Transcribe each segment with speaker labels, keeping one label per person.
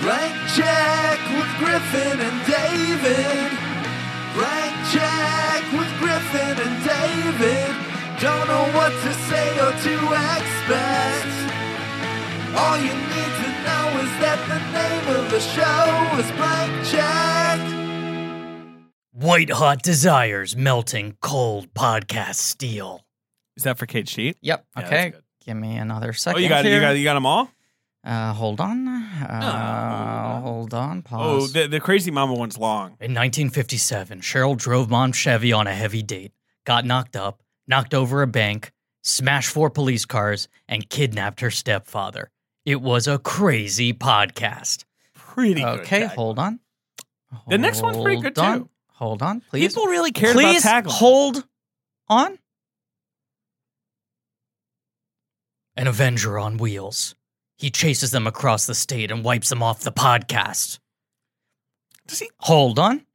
Speaker 1: Blank check with Griffin and David. Blank check with Griffin and David. Don't know what to say or to expect. All you need to know is that the name of the show is Blank Check.
Speaker 2: White Hot Desires Melting Cold Podcast Steel.
Speaker 3: Is that for Kate Sheet?
Speaker 4: Yep.
Speaker 3: Yeah, that's
Speaker 4: okay.
Speaker 3: good.
Speaker 4: Give me another second.
Speaker 3: Oh, you got
Speaker 4: here.
Speaker 3: you got you got them all.
Speaker 4: Uh, hold on. Uh, hold on.
Speaker 3: Ah, Oh,
Speaker 4: Pause.
Speaker 3: the, the Crazy Mama one's long.
Speaker 2: In 1957, Cheryl drove Mom Chevy on a heavy date, got knocked up, knocked over a bank, smashed four police cars, and kidnapped her stepfather. It was a crazy podcast.
Speaker 3: Pretty good.
Speaker 4: okay.
Speaker 3: tag.
Speaker 4: Hold on.
Speaker 3: The next one's pretty good,
Speaker 4: Hold on.
Speaker 3: too.
Speaker 4: Hold on, please.
Speaker 3: People really cared
Speaker 4: please
Speaker 3: about taglines.
Speaker 4: hold on.
Speaker 2: An Avenger on wheels. He chases them across the state and wipes them off the podcast.
Speaker 3: Does he-
Speaker 2: Hold on.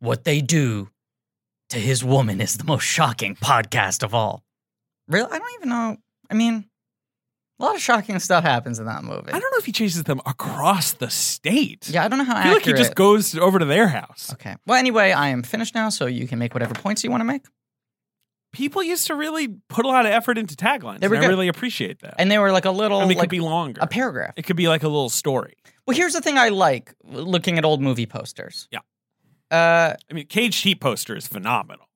Speaker 2: What they do to his woman is the most shocking podcast of all.
Speaker 4: Really, I don't even know. I mean, a lot of shocking stuff happens in that movie.
Speaker 3: I don't know if he chases them across the state.
Speaker 4: yeah, I don't know how
Speaker 3: I feel like
Speaker 4: accurate.
Speaker 3: he just goes over to their house.
Speaker 4: okay. Well, anyway, I am finished now, so you can make whatever points you want to make.
Speaker 3: People used to really put a lot of effort into taglines,
Speaker 4: They
Speaker 3: and
Speaker 4: were
Speaker 3: I
Speaker 4: good.
Speaker 3: really appreciate that.
Speaker 4: And they were like a little,
Speaker 3: I mean, it
Speaker 4: like
Speaker 3: could be longer.
Speaker 4: a paragraph.
Speaker 3: It could be like a little story.
Speaker 4: Well, here's the thing I like looking at old movie posters.
Speaker 3: Yeah.
Speaker 4: Uh,
Speaker 3: I mean, Cage Sheet poster is phenomenal.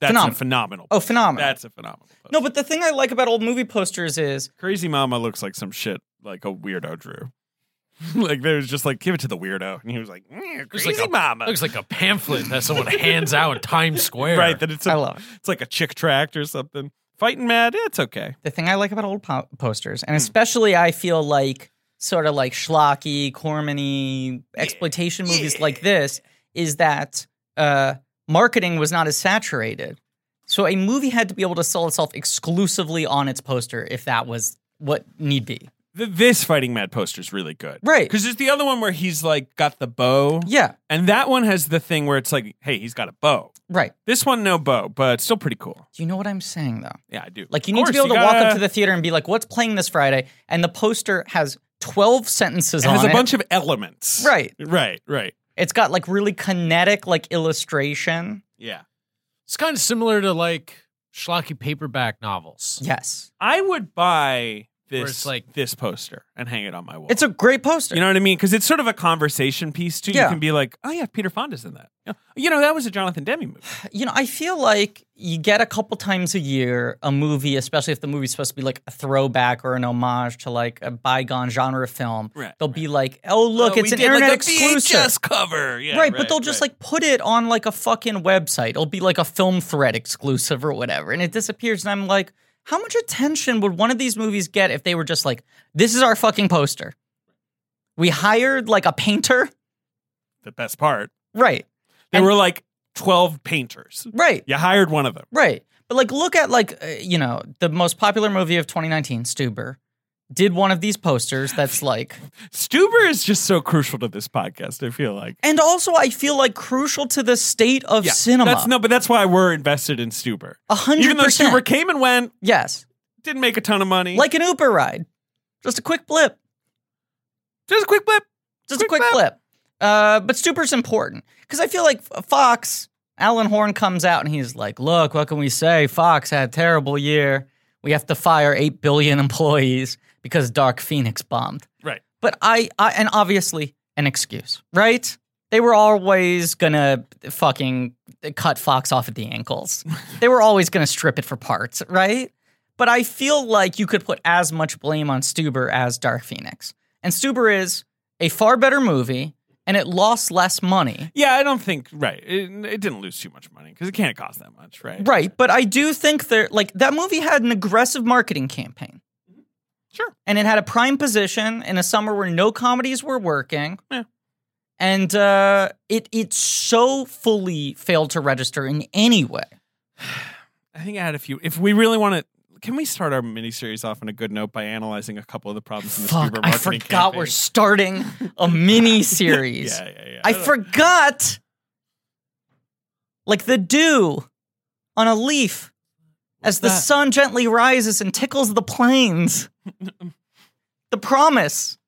Speaker 3: That's a
Speaker 4: Phenomenal.
Speaker 3: phenomenal.
Speaker 4: oh, phenomenal.
Speaker 3: That's a phenomenal. Poster.
Speaker 4: no, but the thing I like about old movie posters is
Speaker 3: Crazy Mama looks like some shit like a weirdo drew. like they was just like give it to the weirdo, and he was like "Mm,
Speaker 5: Looks
Speaker 3: Crazy
Speaker 5: like a-
Speaker 3: Mama.
Speaker 5: Looks like a pamphlet that someone hands out in Times Square.
Speaker 3: right that it's
Speaker 4: I
Speaker 3: a,
Speaker 4: love it.
Speaker 3: it's like a chick tract or something. Fighting mad, eh, it's okay.
Speaker 4: the thing I like about old po- posters,
Speaker 3: Hmm.
Speaker 4: and especially I feel like sort of like schlocky, Cormany exploitation movies like this, is that uh, marketing was not as saturated. So a movie had to be able to sell itself exclusively on its poster if that was what need be.
Speaker 3: Th- this fighting mad poster is really good,
Speaker 4: Right.
Speaker 3: Because there's the other one where he's like got the bow,
Speaker 4: Yeah.
Speaker 3: and that one has the thing where it's like, hey, he's got a bow.
Speaker 4: Right.
Speaker 3: This one no bow, but still pretty cool.
Speaker 4: Do you know what I'm saying though?
Speaker 3: Yeah, I do.
Speaker 4: Like you
Speaker 3: Of
Speaker 4: need to
Speaker 3: course,
Speaker 4: be able to walk
Speaker 3: gotta-
Speaker 4: up to the theater and be like, "What's playing this Friday?" And the poster has twelve sentences
Speaker 3: It has
Speaker 4: on
Speaker 3: a bunch of elements.
Speaker 4: Right.
Speaker 3: Right. Right.
Speaker 4: It's got like really kinetic like illustration.
Speaker 3: Yeah.
Speaker 5: It's kind of similar to like schlocky paperback novels.
Speaker 4: Yes,
Speaker 3: I would buy
Speaker 5: Where
Speaker 3: this
Speaker 5: it's like-
Speaker 3: this poster and hang it on my wall.
Speaker 4: it's a great poster.
Speaker 3: you know what I mean? Because it's sort of a conversation piece too.
Speaker 4: Yeah.
Speaker 3: You can be like, oh yeah, Peter Fonda's in that. You know, you know, that was a Jonathan Demi movie.
Speaker 4: you know, I feel like you get a couple times a year a movie, especially if the movie's supposed to be like a throwback or an homage to like a bygone genre film.
Speaker 3: Right,
Speaker 4: They'll be like, "Oh, look,
Speaker 3: Oh,
Speaker 4: it's
Speaker 3: we
Speaker 4: an
Speaker 3: did,
Speaker 4: internet
Speaker 3: like, a
Speaker 4: exclusive."
Speaker 3: VHS cover. Yeah,
Speaker 4: right, but they'll just
Speaker 3: right.
Speaker 4: like put it on like a fucking website. It'll be like a film thread exclusive or whatever, and it disappears. And I'm like, how much attention would one of these movies get if they were just like, this is our fucking poster? We hired like a painter.
Speaker 3: the best part.
Speaker 4: Right,
Speaker 3: There
Speaker 4: And-
Speaker 3: were like twelve painters.
Speaker 4: right,
Speaker 3: You hired one of them.
Speaker 4: right. But like, look at like, uh, you know, the most popular movie of 2019, Stuber, did one of these posters that's like,
Speaker 3: Stuber is just so crucial to this podcast. I feel like.
Speaker 4: and also I feel like crucial to the state of
Speaker 3: Yeah,
Speaker 4: cinema.
Speaker 3: That's no, but that's why we're invested in Stuber.
Speaker 4: A hundred
Speaker 3: Even though
Speaker 4: percent.
Speaker 3: Stuber came and went,
Speaker 4: Yes,
Speaker 3: didn't make a ton of money.
Speaker 4: like an Uber ride, just a quick blip.
Speaker 3: just a quick blip.
Speaker 4: just
Speaker 3: Quick
Speaker 4: a quick
Speaker 3: flip.
Speaker 4: flip. Uh, but Stuper's important because I feel like Fox, Alan Horn comes out and he's like, look, what can we say? Fox had a terrible year. We have to fire 8 billion employees because Dark Phoenix bombed.
Speaker 3: Right.
Speaker 4: But I, I and obviously an excuse, right? They were always gonna fucking cut Fox off at the ankles. they were always gonna strip it for parts, right? But I feel like you could put as much blame on Stuber as Dark Phoenix. And Stuber is a far better movie and it lost less money.
Speaker 3: Yeah, I don't think right. It, it didn't lose too much money because it can't cost that much, right?
Speaker 4: Right, but I do think that like that movie had an aggressive marketing campaign.
Speaker 3: Sure.
Speaker 4: And it had a prime position in a summer where no comedies were working.
Speaker 3: Yeah.
Speaker 4: And uh, it it so fully failed to register in any way.
Speaker 3: I think I had a few. If we really want to, can we start our miniseries off on a good note by analyzing a couple of the problems in the
Speaker 4: Fuck,
Speaker 3: Stuber
Speaker 4: I
Speaker 3: marketing
Speaker 4: forgot we're
Speaker 3: campaign?
Speaker 4: starting a mini series.
Speaker 3: Yeah, yeah, Uh, yeah.
Speaker 4: I forgot. Like the dew on a leaf as the
Speaker 3: that?
Speaker 4: sun gently rises and tickles the plains. the promise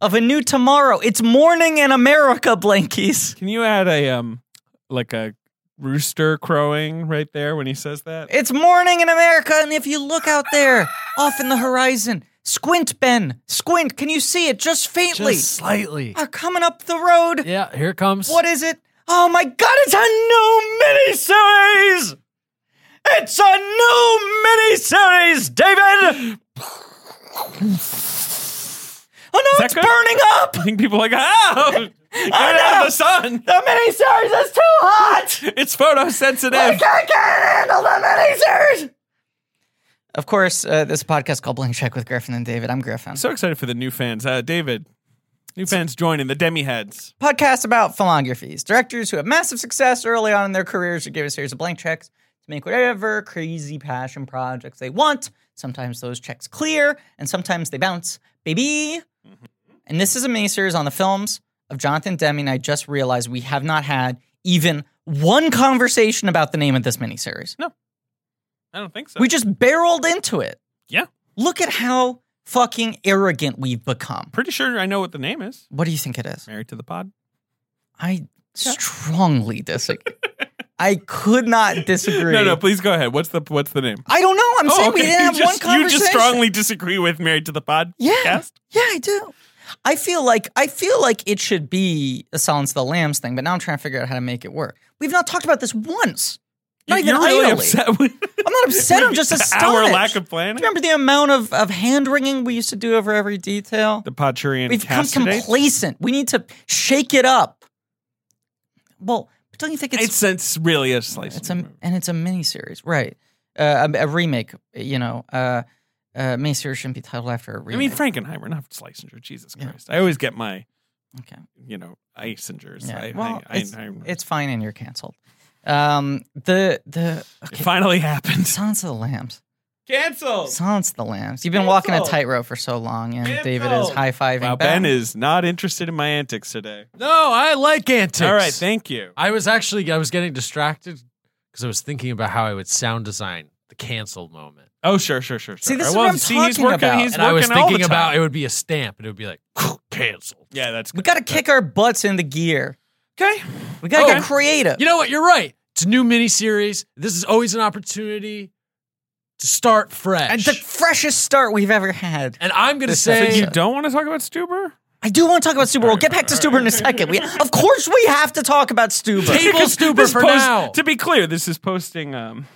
Speaker 4: of a new tomorrow. It's morning in America, Blankies.
Speaker 3: Can you add a um like a rooster crowing right there when he says that?
Speaker 4: It's morning in America, and if you look out there, off in the horizon, squint, Ben, squint. Can you see it just faintly?
Speaker 5: Just slightly.
Speaker 4: Are coming up the road.
Speaker 5: Yeah, here it comes.
Speaker 4: What is it? Oh my God! It's a new miniseries. It's a new miniseries, David. Oh no!
Speaker 3: that
Speaker 4: It's
Speaker 3: good?
Speaker 4: burning up.
Speaker 3: I think people are like, oh, get out of the sun.
Speaker 4: The miniseries is too hot.
Speaker 3: It's photosensitive.
Speaker 4: I can't handle the miniseries. Of course, uh, this podcast called Blank Check with Griffin and David. I'm Griffin.
Speaker 3: I'm so excited for the new fans. Uh, David, new fans joining the Demi Heads.
Speaker 4: podcast about filmographies. Directors who have massive success early on in their careers should give a series of blank checks to make whatever crazy passion projects they want. Sometimes those checks clear, and sometimes they bounce, baby. And this is a miniseries on the films of Jonathan Demme, and I just realized we have not had even one conversation about the name of this miniseries.
Speaker 3: I don't think so.
Speaker 4: We just barreled into it.
Speaker 3: Yeah.
Speaker 4: Look at how fucking arrogant we've become.
Speaker 3: Pretty sure I know what the name is.
Speaker 4: What do you think it is?
Speaker 3: Married to the Pod.
Speaker 4: I strongly disagree. I could not disagree.
Speaker 3: No, no, please go ahead. What's the what's the name? Oh,
Speaker 4: I don't know. I'm saying we
Speaker 3: okay.
Speaker 4: didn't
Speaker 3: you
Speaker 4: have
Speaker 3: just,
Speaker 4: one
Speaker 3: You
Speaker 4: conversation.
Speaker 3: just strongly disagree with Married to the Pod.
Speaker 4: yeah,
Speaker 3: Cast?
Speaker 4: yeah, I do. I feel like I feel like it should be a Silence of the Lambs thing, but now I'm trying to figure out how to make it work. We've not talked about this once. Not
Speaker 3: You-
Speaker 4: even
Speaker 3: You're really
Speaker 4: idly.
Speaker 3: upset with
Speaker 4: I'm not upset. I'm just astonished.
Speaker 3: our lack of
Speaker 4: Do
Speaker 3: planning.
Speaker 4: you remember the amount of, of hand wringing we used to do over every detail?
Speaker 3: The Podurian
Speaker 4: We've become
Speaker 3: Cassidy?
Speaker 4: complacent. We need to shake it up. Well, but don't you think it's
Speaker 3: It's it's really a slice.
Speaker 4: It's
Speaker 3: of
Speaker 4: a
Speaker 3: movie.
Speaker 4: and it's a miniseries, right? Uh, a, a remake, you know. Uh, uh, miniseries shouldn't be titled after a
Speaker 3: I
Speaker 4: remake.
Speaker 3: mean Frankenheimer, not Schlesinger. Jesus
Speaker 4: Yeah.
Speaker 3: Christ! I always get my
Speaker 4: okay,
Speaker 3: you know Isingers.
Speaker 4: yeah.
Speaker 3: I, I-
Speaker 4: well,
Speaker 3: I-
Speaker 4: it's,
Speaker 3: I'm-
Speaker 4: it's fine, and you're canceled. Um, the the
Speaker 3: it
Speaker 4: okay,
Speaker 3: finally happened.
Speaker 4: Silence of the Lambs,
Speaker 3: Cancel.
Speaker 4: Silence of the Lambs. You've been walking a
Speaker 5: Canceled.
Speaker 4: tightrope for so long, and David is
Speaker 5: Canceled.
Speaker 4: high fiving.
Speaker 3: Wow, Ben is not interested in my antics today.
Speaker 5: No, I like antics.
Speaker 3: All right, thank you.
Speaker 5: I was actually I was getting distracted because I was thinking about how I would sound design the canceled moment,
Speaker 3: Oh, sure, sure, sure. sure.
Speaker 4: See, this is
Speaker 3: Well,
Speaker 4: what I'm
Speaker 3: see, he's
Speaker 4: talking
Speaker 3: working,
Speaker 4: about.
Speaker 3: He's
Speaker 5: and I was
Speaker 3: working all the
Speaker 5: thinking about
Speaker 3: time.
Speaker 5: it would be a stamp, and it would be like canceled.
Speaker 3: Yeah, that's
Speaker 4: We
Speaker 3: good.
Speaker 4: got to kick our butts into gear.
Speaker 3: okay.
Speaker 4: We got to
Speaker 5: Okay.
Speaker 4: get creative.
Speaker 5: You know what? You're right. It's a new miniseries. This is always an opportunity to start fresh.
Speaker 4: and the freshest start we've ever had.
Speaker 5: And I'm gonna
Speaker 4: This doesn't
Speaker 5: say
Speaker 3: You don't want to talk about Stuber?
Speaker 4: I do want to talk about Stuber. We'll get back to Stuber in a second. We, of course, we have to talk about Stuber.
Speaker 5: table stuber
Speaker 3: This
Speaker 5: for
Speaker 3: post-
Speaker 5: now.
Speaker 3: To be clear, this is posting um,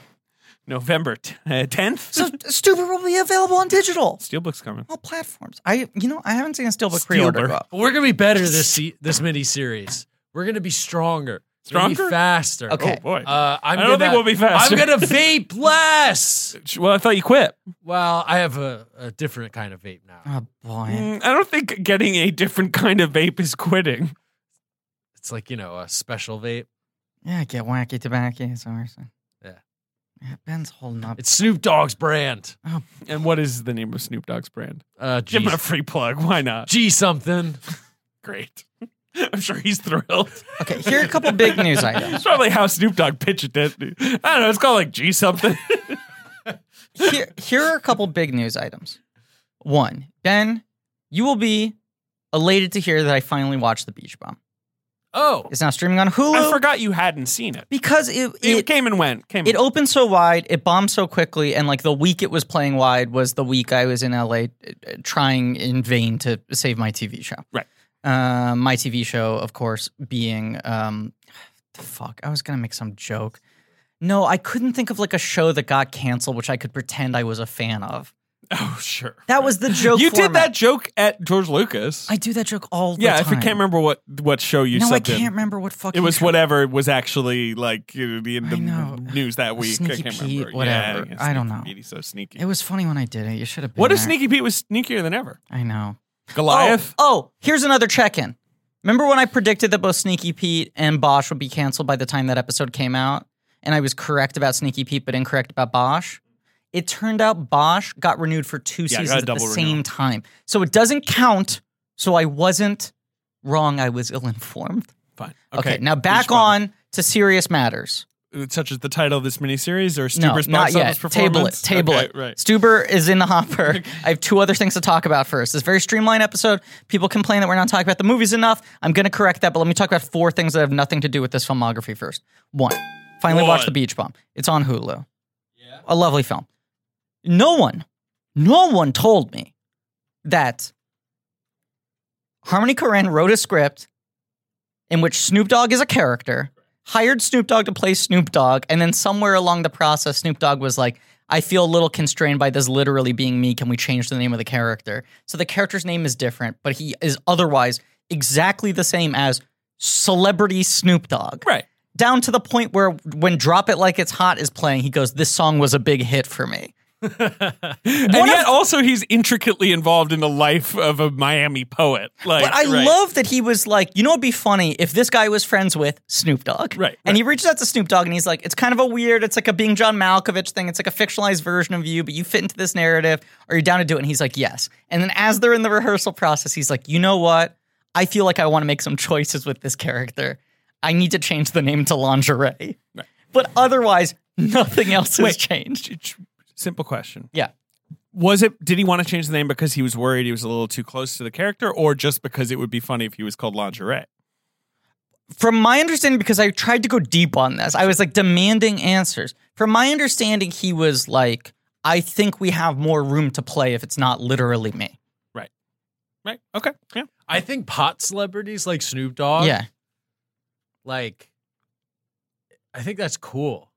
Speaker 3: November t- uh, 10th.
Speaker 4: So Stuber will be available on digital,
Speaker 3: Steelbook's coming.
Speaker 4: all platforms. I, you know, I haven't seen a Steelbook pre-order
Speaker 3: Steelber.
Speaker 4: go up.
Speaker 5: But we're gonna be better this se- this mini series. We're gonna be stronger, We're gonna be
Speaker 3: Stronger?
Speaker 5: faster.
Speaker 4: Okay.
Speaker 3: Oh, boy.
Speaker 5: Uh, I'm
Speaker 3: I don't
Speaker 5: gonna-
Speaker 3: think we'll be faster.
Speaker 5: I'm gonna vape less.
Speaker 3: well, I thought you quit.
Speaker 5: Well, I have a, a different kind of vape now.
Speaker 4: Oh boy,
Speaker 3: Mm, I don't think getting a different kind of vape is quitting.
Speaker 5: It's like you know a special vape.
Speaker 4: yeah, get wacky tobacco. So yeah,
Speaker 5: Yeah.
Speaker 4: yeah, Ben's holding up.
Speaker 5: It's Snoop Dogg's brand.
Speaker 3: And what is the name of Snoop Dogg's brand?
Speaker 5: Uh,
Speaker 3: Give
Speaker 5: G,
Speaker 3: him a free plug. Why not?
Speaker 5: G something.
Speaker 3: Great. I'm sure he's thrilled.
Speaker 4: Okay, here are a couple big news items.
Speaker 3: That's probably how Snoop Dogg pitched it. I don't know. It's called like G something.
Speaker 4: Here, here are a couple big news items. One, Ben, you will be elated to hear that I finally watched The Beach Bomb.
Speaker 5: Oh,
Speaker 4: It's now streaming on Hulu
Speaker 3: I forgot you hadn't seen it.
Speaker 4: because it
Speaker 3: It,
Speaker 4: it,
Speaker 3: came and went. Came.
Speaker 4: it
Speaker 3: and
Speaker 4: opened so wide, it bombed so quickly, and like the week it was playing wide was the week I was in LA uh, trying in vain to save my TV show.
Speaker 3: Right.
Speaker 4: Uh, my TV show, of course, being um, the fuck. I was gonna make some joke. No, I couldn't think of like a show that got canceled, which I could pretend I was a fan of.
Speaker 3: Oh sure.
Speaker 4: That was the joke.
Speaker 3: You
Speaker 4: format.
Speaker 3: did that joke at George Lucas.
Speaker 4: I do that joke all
Speaker 3: yeah,
Speaker 4: the
Speaker 3: if
Speaker 4: time.
Speaker 3: you can't remember what what show you
Speaker 4: No, I
Speaker 3: subbed in.
Speaker 4: can't remember what fucking.
Speaker 3: It was
Speaker 4: show-
Speaker 3: whatever was actually like you know, the, in the
Speaker 4: I know.
Speaker 3: news that week. I
Speaker 4: Sneaky
Speaker 3: can't
Speaker 4: Pete,
Speaker 3: remember.
Speaker 4: whatever.
Speaker 3: Yeah,
Speaker 4: I don't
Speaker 3: Sneaky
Speaker 4: know.
Speaker 3: Pete, he's so sneaky.
Speaker 4: It was funny when I did it. You should have been.
Speaker 3: what if
Speaker 4: there.
Speaker 3: Sneaky Pete was sneakier than ever?
Speaker 4: I know.
Speaker 3: Goliath.
Speaker 4: Oh, oh, here's another check in. Remember when I predicted that both Sneaky Pete and Bosch would be canceled by the time that episode came out? And I was correct about Sneaky Pete, but incorrect about Bosch? It turned out Bosch got renewed for two
Speaker 3: got a
Speaker 4: seasons at the
Speaker 3: double
Speaker 4: same
Speaker 3: renewal.
Speaker 4: time. So it doesn't count. So I wasn't wrong. I was ill informed.
Speaker 3: Fine.
Speaker 4: Okay, now back on to serious matters.
Speaker 3: such as the title of this miniseries or
Speaker 4: No,
Speaker 3: Stuber's
Speaker 4: not
Speaker 3: box
Speaker 4: yet.
Speaker 3: office
Speaker 4: Table it.
Speaker 3: performance?
Speaker 4: Table
Speaker 3: Okay,
Speaker 4: it.
Speaker 3: Right.
Speaker 4: Stuber is in the hopper. I have two other things to talk about first. This very streamlined episode. People complain that we're not talking about the movies enough. I'm going to correct that, but let me talk about four things that have nothing to do with this filmography first. One, finally watch
Speaker 3: One.
Speaker 4: The Beach Bomb. It's on Hulu. Yeah. A lovely film. No one, no one told me that Harmony Korine wrote a script in which Snoop Dogg is a character, hired Snoop Dogg to play Snoop Dogg, and then somewhere along the process, Snoop Dogg was like, I feel a little constrained by this literally being me. Can we change the name of the character? So the character's name is different, but he is otherwise exactly the same as celebrity Snoop Dogg
Speaker 3: Right.
Speaker 4: down to the point where when Drop It Like It's Hot is playing, he goes, This song was a big hit for me.
Speaker 3: And yet also he's intricately involved in the life of a Miami poet. Like
Speaker 4: But I
Speaker 3: right.
Speaker 4: love that he was like, you know, it'd be funny if this guy was friends with Snoop Dogg.
Speaker 3: Right,
Speaker 4: And he reaches out to Snoop Dogg and he's like, it's kind of a weird, it's like a being John Malkovich thing. It's like a fictionalized version of you, but you fit into this narrative. Are you down to do it? And he's like, yes. And then as they're in the rehearsal process, he's like, you know what? I feel like I want to make some choices with this character. I need to change the name to lingerie. Right. But otherwise, nothing else has
Speaker 3: Wait.
Speaker 4: changed.
Speaker 3: simple question.
Speaker 4: Yeah.
Speaker 3: Was it did he want to change the name because he was worried he was a little too close to the character or just because it would be funny if he was called lingerie?
Speaker 4: from my understanding, because I tried to go deep on this, I was like demanding answers. From my understanding, he was like, I think we have more room to play if it's not literally me.
Speaker 3: Right. Okay. Yeah.
Speaker 5: I think pot celebrities like Snoop Dogg.
Speaker 4: yeah.
Speaker 5: Like, I think that's cool.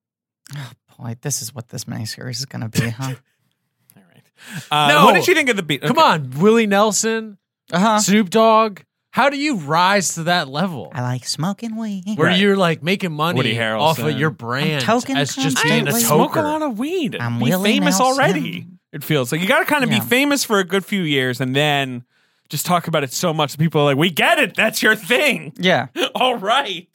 Speaker 4: Boy, this is what this miniseries is going to be, huh?
Speaker 3: All right. Uh,
Speaker 5: No!
Speaker 3: What did you think of the beat?
Speaker 5: Come on, Willie Nelson,
Speaker 4: Uh huh.
Speaker 5: Snoop Dogg. How do you rise to that level
Speaker 4: I like smoking weed.
Speaker 5: where
Speaker 3: Right.
Speaker 5: you're like making
Speaker 3: Woody
Speaker 5: money
Speaker 3: Harrelson.
Speaker 5: off of your
Speaker 3: I'm
Speaker 5: brand
Speaker 4: token
Speaker 5: as just being a
Speaker 3: I
Speaker 4: constantly.
Speaker 3: smoke a lot
Speaker 5: toker?
Speaker 3: of weed. and
Speaker 4: I'm
Speaker 3: be
Speaker 4: Willie
Speaker 3: famous
Speaker 4: Nelson.
Speaker 3: already. It feels like you got to kind of
Speaker 4: Yeah.
Speaker 3: be famous for a good few years and then just talk about it so much that people are like, "We get it. That's your thing.
Speaker 4: Yeah.
Speaker 3: All right."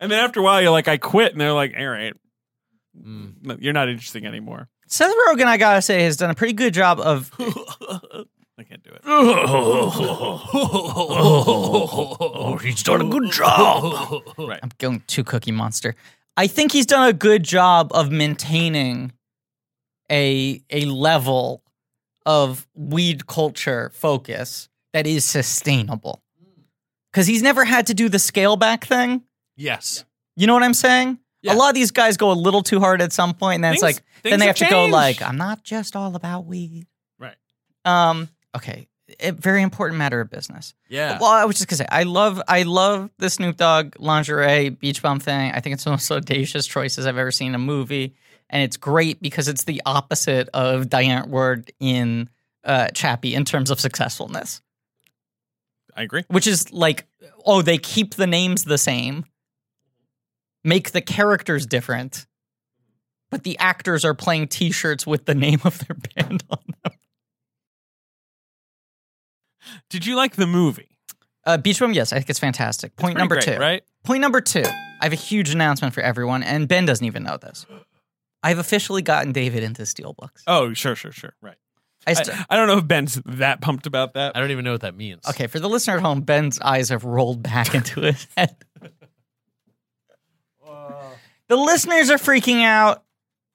Speaker 3: And then after a while, you're like, "I quit," and they're like, "All right,
Speaker 5: Mm.
Speaker 3: no, you're not interesting anymore.
Speaker 4: Seth Rogen, I gotta say, has done a pretty good job of.
Speaker 3: I can't do it."
Speaker 5: Oh, he's done a good job.
Speaker 4: I'm going to Cookie Monster. I think he's done a good job of maintaining a a level of weed culture focus that is sustainable. Cuz he's never had to do the scale back thing.
Speaker 5: Yes.
Speaker 4: You know what I'm saying? A
Speaker 5: Yeah.
Speaker 4: lot of these guys go a little too hard at some point and then
Speaker 3: Things-
Speaker 4: it's like then
Speaker 3: things
Speaker 4: they have
Speaker 3: have
Speaker 4: to go
Speaker 3: changed.
Speaker 4: like I'm not just all about weed.
Speaker 3: Right.
Speaker 4: Um okay, a very important matter of business.
Speaker 5: Yeah.
Speaker 4: Uh, Well, I was just gonna say, I love, I love the Snoop Dogg lingerie beach bum thing. I think it's the most audacious choices I've ever seen in a movie, and it's great because it's the opposite of Diane Ward in uh, Chappie in terms of successfulness,
Speaker 3: I agree.
Speaker 4: which is like, oh, they keep the names the same, make the characters different, but the actors are playing T-shirts with the name of their band on them.
Speaker 3: Did you like the movie?
Speaker 4: Uh, beach bum, yes, I think it's fantastic. Point
Speaker 3: Pretty
Speaker 4: number
Speaker 3: great,
Speaker 4: two,
Speaker 3: right?
Speaker 4: Point number two I have a huge announcement for everyone, and Ben doesn't even know this. I've officially gotten David into Steelbooks.
Speaker 3: Oh, sure, sure, sure. Right.
Speaker 4: I st-
Speaker 3: I, I don't know if Ben's that pumped about that.
Speaker 5: I don't even know what that means.
Speaker 4: okay, for the listener at home, Ben's eyes have rolled back into his head. the listeners are freaking out.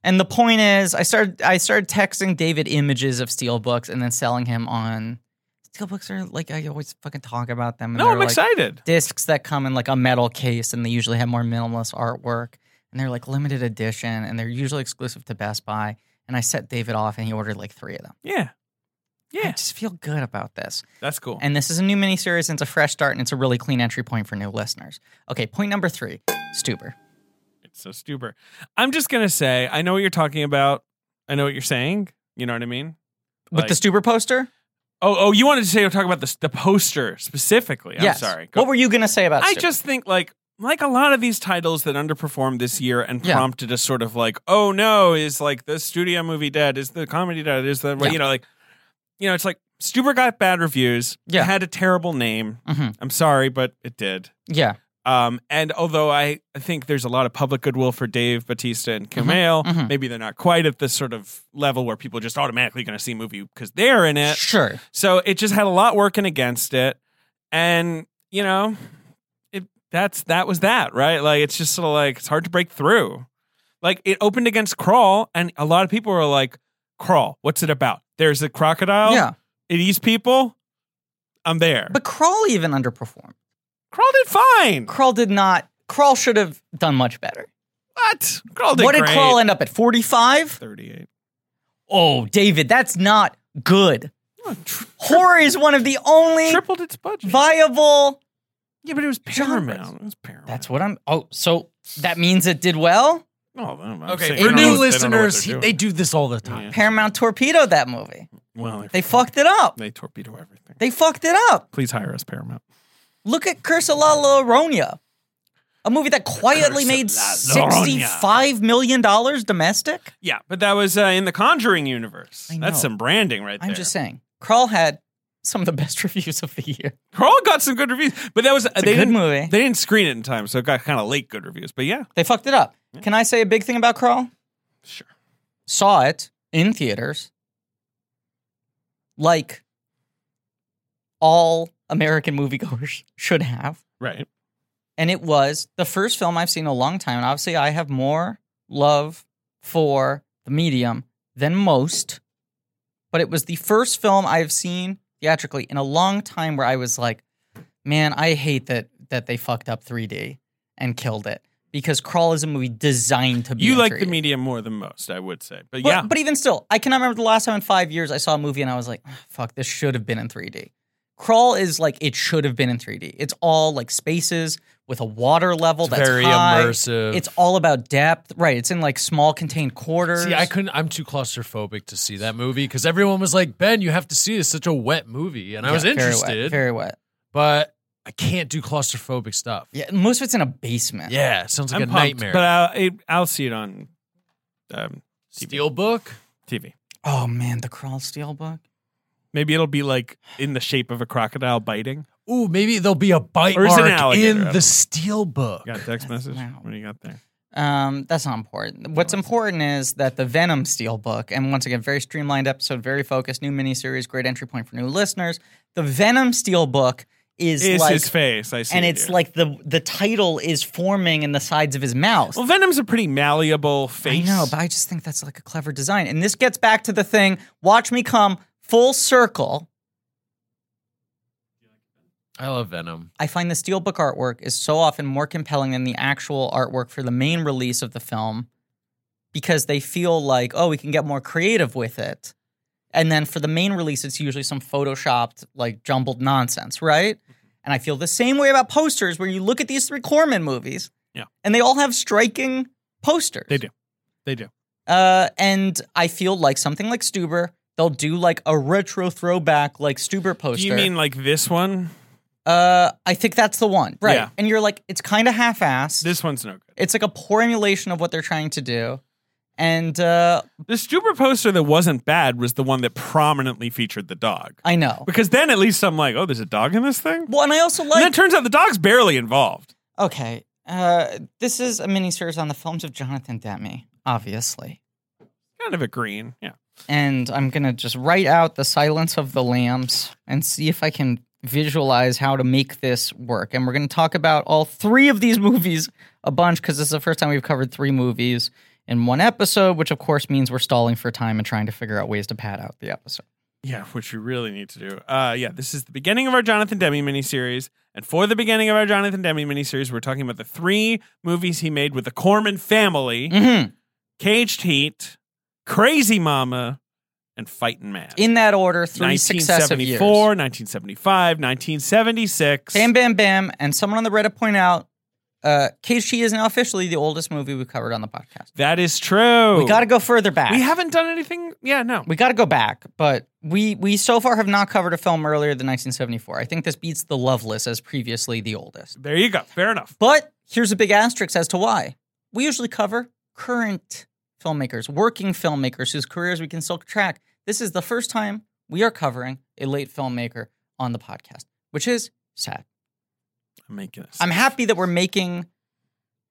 Speaker 4: And the point is, I started I started texting David images of Steelbooks and then selling him on Steelbooks are like I always fucking talk about them. and
Speaker 3: No,
Speaker 4: they're
Speaker 3: I'm
Speaker 4: like-
Speaker 3: excited.
Speaker 4: discs that come in like a metal case and they usually have more minimalist artwork and they're like limited edition and they're usually exclusive to Best Buy. And I set David off and he ordered like three of them.
Speaker 3: Yeah.
Speaker 4: I
Speaker 3: Yeah.
Speaker 4: just feel good about this.
Speaker 3: That's cool.
Speaker 4: And this is a new miniseries and it's a fresh start and it's a really clean entry point for new listeners. Okay, point number three Stuber.
Speaker 3: It's so Stuber. I'm just gonna say, I know what you're talking about. I know what you're saying. You know what I mean?
Speaker 4: With
Speaker 3: Like-
Speaker 4: the Stuber poster?
Speaker 3: Oh, oh, you wanted to say talk about the the poster specifically. I'm
Speaker 4: yes.
Speaker 3: sorry.
Speaker 4: What were you going to say about
Speaker 3: I
Speaker 4: Stuber?
Speaker 3: just think like like a lot of these titles that underperformed this year and
Speaker 4: Yeah.
Speaker 3: prompted a sort of like, oh no, is like the studio movie dead? Is the comedy dead? Is the
Speaker 4: Yeah.
Speaker 3: you know like you know it's like Stuber got bad reviews.
Speaker 4: Yeah.
Speaker 3: had a terrible name.
Speaker 4: Mhm.
Speaker 3: I'm sorry, but it did.
Speaker 4: Yeah.
Speaker 3: Um, and although I I think there's a lot of public goodwill for Dave Batista and Kumail,
Speaker 4: mhm.
Speaker 3: maybe they're not quite at this sort of level where people are just automatically going to see a movie because they're in it.
Speaker 4: Sure.
Speaker 3: So it just had a lot working against it, and you know, it that's that was that right like it's just sort of like it's hard to break through like it opened against crawl and a lot of people were like crawl what's it about there's a crocodile
Speaker 4: yeah,
Speaker 3: it eats people i'm there
Speaker 4: but Crawl even underperformed.
Speaker 3: crawl did fine
Speaker 4: Crawl did not. Crawl should have done much better.
Speaker 3: what crawl did
Speaker 4: what did
Speaker 3: great.
Speaker 4: Crawl end up at? Forty five.
Speaker 3: 38
Speaker 4: Oh, David, that's not good.
Speaker 3: Oh, tr-
Speaker 4: Horror is one of the only
Speaker 3: tripled its budget
Speaker 4: viable.
Speaker 3: yeah but it was
Speaker 4: Genres.
Speaker 3: paramount it was paramount
Speaker 4: That's what I'm. Oh, so that means it did well.
Speaker 3: oh, I'm
Speaker 5: Okay,
Speaker 3: saying
Speaker 5: for
Speaker 3: they don't
Speaker 5: new
Speaker 3: know what- they don't know what
Speaker 5: listeners,
Speaker 3: they're
Speaker 5: he-
Speaker 3: doing.
Speaker 5: they do this all the time.
Speaker 3: Yeah.
Speaker 4: Paramount torpedoed that movie.
Speaker 3: well
Speaker 4: They fucked it up.
Speaker 3: they torpedo everything
Speaker 4: They fucked it up.
Speaker 3: please hire us paramount
Speaker 4: Look at Curse of La Llorona, a movie that
Speaker 3: Curse
Speaker 4: quietly
Speaker 3: of
Speaker 4: made
Speaker 3: La Llorona.
Speaker 4: sixty-five million dollars domestic.
Speaker 3: yeah but that was uh, in the conjuring universe
Speaker 4: I know.
Speaker 3: that's some branding right there
Speaker 4: I'm just saying, Crawl had some of the best reviews of the year.
Speaker 3: Crawl got some good reviews, but that was
Speaker 4: a
Speaker 3: they
Speaker 4: good
Speaker 3: didn't,
Speaker 4: movie.
Speaker 3: They didn't screen it in time, so it got kind of late good reviews. But yeah,
Speaker 4: They fucked it up. Can I say a big thing about Crawl?
Speaker 3: sure.
Speaker 4: Saw it in theaters, like all American moviegoers should have.
Speaker 3: Right.
Speaker 4: and it was the first film I've seen in a long time. And obviously, I have more love for the medium than most, but it was the first film I've seen theatrically in a long time where I was like, "Man, I hate that that they fucked up 3D and killed it because Crawl is a movie designed to be."
Speaker 3: You
Speaker 4: in
Speaker 3: like
Speaker 4: 3D.
Speaker 3: the medium more than most, I would say. But
Speaker 4: But,
Speaker 3: yeah,
Speaker 4: but even still, I cannot remember the last time in five years I saw a movie and I was like, "Ah, fuck, this should have been in 3D. Crawl is like, it should have been in 3D. It's all like spaces with a water level
Speaker 5: It's
Speaker 4: that's
Speaker 5: very
Speaker 4: high.
Speaker 5: immersive.
Speaker 4: It's all about depth. Right. It's in like small contained quarters.
Speaker 5: See, I couldn't. I'm too claustrophobic to see that movie because everyone was like, "Ben, you have to see this. Such a wet movie," and I
Speaker 4: Yeah,
Speaker 5: was
Speaker 4: very wet,
Speaker 5: interested,
Speaker 4: Very wet.
Speaker 5: but I can't do claustrophobic stuff.
Speaker 4: Yeah. Most of it's in a basement.
Speaker 5: Yeah, it sounds like
Speaker 3: I'm
Speaker 5: a
Speaker 3: pumped,
Speaker 5: nightmare.
Speaker 3: But I'll, it, I'll see it on um,
Speaker 5: Steelbook.
Speaker 3: TV.
Speaker 4: Oh, man. The Crawl Steel book.
Speaker 3: Maybe it'll be like in the shape of a crocodile biting.
Speaker 5: Ooh, maybe there'll be a bite
Speaker 3: Or is it an
Speaker 5: mark
Speaker 3: alligator? I
Speaker 5: in
Speaker 3: don't know.
Speaker 5: the Steelbook.
Speaker 3: You got a text message?
Speaker 4: wow.
Speaker 3: What do you got there?
Speaker 4: Um, that's not important. What's important is that the Venom Steel book, and once again, very streamlined episode, very focused, new miniseries, great entry point for new listeners. The Venom Steel book is
Speaker 3: It's
Speaker 4: like,
Speaker 3: his face. I see.
Speaker 4: and
Speaker 3: it
Speaker 4: it's
Speaker 3: here.
Speaker 4: like the the title is forming in the sides of his mouth.
Speaker 3: well, Venom's a pretty malleable face.
Speaker 4: I know, but I just think that's like a clever design. And this gets back to the thing. Watch me come full circle.
Speaker 5: I love Venom.
Speaker 4: I find the steelbook artwork is so often more compelling than the actual artwork for the main release of the film because they feel like, oh, we can get more creative with it. And then for the main release, it's usually some photoshopped, like jumbled nonsense, right? And I feel the same way about posters where you look at these three Corman movies
Speaker 3: Yeah.
Speaker 4: and they all have striking posters.
Speaker 3: They do. They do.
Speaker 4: Uh, and I feel like something like Stuber, they'll do like a retro throwback, like Stuber poster.
Speaker 3: Do you mean like this one?
Speaker 4: Uh, I think that's the one, right?
Speaker 3: Yeah.
Speaker 4: And you're like, it's kind of half-assed.
Speaker 3: This one's no good.
Speaker 4: it's like a poor emulation of what they're trying to do, and uh,
Speaker 3: The Stuber poster that wasn't bad was the one that prominently featured the dog.
Speaker 4: I know.
Speaker 3: Because then at least I'm like, oh, there's a dog in this thing?
Speaker 4: Well, and I also
Speaker 3: and then
Speaker 4: like.
Speaker 3: it turns out the dog's barely involved.
Speaker 4: okay, uh, this is a miniseries on the films of Jonathan Demme, obviously.
Speaker 3: Kind of a green. Yeah.
Speaker 4: and I'm gonna just write out the silence of the lambs and see if I can visualize how to make this work. And we're gonna talk about all three of these movies a bunch because this is the first time we've covered three movies in one episode, which of course means we're stalling for time and trying to figure out ways to pad out the episode.
Speaker 3: Yeah, which you really need to do. Uh, yeah, this is the beginning of our Jonathan Demi miniseries. And for the beginning of our Jonathan Demi miniseries, we're talking about the three movies he made with the Corman family
Speaker 4: hmm
Speaker 3: Caged Heat, Crazy Mama, and Fightin' Man.
Speaker 4: In that order, three successive
Speaker 3: 1974,
Speaker 4: years.
Speaker 3: 1975, 1976.
Speaker 4: Bam, bam, bam. And someone on the Reddit point out, uh, KG is now officially the oldest movie we've covered on the podcast.
Speaker 3: That is true.
Speaker 4: We got to go further back.
Speaker 3: Oh. We haven't done anything. Yeah, no.
Speaker 4: We got to go back, but we we so far have not covered a film earlier than 1974. I think this beats The Loveless as previously the oldest.
Speaker 3: There you go. Fair enough.
Speaker 4: But here's a big asterisk as to why. We usually cover current filmmakers, working filmmakers whose careers we can still track. This is the first time we are covering a late filmmaker on the podcast, which is sad.
Speaker 3: I'm making this.
Speaker 4: I'm happy that we're making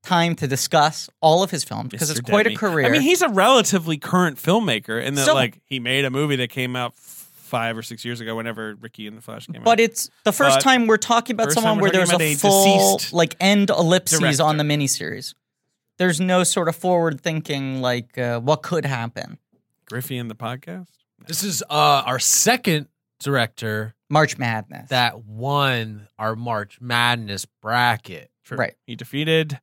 Speaker 4: time to discuss all of his films because
Speaker 3: Mr.
Speaker 4: it's quite
Speaker 3: Demme.
Speaker 4: a career.
Speaker 3: I mean, he's a relatively current filmmaker in that,
Speaker 4: So-
Speaker 3: like, he made a movie that came out f- five or six years ago, whenever Ricky and the Flash came out.
Speaker 4: But it's the first
Speaker 3: But-
Speaker 4: time we're talking about
Speaker 3: First
Speaker 4: someone
Speaker 3: time
Speaker 4: where
Speaker 3: we're
Speaker 4: there's
Speaker 3: talking
Speaker 4: a
Speaker 3: about a
Speaker 4: full
Speaker 3: deceased
Speaker 4: like end ellipses on the
Speaker 3: director.
Speaker 4: miniseries. There's no sort of forward thinking like uh, what could happen.
Speaker 3: Griffey and the podcast.
Speaker 5: This is uh, our second director
Speaker 4: March Madness.
Speaker 5: that won our March Madness bracket.
Speaker 3: True.
Speaker 4: Right.
Speaker 3: He defeated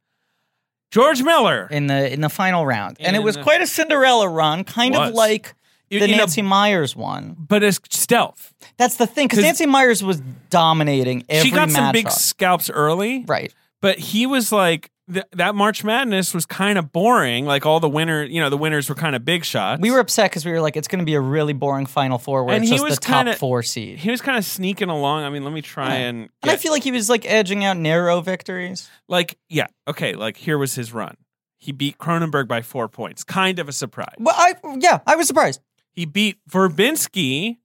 Speaker 3: George Miller.
Speaker 4: in the in the final round, and it
Speaker 3: In
Speaker 4: was
Speaker 3: the-
Speaker 4: quite a Cinderella run, kind
Speaker 3: Was.
Speaker 4: of like
Speaker 3: In-
Speaker 4: the
Speaker 3: in a-
Speaker 4: Nancy Myers one.
Speaker 3: but it's stealth.
Speaker 4: That's the thing, because
Speaker 3: 'Cause-
Speaker 4: Nancy Myers was dominating every
Speaker 3: she got some big
Speaker 4: matchup.
Speaker 3: scalps early,
Speaker 4: right.
Speaker 3: but he was like th- that March Madness was kind of boring. Like all the winner, you know, the winners were kind of big shots.
Speaker 4: We were upset because we were like, it's going to be a really boring Final Four where
Speaker 3: And
Speaker 4: it's
Speaker 3: he
Speaker 4: just
Speaker 3: was
Speaker 4: the top
Speaker 3: kinda-
Speaker 4: four seed.
Speaker 3: He was kind of sneaking along. I mean, let me try
Speaker 4: Yeah.
Speaker 3: and
Speaker 4: And I
Speaker 3: get-
Speaker 4: feel like he was like edging out narrow victories.
Speaker 3: like yeah okay. Like here was his run. He beat Cronenberg by four points. Kind of a surprise.
Speaker 4: Well, I yeah, I was surprised.
Speaker 3: He beat Verbinski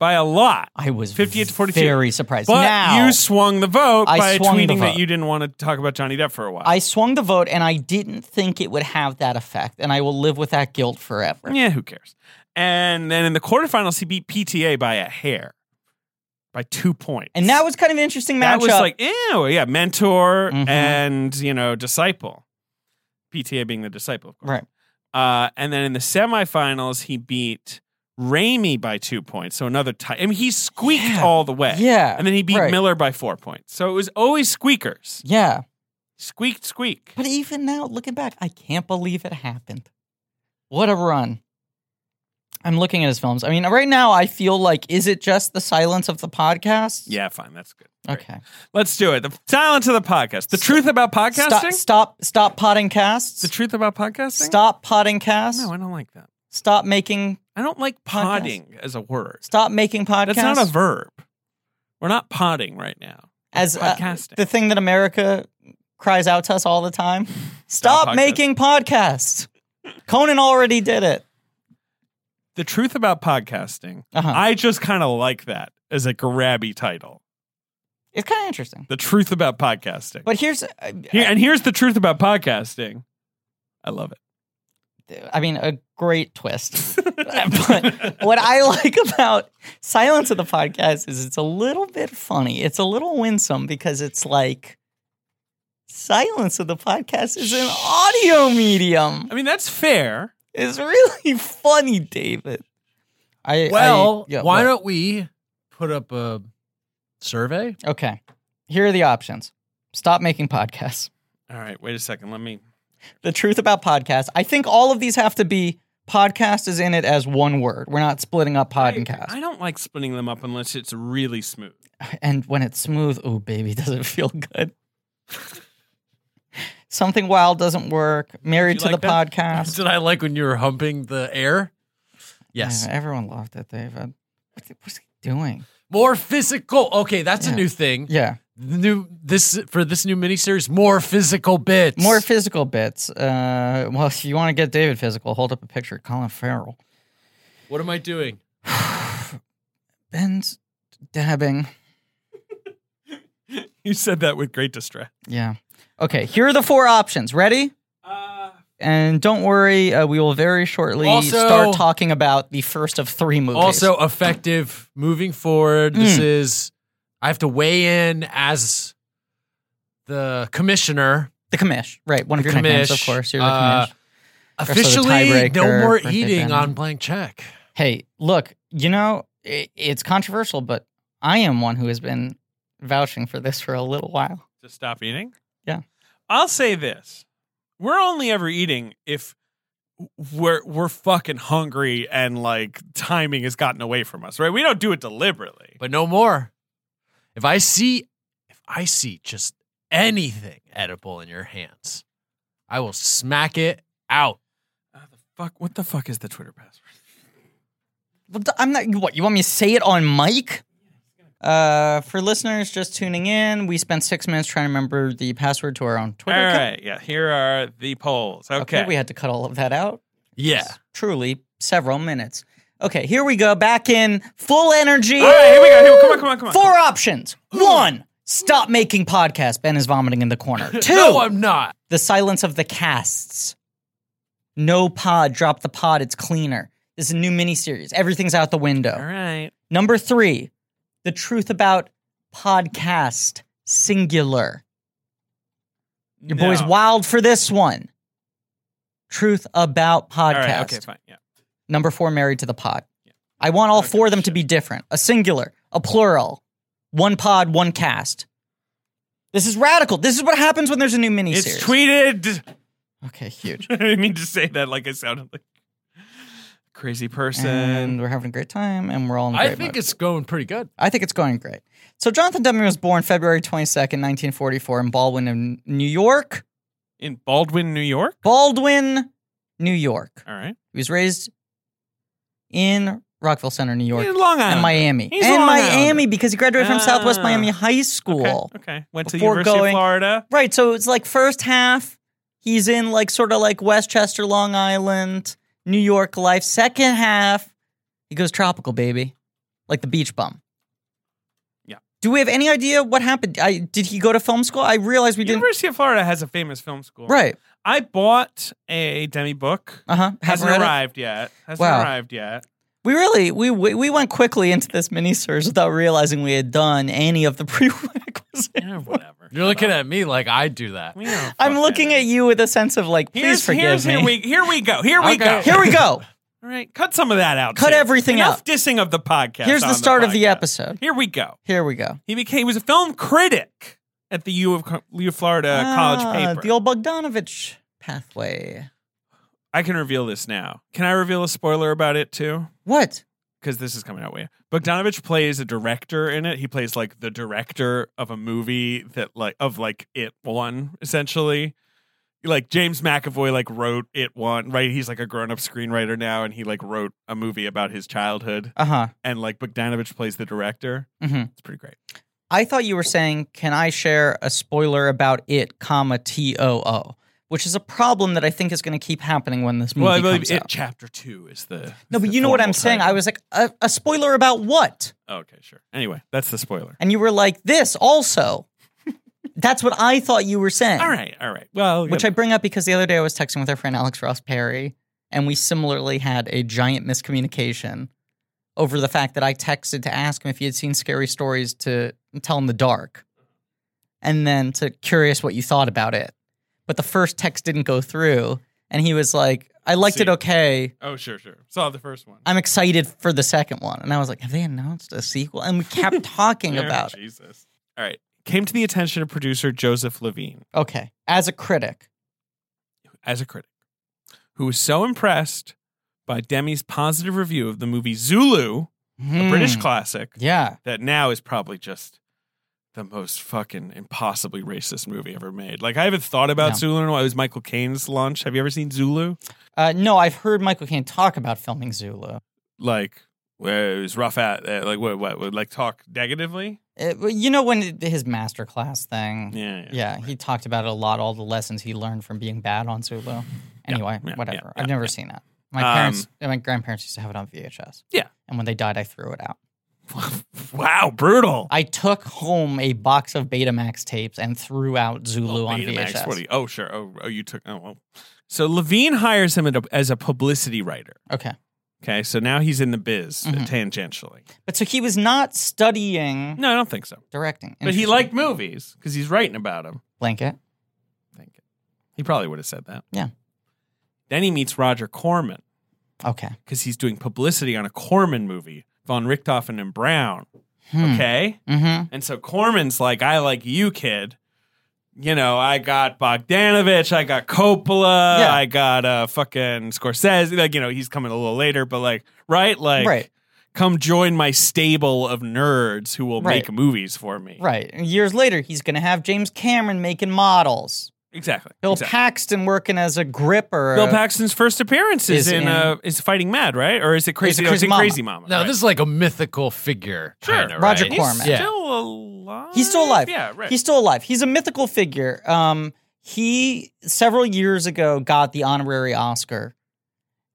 Speaker 3: by a lot.
Speaker 4: I was
Speaker 3: 58 to 42.
Speaker 4: very surprised.
Speaker 3: But
Speaker 4: now
Speaker 3: you swung the vote
Speaker 4: I
Speaker 3: by
Speaker 4: swung the
Speaker 3: tweeting that
Speaker 4: vote.
Speaker 3: you didn't want to talk about Johnny Depp for a while.
Speaker 4: I swung the vote, and I didn't think it would have that effect, and I will live with that guilt forever.
Speaker 3: yeah, who cares? And then in the quarterfinals, he beat PTA by a hair, by two points.
Speaker 4: And that was kind of an interesting matchup.
Speaker 3: that was like, ew, yeah, mentor
Speaker 4: Mhm.
Speaker 3: and you know disciple. PTA being the disciple, of course.
Speaker 4: right.
Speaker 3: Uh, and then in the semifinals, he beat Ramey by two points, so another tie. I mean, he squeaked
Speaker 4: Yeah.
Speaker 3: all the way.
Speaker 4: Yeah.
Speaker 3: and then he beat
Speaker 4: right.
Speaker 3: Miller by four points. So it was always squeakers,
Speaker 4: Yeah.
Speaker 3: squeaked, squeak.
Speaker 4: But even now, looking back, I can't believe it happened. What a run. I'm looking at his films. I mean, right now I feel like, is it just the silence of the podcast?
Speaker 3: Yeah, fine, that's good. Great.
Speaker 4: Okay.
Speaker 3: Let's do it. The silence of the podcast. The truth about podcasting.
Speaker 4: Stop, stop, stop potting casts.
Speaker 3: The truth about podcasting?
Speaker 4: Stop potting casts.
Speaker 3: No, I don't like that.
Speaker 4: stop making,
Speaker 3: I don't like
Speaker 4: Podcast.
Speaker 3: podding as a word.
Speaker 4: stop making podcasts.
Speaker 3: That's not a verb. We're not podding right now.
Speaker 4: As uh,
Speaker 3: podcasting.
Speaker 4: the thing that America cries out to us all the time. Stop
Speaker 3: podcasts.
Speaker 4: making podcasts. Conan already did it.
Speaker 3: The truth about podcasting.
Speaker 4: Uh-huh.
Speaker 3: I just kind of like that as a grabby title.
Speaker 4: It's kind of interesting.
Speaker 3: The truth about podcasting.
Speaker 4: But here's, uh,
Speaker 3: Here, and here's the truth about podcasting. I love it.
Speaker 4: I mean, a great twist. but what I like about Silence of the Podcast is it's a little bit funny. It's a little winsome because it's like Silence of the Podcast is an audio medium.
Speaker 3: I mean, that's fair.
Speaker 4: It's really funny, David. I
Speaker 5: Well,
Speaker 4: I- yeah,
Speaker 5: why
Speaker 4: what?
Speaker 5: don't we put up a survey?
Speaker 4: Okay, here are the options. Stop making podcasts.
Speaker 3: All right, wait a second. Let me.
Speaker 4: The truth about podcasts. I think all of these have to be podcast is in it as one word. We're not splitting up
Speaker 3: I,
Speaker 4: podcast.
Speaker 3: I don't like splitting them up unless it's really smooth.
Speaker 4: and when it's smooth, oh baby, does it feel good? Something wild doesn't work. Married
Speaker 3: you
Speaker 4: to
Speaker 3: like
Speaker 4: the
Speaker 3: that?
Speaker 4: podcast.
Speaker 5: Did I like when you were humping the air? Yes.
Speaker 4: Yeah, everyone loved it, David. What the, what's he doing?
Speaker 5: More physical. Okay, that's
Speaker 4: Yeah.
Speaker 5: a new thing.
Speaker 4: Yeah,
Speaker 5: New this for this new miniseries, more physical bits.
Speaker 4: more physical bits. Uh, well, if you want to get David physical, hold up a picture. of Colin Farrell.
Speaker 5: what am I doing?
Speaker 4: Ben's dabbing.
Speaker 3: You said that with great distress.
Speaker 4: Yeah. Okay. Here are the four options. Ready?
Speaker 3: Uh,
Speaker 4: And don't worry, uh, we will very shortly
Speaker 5: Also-
Speaker 4: start talking about the first of three movies.
Speaker 5: Also effective moving forward.
Speaker 4: Hmm.
Speaker 5: This is I have to weigh in as the commissioner.
Speaker 4: the commish, right? One of your nicknames, of
Speaker 5: commish,
Speaker 4: course. You're the
Speaker 5: uh,
Speaker 4: commish. the
Speaker 5: Officially, no
Speaker 4: tiebreaker
Speaker 5: more
Speaker 4: for
Speaker 5: eating
Speaker 4: Hickman.
Speaker 5: on blank check.
Speaker 4: Hey, look, you know, i it's controversial, but I am one who has been vouching for this for a little while.
Speaker 3: to stop eating?
Speaker 4: Yeah.
Speaker 3: I'll say this. We're only ever eating if we're we're fucking hungry and like timing has gotten away from us, right? We don't do it deliberately.
Speaker 5: but no more. If I see, if I see just anything edible in your hands, I will smack it out.
Speaker 3: Ah, the fuck what the fuck is the Twitter password?
Speaker 4: Well, d- I'm not. What you want me to say it on mic? Uh, for listeners just tuning in, we spent six minutes trying to remember the password to our own Twitter.
Speaker 3: All
Speaker 5: Uh,
Speaker 4: account.
Speaker 3: right, yeah. Here are the polls. Okay.
Speaker 4: Okay, we had to cut all of that out.
Speaker 5: Yeah.
Speaker 4: Truly, several minutes. Okay, here we go. Back in full energy.
Speaker 3: all right, here we go. Here, come on, come on, come on.
Speaker 4: Four options. One, stop making podcasts. Ben is vomiting in the corner. Two,
Speaker 5: No, I'm not.
Speaker 4: the silence of the casts. No pod, drop the pod, it's cleaner. This is a new miniseries. Everything's out the window.
Speaker 3: All right.
Speaker 4: Number three, the truth about podcast singular. Your boy's
Speaker 3: No.
Speaker 4: wild for this one. Truth about
Speaker 3: All
Speaker 4: podcast.
Speaker 3: right, okay, fine. Yeah.
Speaker 4: Number four, married to the pod. I want all
Speaker 3: Okay,
Speaker 4: four of them to
Speaker 3: shit.
Speaker 4: be different a singular, a plural, one pod, one cast. This is radical. This is what happens when there's a new miniseries.
Speaker 3: It's tweeted.
Speaker 4: okay, huge.
Speaker 3: I didn't mean to say that like I sounded like a crazy person.
Speaker 4: And we're having a great time, and we're all in a great
Speaker 5: I think
Speaker 4: mood.
Speaker 5: it's going pretty good.
Speaker 4: I think it's going great. So Jonathan Demme was born February 22nd, 1944 in Baldwin, in New York.
Speaker 3: In Baldwin, New York.
Speaker 4: Baldwin, New York.
Speaker 3: All right.
Speaker 4: He was raised in Rockville Center, New York,
Speaker 3: In Long Island.
Speaker 4: and Miami.
Speaker 3: He's
Speaker 4: and
Speaker 3: Long
Speaker 4: Miami because he graduated from Southwest
Speaker 3: Ah.
Speaker 4: Miami High School.
Speaker 3: Okay. okay. Went to the
Speaker 4: Before
Speaker 3: University
Speaker 4: going-
Speaker 3: of Florida.
Speaker 4: Right, so it's like first half he's in like sort of like Westchester, Long Island, New York life. Second half he goes tropical, baby. Like the beach bum.
Speaker 3: Yeah.
Speaker 4: Do we have any idea what happened? I did he go to film school? I realized we didn't
Speaker 3: University of Florida has a famous film school.
Speaker 4: Right.
Speaker 3: I bought a Demi book.
Speaker 4: Uh-huh.
Speaker 3: Hasn't
Speaker 4: read it?
Speaker 3: arrived yet. Hasn't
Speaker 4: Wow.
Speaker 3: arrived yet.
Speaker 4: We really we we we went quickly into this mini series without realizing we had done any of the prerequisites.
Speaker 3: Yeah, whatever.
Speaker 5: You're looking at me like I do that.
Speaker 3: We don't
Speaker 4: I'm
Speaker 3: fucking-
Speaker 4: looking at you with a sense of like, please
Speaker 3: Here's,
Speaker 4: forgive
Speaker 3: here's
Speaker 4: me.
Speaker 3: here we here we go. Here we
Speaker 5: Okay.
Speaker 3: go.
Speaker 4: Here we go.
Speaker 3: All right, cut some of that out.
Speaker 4: Cut
Speaker 3: too.
Speaker 4: everything
Speaker 3: Enough
Speaker 4: out.
Speaker 3: dissing of the podcast.
Speaker 4: Here's the
Speaker 3: on
Speaker 4: start of the
Speaker 3: podcast.
Speaker 4: episode.
Speaker 3: Here we go.
Speaker 4: Here we go.
Speaker 3: He became he was a film critic at the U of Co- U of Florida
Speaker 4: Ah,
Speaker 3: college paper.
Speaker 4: The old Bogdanovich pathway.
Speaker 3: I can reveal this now. Can I reveal a spoiler about it too?
Speaker 4: What?
Speaker 3: Because this is coming out way. Bogdanovich plays a director in it. He plays like the director of a movie that like of like it one essentially. Like James McAvoy like wrote it one right. He's like a grown up screenwriter now, and he like wrote a movie about his childhood.
Speaker 4: Uh huh.
Speaker 3: And like Bogdanovich plays the director.
Speaker 4: hmm
Speaker 3: It's pretty great.
Speaker 4: I thought you were saying, can I share a spoiler about it, comma T O O, which is a problem that I think is going to keep happening when this movie
Speaker 3: Well, I believe
Speaker 4: Mm, comes
Speaker 3: it
Speaker 4: out.
Speaker 3: chapter two is the
Speaker 4: No,
Speaker 3: is
Speaker 4: but
Speaker 3: the
Speaker 4: you know what I'm
Speaker 3: formal
Speaker 4: saying. I
Speaker 3: title.
Speaker 4: was like, a, a spoiler about what?
Speaker 3: okay, sure. Anyway, that's the spoiler.
Speaker 4: And you were like, this also. That's what I thought you were saying.
Speaker 3: All right, all right. Well,
Speaker 4: Which I bring up because the other day I was texting with our friend Alex Ross Perry, and we similarly had a giant miscommunication over the fact that I texted to ask him if he had seen scary stories to tell in the dark, and then to curious what you thought about it. But the first text didn't go through, and he was like, I liked it
Speaker 3: See.
Speaker 4: okay.
Speaker 3: oh sure, sure. Saw the first one.
Speaker 4: I'm excited for the second one. And I was like, Have they announced a sequel? And we kept talking
Speaker 3: Yeah,
Speaker 4: about it.
Speaker 3: Jesus. All right. Came to the attention of producer Joseph Levine
Speaker 4: Okay. As a critic.
Speaker 3: as a critic, who was so impressed by Demi's positive review of the movie Zulu, a British
Speaker 4: Hmm.
Speaker 3: classic,
Speaker 4: Yeah.
Speaker 3: that now is probably just the most fucking impossibly racist movie ever made. Like I haven't thought about
Speaker 4: No.
Speaker 3: Zulu in a while. It was Michael Caine's launch. Have you ever seen Zulu?
Speaker 4: Uh, no, I've heard Michael Caine talk about filming Zulu.
Speaker 3: like where it was rough at uh, like what what would, like talk negatively
Speaker 4: Uh, well, you know when it- his masterclass thing. Mm-hmm. Yeah,
Speaker 3: yeah
Speaker 4: he talked about it a lot. All the lessons he learned from being bad on Zulu. Anyway,
Speaker 3: yeah,
Speaker 4: whatever.
Speaker 3: yeah,
Speaker 4: I've
Speaker 3: yeah,
Speaker 4: never seen that. My
Speaker 3: Um,
Speaker 4: parents, and my grandparents used to have it on VHS.
Speaker 3: Yeah.
Speaker 4: and when they died, I threw it out.
Speaker 3: wow brutal
Speaker 4: I took home a box of Betamax tapes and threw out Zulu on
Speaker 3: Betamax,
Speaker 4: VHS.
Speaker 3: what do you- oh sure oh, oh you took oh well. so levine hires him at a- as a publicity writer
Speaker 4: okay,
Speaker 3: okay so now he's in the biz uh,
Speaker 4: Mhm.
Speaker 3: tangentially
Speaker 4: but so he was not studying
Speaker 3: no i don't think so
Speaker 4: directing,
Speaker 3: but he
Speaker 4: Interesting.
Speaker 3: liked movies because he's writing about them
Speaker 4: blanket.
Speaker 3: think it. he probably would have said that
Speaker 4: Yeah.
Speaker 3: then he meets roger corman
Speaker 4: Okay,
Speaker 3: because he's doing publicity on a corman movie von richthofen and brown okay
Speaker 4: hmm
Speaker 3: And so Corman's like, I like you, kid. You know, I got Bogdanovich, I got Coppola,
Speaker 4: Yeah.
Speaker 3: I got uh, fucking Scorsese. Like, you know, he's coming a little later, but like, right? Like,
Speaker 4: Right.
Speaker 3: come join my stable of nerds who will
Speaker 4: Right.
Speaker 3: make movies for me.
Speaker 4: right. And years later, he's going to have James Cameron making models.
Speaker 3: Exactly.
Speaker 4: Bill
Speaker 3: exactly.
Speaker 4: Paxton working as a gripper.
Speaker 3: Bill Paxton's first appearance is,
Speaker 4: Is
Speaker 3: in,
Speaker 4: in-
Speaker 3: uh, is Fighting Mad, right? Or is it Crazy, no, it's
Speaker 4: Crazy
Speaker 3: in
Speaker 4: Mama.
Speaker 3: Crazy Mama?
Speaker 5: No,
Speaker 3: right?
Speaker 5: this is like a mythical figure.
Speaker 3: Sure.
Speaker 5: kinda,
Speaker 4: Roger
Speaker 5: right?
Speaker 3: He's
Speaker 4: Corman.
Speaker 5: Yeah.
Speaker 3: still alive.
Speaker 4: He's still alive.
Speaker 3: Yeah, right.
Speaker 4: He's still alive. He's a mythical figure. Um, he several years ago got the honorary Oscar,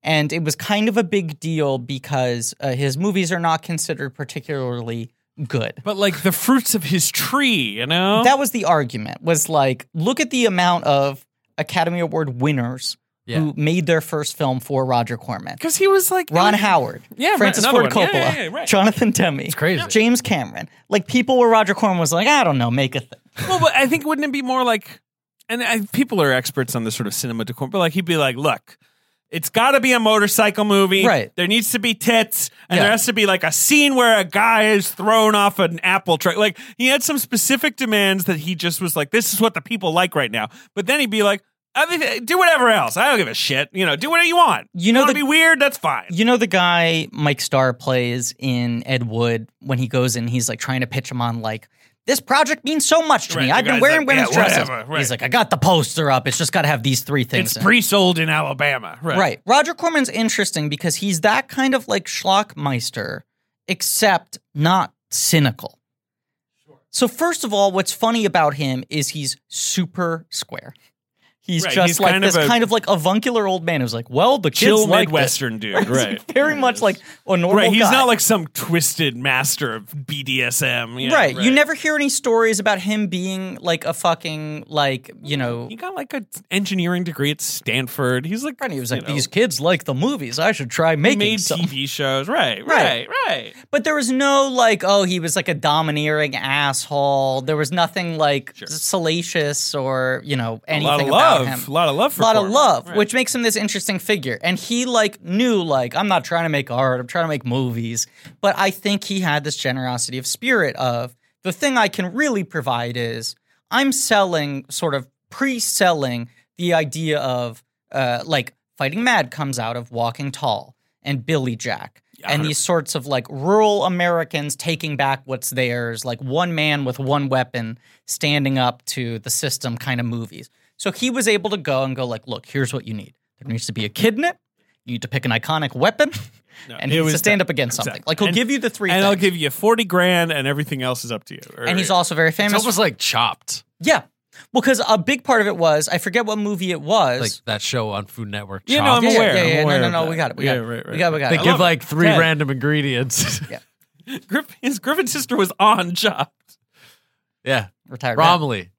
Speaker 4: and it was kind of a big deal because uh, his movies are not considered particularly good.
Speaker 3: but like the fruits of his tree, you know?
Speaker 4: That was the argument. Was like, look at the amount of Academy Award winners
Speaker 5: Yeah.
Speaker 4: who made their first film for Roger Corman.
Speaker 3: Because he was like
Speaker 4: Ron
Speaker 3: it was-
Speaker 4: Howard,
Speaker 3: Yeah,
Speaker 4: Francis
Speaker 3: another
Speaker 4: Ford
Speaker 3: one.
Speaker 4: Coppola,
Speaker 3: Yeah, yeah, yeah, right.
Speaker 4: Jonathan Demme,
Speaker 5: It's crazy.
Speaker 4: James Cameron. Like people where Roger Corman was like, I don't know, make a thing.
Speaker 3: Well, but I think wouldn't it be more like, and I, people are experts on this sort of cinema decor, but like he'd be like, look, it's got to be a motorcycle movie.
Speaker 4: Right.
Speaker 3: There needs to be tits, and
Speaker 4: Yeah.
Speaker 3: there has to be like a scene where a guy is thrown off an apple truck. Like he had some specific demands that he just was like, this is what the people like right now. But then he'd be like. I mean, do whatever else. I don't give a shit. You know, do whatever you want.
Speaker 4: You know
Speaker 3: want
Speaker 4: the-
Speaker 3: be weird. That's fine.
Speaker 4: You know the guy Mike Starr plays in Ed Wood when he goes in, he's like trying to pitch him on like this project means so much to
Speaker 3: Right,
Speaker 4: me.
Speaker 3: the
Speaker 4: I've been
Speaker 3: guy's
Speaker 4: wearing
Speaker 3: like,
Speaker 4: women's
Speaker 3: "Yeah,
Speaker 4: dresses.
Speaker 3: whatever," right.
Speaker 4: He's like, I got the poster up. It's just got to have these three things.
Speaker 3: It's
Speaker 4: in it."
Speaker 3: pre-sold in Alabama, right?
Speaker 4: Right. Roger Corman's interesting because he's that kind of like schlockmeister, except not cynical. So first of all, what's funny about him is he's super square. He's
Speaker 3: Right,
Speaker 4: just
Speaker 3: he's
Speaker 4: like
Speaker 3: kind of
Speaker 4: this
Speaker 3: a-
Speaker 4: kind of like avuncular old man who's like, well, the kids
Speaker 3: Chill
Speaker 4: like this.
Speaker 3: Midwestern dude, right?
Speaker 4: Very much like a normal
Speaker 3: right, he's
Speaker 4: guy.
Speaker 3: not like some twisted master of BDSM. Yeah,
Speaker 4: right. You never hear any stories about him being like a fucking like you know.
Speaker 3: He got like an engineering degree at Stanford. He's like,
Speaker 4: And he was
Speaker 3: you
Speaker 4: like,
Speaker 3: know,
Speaker 4: these kids like the movies. I should try making
Speaker 3: made
Speaker 4: some.
Speaker 3: TV shows. Right, right,
Speaker 4: Right.
Speaker 3: right.
Speaker 4: But there was no like, oh, he was like a domineering asshole. There was nothing like salacious or you know
Speaker 3: A
Speaker 4: anything
Speaker 3: lot of
Speaker 4: about
Speaker 3: love,
Speaker 4: him.
Speaker 3: a lot of love, for
Speaker 4: A lot of
Speaker 3: Corman.
Speaker 4: love,
Speaker 3: Right.
Speaker 4: which makes him this interesting figure. And he like knew like I'm not trying to make art. I'm trying to make movies. But I think he had this generosity of spirit of the thing I can really provide is I'm selling sort of pre-selling the idea of uh, like fighting mad comes out of Walking Tall and Billy Jack and these sorts of like rural Americans taking back what's theirs, like one man with one weapon standing up to the system kind of movies. So he was able to go and go like, look, here's what you need. There needs to be a kid in it. You need to pick an iconic weapon, and
Speaker 3: it
Speaker 4: he needs to
Speaker 3: was
Speaker 4: stand up against something.
Speaker 3: exactly.
Speaker 4: Like he'll
Speaker 3: And-
Speaker 4: give you the three,
Speaker 3: and
Speaker 4: things.
Speaker 3: I'll give you forty grand, and everything else is up to you.
Speaker 4: and he's also very
Speaker 5: It's
Speaker 4: famous.
Speaker 5: almost like Chopped,
Speaker 4: yeah, because a big part of it was I forget what movie it was.
Speaker 5: like that show on Food Network.
Speaker 3: You know,
Speaker 5: Chopped.
Speaker 3: I'm
Speaker 4: yeah, yeah,
Speaker 3: aware.
Speaker 4: yeah, yeah,
Speaker 3: I'm aware
Speaker 4: no,
Speaker 3: of
Speaker 4: no, no,
Speaker 3: that.
Speaker 4: we got it, we
Speaker 3: Yeah,
Speaker 4: got it,
Speaker 3: right, right,
Speaker 4: we got it,
Speaker 3: right.
Speaker 4: we got
Speaker 5: they
Speaker 4: it.
Speaker 3: I
Speaker 5: give
Speaker 3: love
Speaker 5: like three
Speaker 3: Ted.
Speaker 5: random ingredients.
Speaker 3: Griff- his Griffin's sister was on Chopped.
Speaker 5: yeah,
Speaker 4: Retired rat.
Speaker 5: Romley.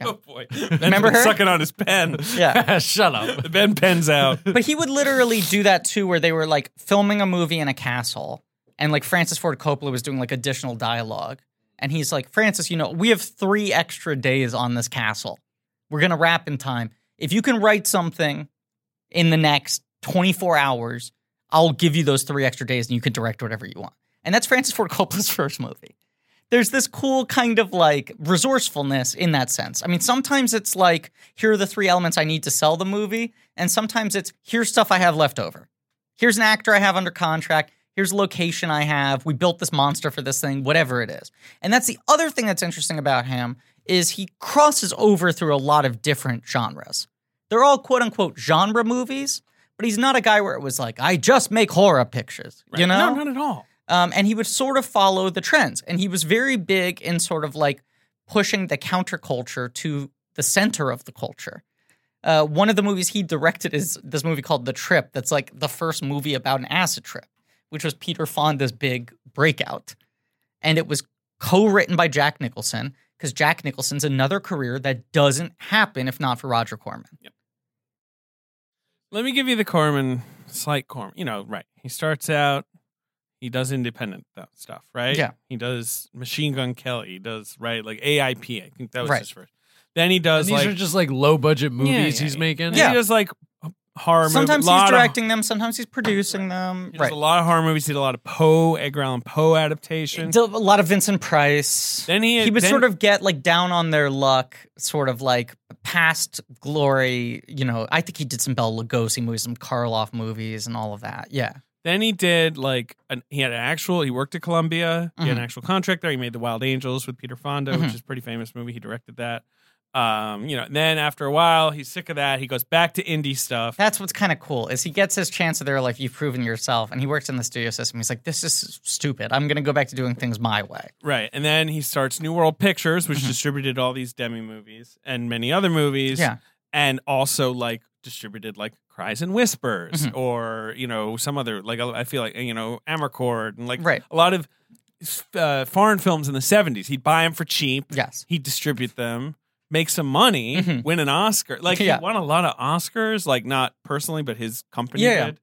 Speaker 3: oh boy,
Speaker 4: Remember her?
Speaker 3: sucking on his pen?
Speaker 4: Yeah.
Speaker 5: Shut up.
Speaker 3: the Ben pen's out.
Speaker 4: But he would literally do that too, where they were like filming a movie in a castle, and like Francis Ford Coppola was doing like additional dialogue, and he's like, Francis, you know, we have three extra days on this castle. We're gonna wrap in time. If you can write something in the next 24 hours, I'll give you those three extra days, and you can direct whatever you want. And that's Francis Ford Coppola's first movie. There's this cool kind of like resourcefulness in that sense. I mean, sometimes it's like, here are the three elements I need to sell the movie. And sometimes it's, here's stuff I have left over. Here's an actor I have under contract. Here's a location I have. We built this monster for this thing, whatever it is. And that's the other thing that's interesting about him is he crosses over through a lot of different genres. They're all quote unquote genre movies, but he's not a guy where it was like, I just make horror pictures. You
Speaker 3: no,
Speaker 4: know?
Speaker 3: not at all.
Speaker 4: um, and he would sort of follow the trends. And he was very big in sort of like pushing the counterculture to the center of the culture. Uh, one of the movies he directed is this movie called The Trip, that's like the first movie about an acid trip, which was Peter Fonda's big breakout. And it was co written by Jack Nicholson, because Jack Nicholson's another career that doesn't happen if not for Roger Corman.
Speaker 3: Let me give you the Corman, slight Corman. You know, right? He starts out, he does independent th- stuff, right?
Speaker 4: Yeah.
Speaker 3: He does Machine Gun Kelly. He does right, like AIP. I think that was
Speaker 4: Right.
Speaker 3: his first. Then he
Speaker 5: And
Speaker 3: does
Speaker 5: these
Speaker 3: like
Speaker 5: are just like low budget movies
Speaker 3: yeah,
Speaker 5: he's
Speaker 3: yeah.
Speaker 5: making.
Speaker 3: and He does like horror.
Speaker 4: Sometimes
Speaker 3: movies, lot
Speaker 4: he's
Speaker 3: of-
Speaker 4: directing them, sometimes he's producing them.
Speaker 3: he does
Speaker 4: Right.
Speaker 3: a lot of horror movies. He did a lot of Poe, Edgar Allan Poe adaptations.
Speaker 4: Did a lot of Vincent Price.
Speaker 3: Then he-
Speaker 4: would
Speaker 3: then-
Speaker 4: sort of get like down on their luck, sort of like past glory. You know, I think he did some Bell Lugosi movies, some Karloff movies, and all of that. Yeah,
Speaker 3: Then he did like an, he had an actual. He worked at Columbia. He
Speaker 4: Mm-hmm.
Speaker 3: had an actual contract there. He made The Wild Angels with Peter Fonda, which is a pretty famous movie. He directed that. Um, you know, and then after a while, he's sick of that. He goes back to indie stuff.
Speaker 4: that's what's kind of cool is he gets his chance of their life. You've proven yourself, and he works in the studio system. He's like, this is stupid. I'm gonna go back to doing things my way.
Speaker 3: Right. And then he starts New World Pictures,
Speaker 4: Mm-hmm.
Speaker 3: which distributed all these demi movies and many other movies.
Speaker 4: Yeah.
Speaker 3: And also like distributed like Cries and Whispers
Speaker 4: Mm-hmm.
Speaker 3: or, you know, some other like I feel like you know, Amercord and like
Speaker 4: Right.
Speaker 3: a lot of uh, foreign films in the 70s. He'd buy them for cheap.
Speaker 4: Yes.
Speaker 3: He'd distribute them. make some money,
Speaker 4: Mhm.
Speaker 3: win an Oscar. Like
Speaker 4: Yeah.
Speaker 3: he won a lot of Oscars, like not personally, but his company
Speaker 4: Yeah.
Speaker 3: did.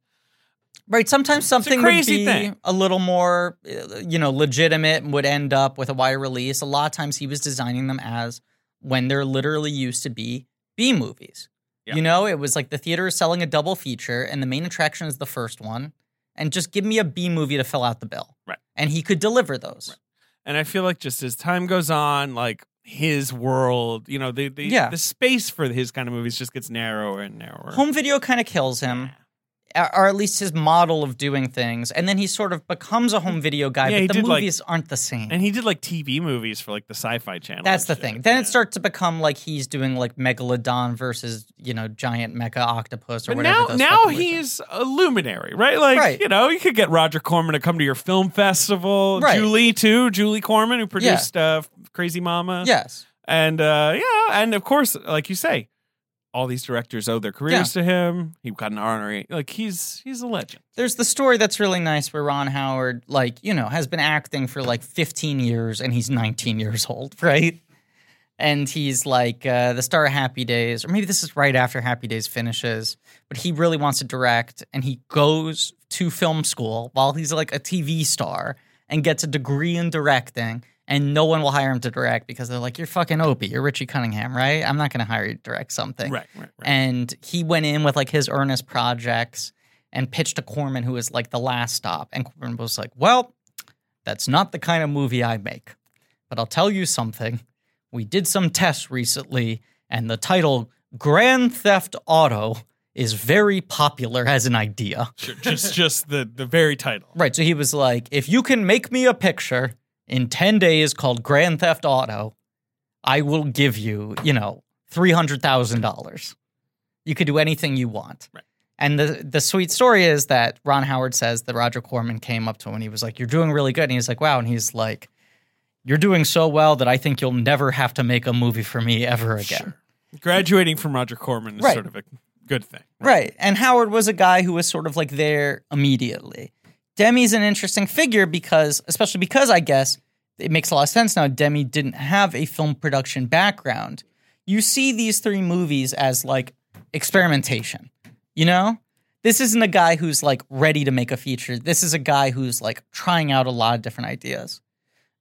Speaker 4: Right. Sometimes something
Speaker 3: crazy
Speaker 4: would be
Speaker 3: thing.
Speaker 4: a little more, uh, you know, legitimate and would end up with a wider release. A lot of times he was designing them as when they're literally used to be B movies.
Speaker 3: Yeah.
Speaker 4: You know, it was like the theater is selling a double feature and the main attraction is the first one. And just give me a B movie to fill out the bill.
Speaker 3: Right.
Speaker 4: And he could deliver those.
Speaker 3: And I feel like just as time goes on, like his world, you know, the the,
Speaker 4: Yeah.
Speaker 3: the space for his kind of movies just gets narrower and narrower.
Speaker 4: Home video kind of kills him, or- or at least his model of doing things. And then he sort of becomes a home video guy,
Speaker 3: Yeah, he
Speaker 4: but the
Speaker 3: did, like-
Speaker 4: movies aren't the same.
Speaker 3: and he did like TV movies for like the Sci-Fi Channel.
Speaker 4: That's the
Speaker 3: and
Speaker 4: thing.
Speaker 3: shit.
Speaker 4: Then
Speaker 3: Yeah.
Speaker 4: it starts to become like he's doing like megalodon versus you know giant mecha octopus or
Speaker 3: But
Speaker 4: whatever.
Speaker 3: now,
Speaker 4: those
Speaker 3: now
Speaker 4: fucking words
Speaker 3: he's a luminary, right? Like,
Speaker 4: Right.
Speaker 3: you know, you could get Roger Corman to come to your film festival.
Speaker 4: Right.
Speaker 3: Julie, too. Julie Corman, who produced uh, Crazy Mama.
Speaker 4: are. Yes,
Speaker 3: And, uh, yeah. And of course, like you say, all these directors owe their careers to him. He got an honorary. Like, he's he's a legend.
Speaker 4: there's the story that's really nice where Ron Howard like you know has been acting for like 15 years and he's 19 years old, right? And he's like uh, the star of Happy Days, or maybe this is right after Happy Days finishes. But he really wants to direct, and he goes to film school while he's like a TV star and gets a degree in directing. And no one will hire him to direct because they're like, "You're fucking Opie, you're Richie Cunningham, right? I'm not going to hire you to direct something."
Speaker 3: Right, right, right.
Speaker 4: And he went in with like his earnest projects and pitched to Corman, who was like the last stop. And Corman was like, Well, that's not the kind of movie I make. But I'll tell you something. We did some tests recently, and the title Grand Theft Auto is very popular as an idea.
Speaker 3: just just the, the very title.
Speaker 4: Right. So he was like, if you can make me a picture in 10 days called Grand Theft Auto, I will give you, you know, $300,000. You could do anything you want.
Speaker 3: Right.
Speaker 4: And the, the sweet story is that Ron Howard says that Roger Corman came up to him and he was like, You're doing really good. And he's like, Wow. And he's like, You're doing so well that I think you'll never have to make a movie for me ever again.
Speaker 3: Graduating from Roger Corman is
Speaker 4: Right.
Speaker 3: sort of a good thing.
Speaker 4: Right. And Howard was a guy who was sort of like there immediately. Demi's an interesting figure because, especially because I guess it makes a lot of sense now, Demi didn't have a film production background. You see these three movies as like experimentation, you know? This isn't a guy who's like ready to make a feature. This is a guy who's like trying out a lot of different ideas.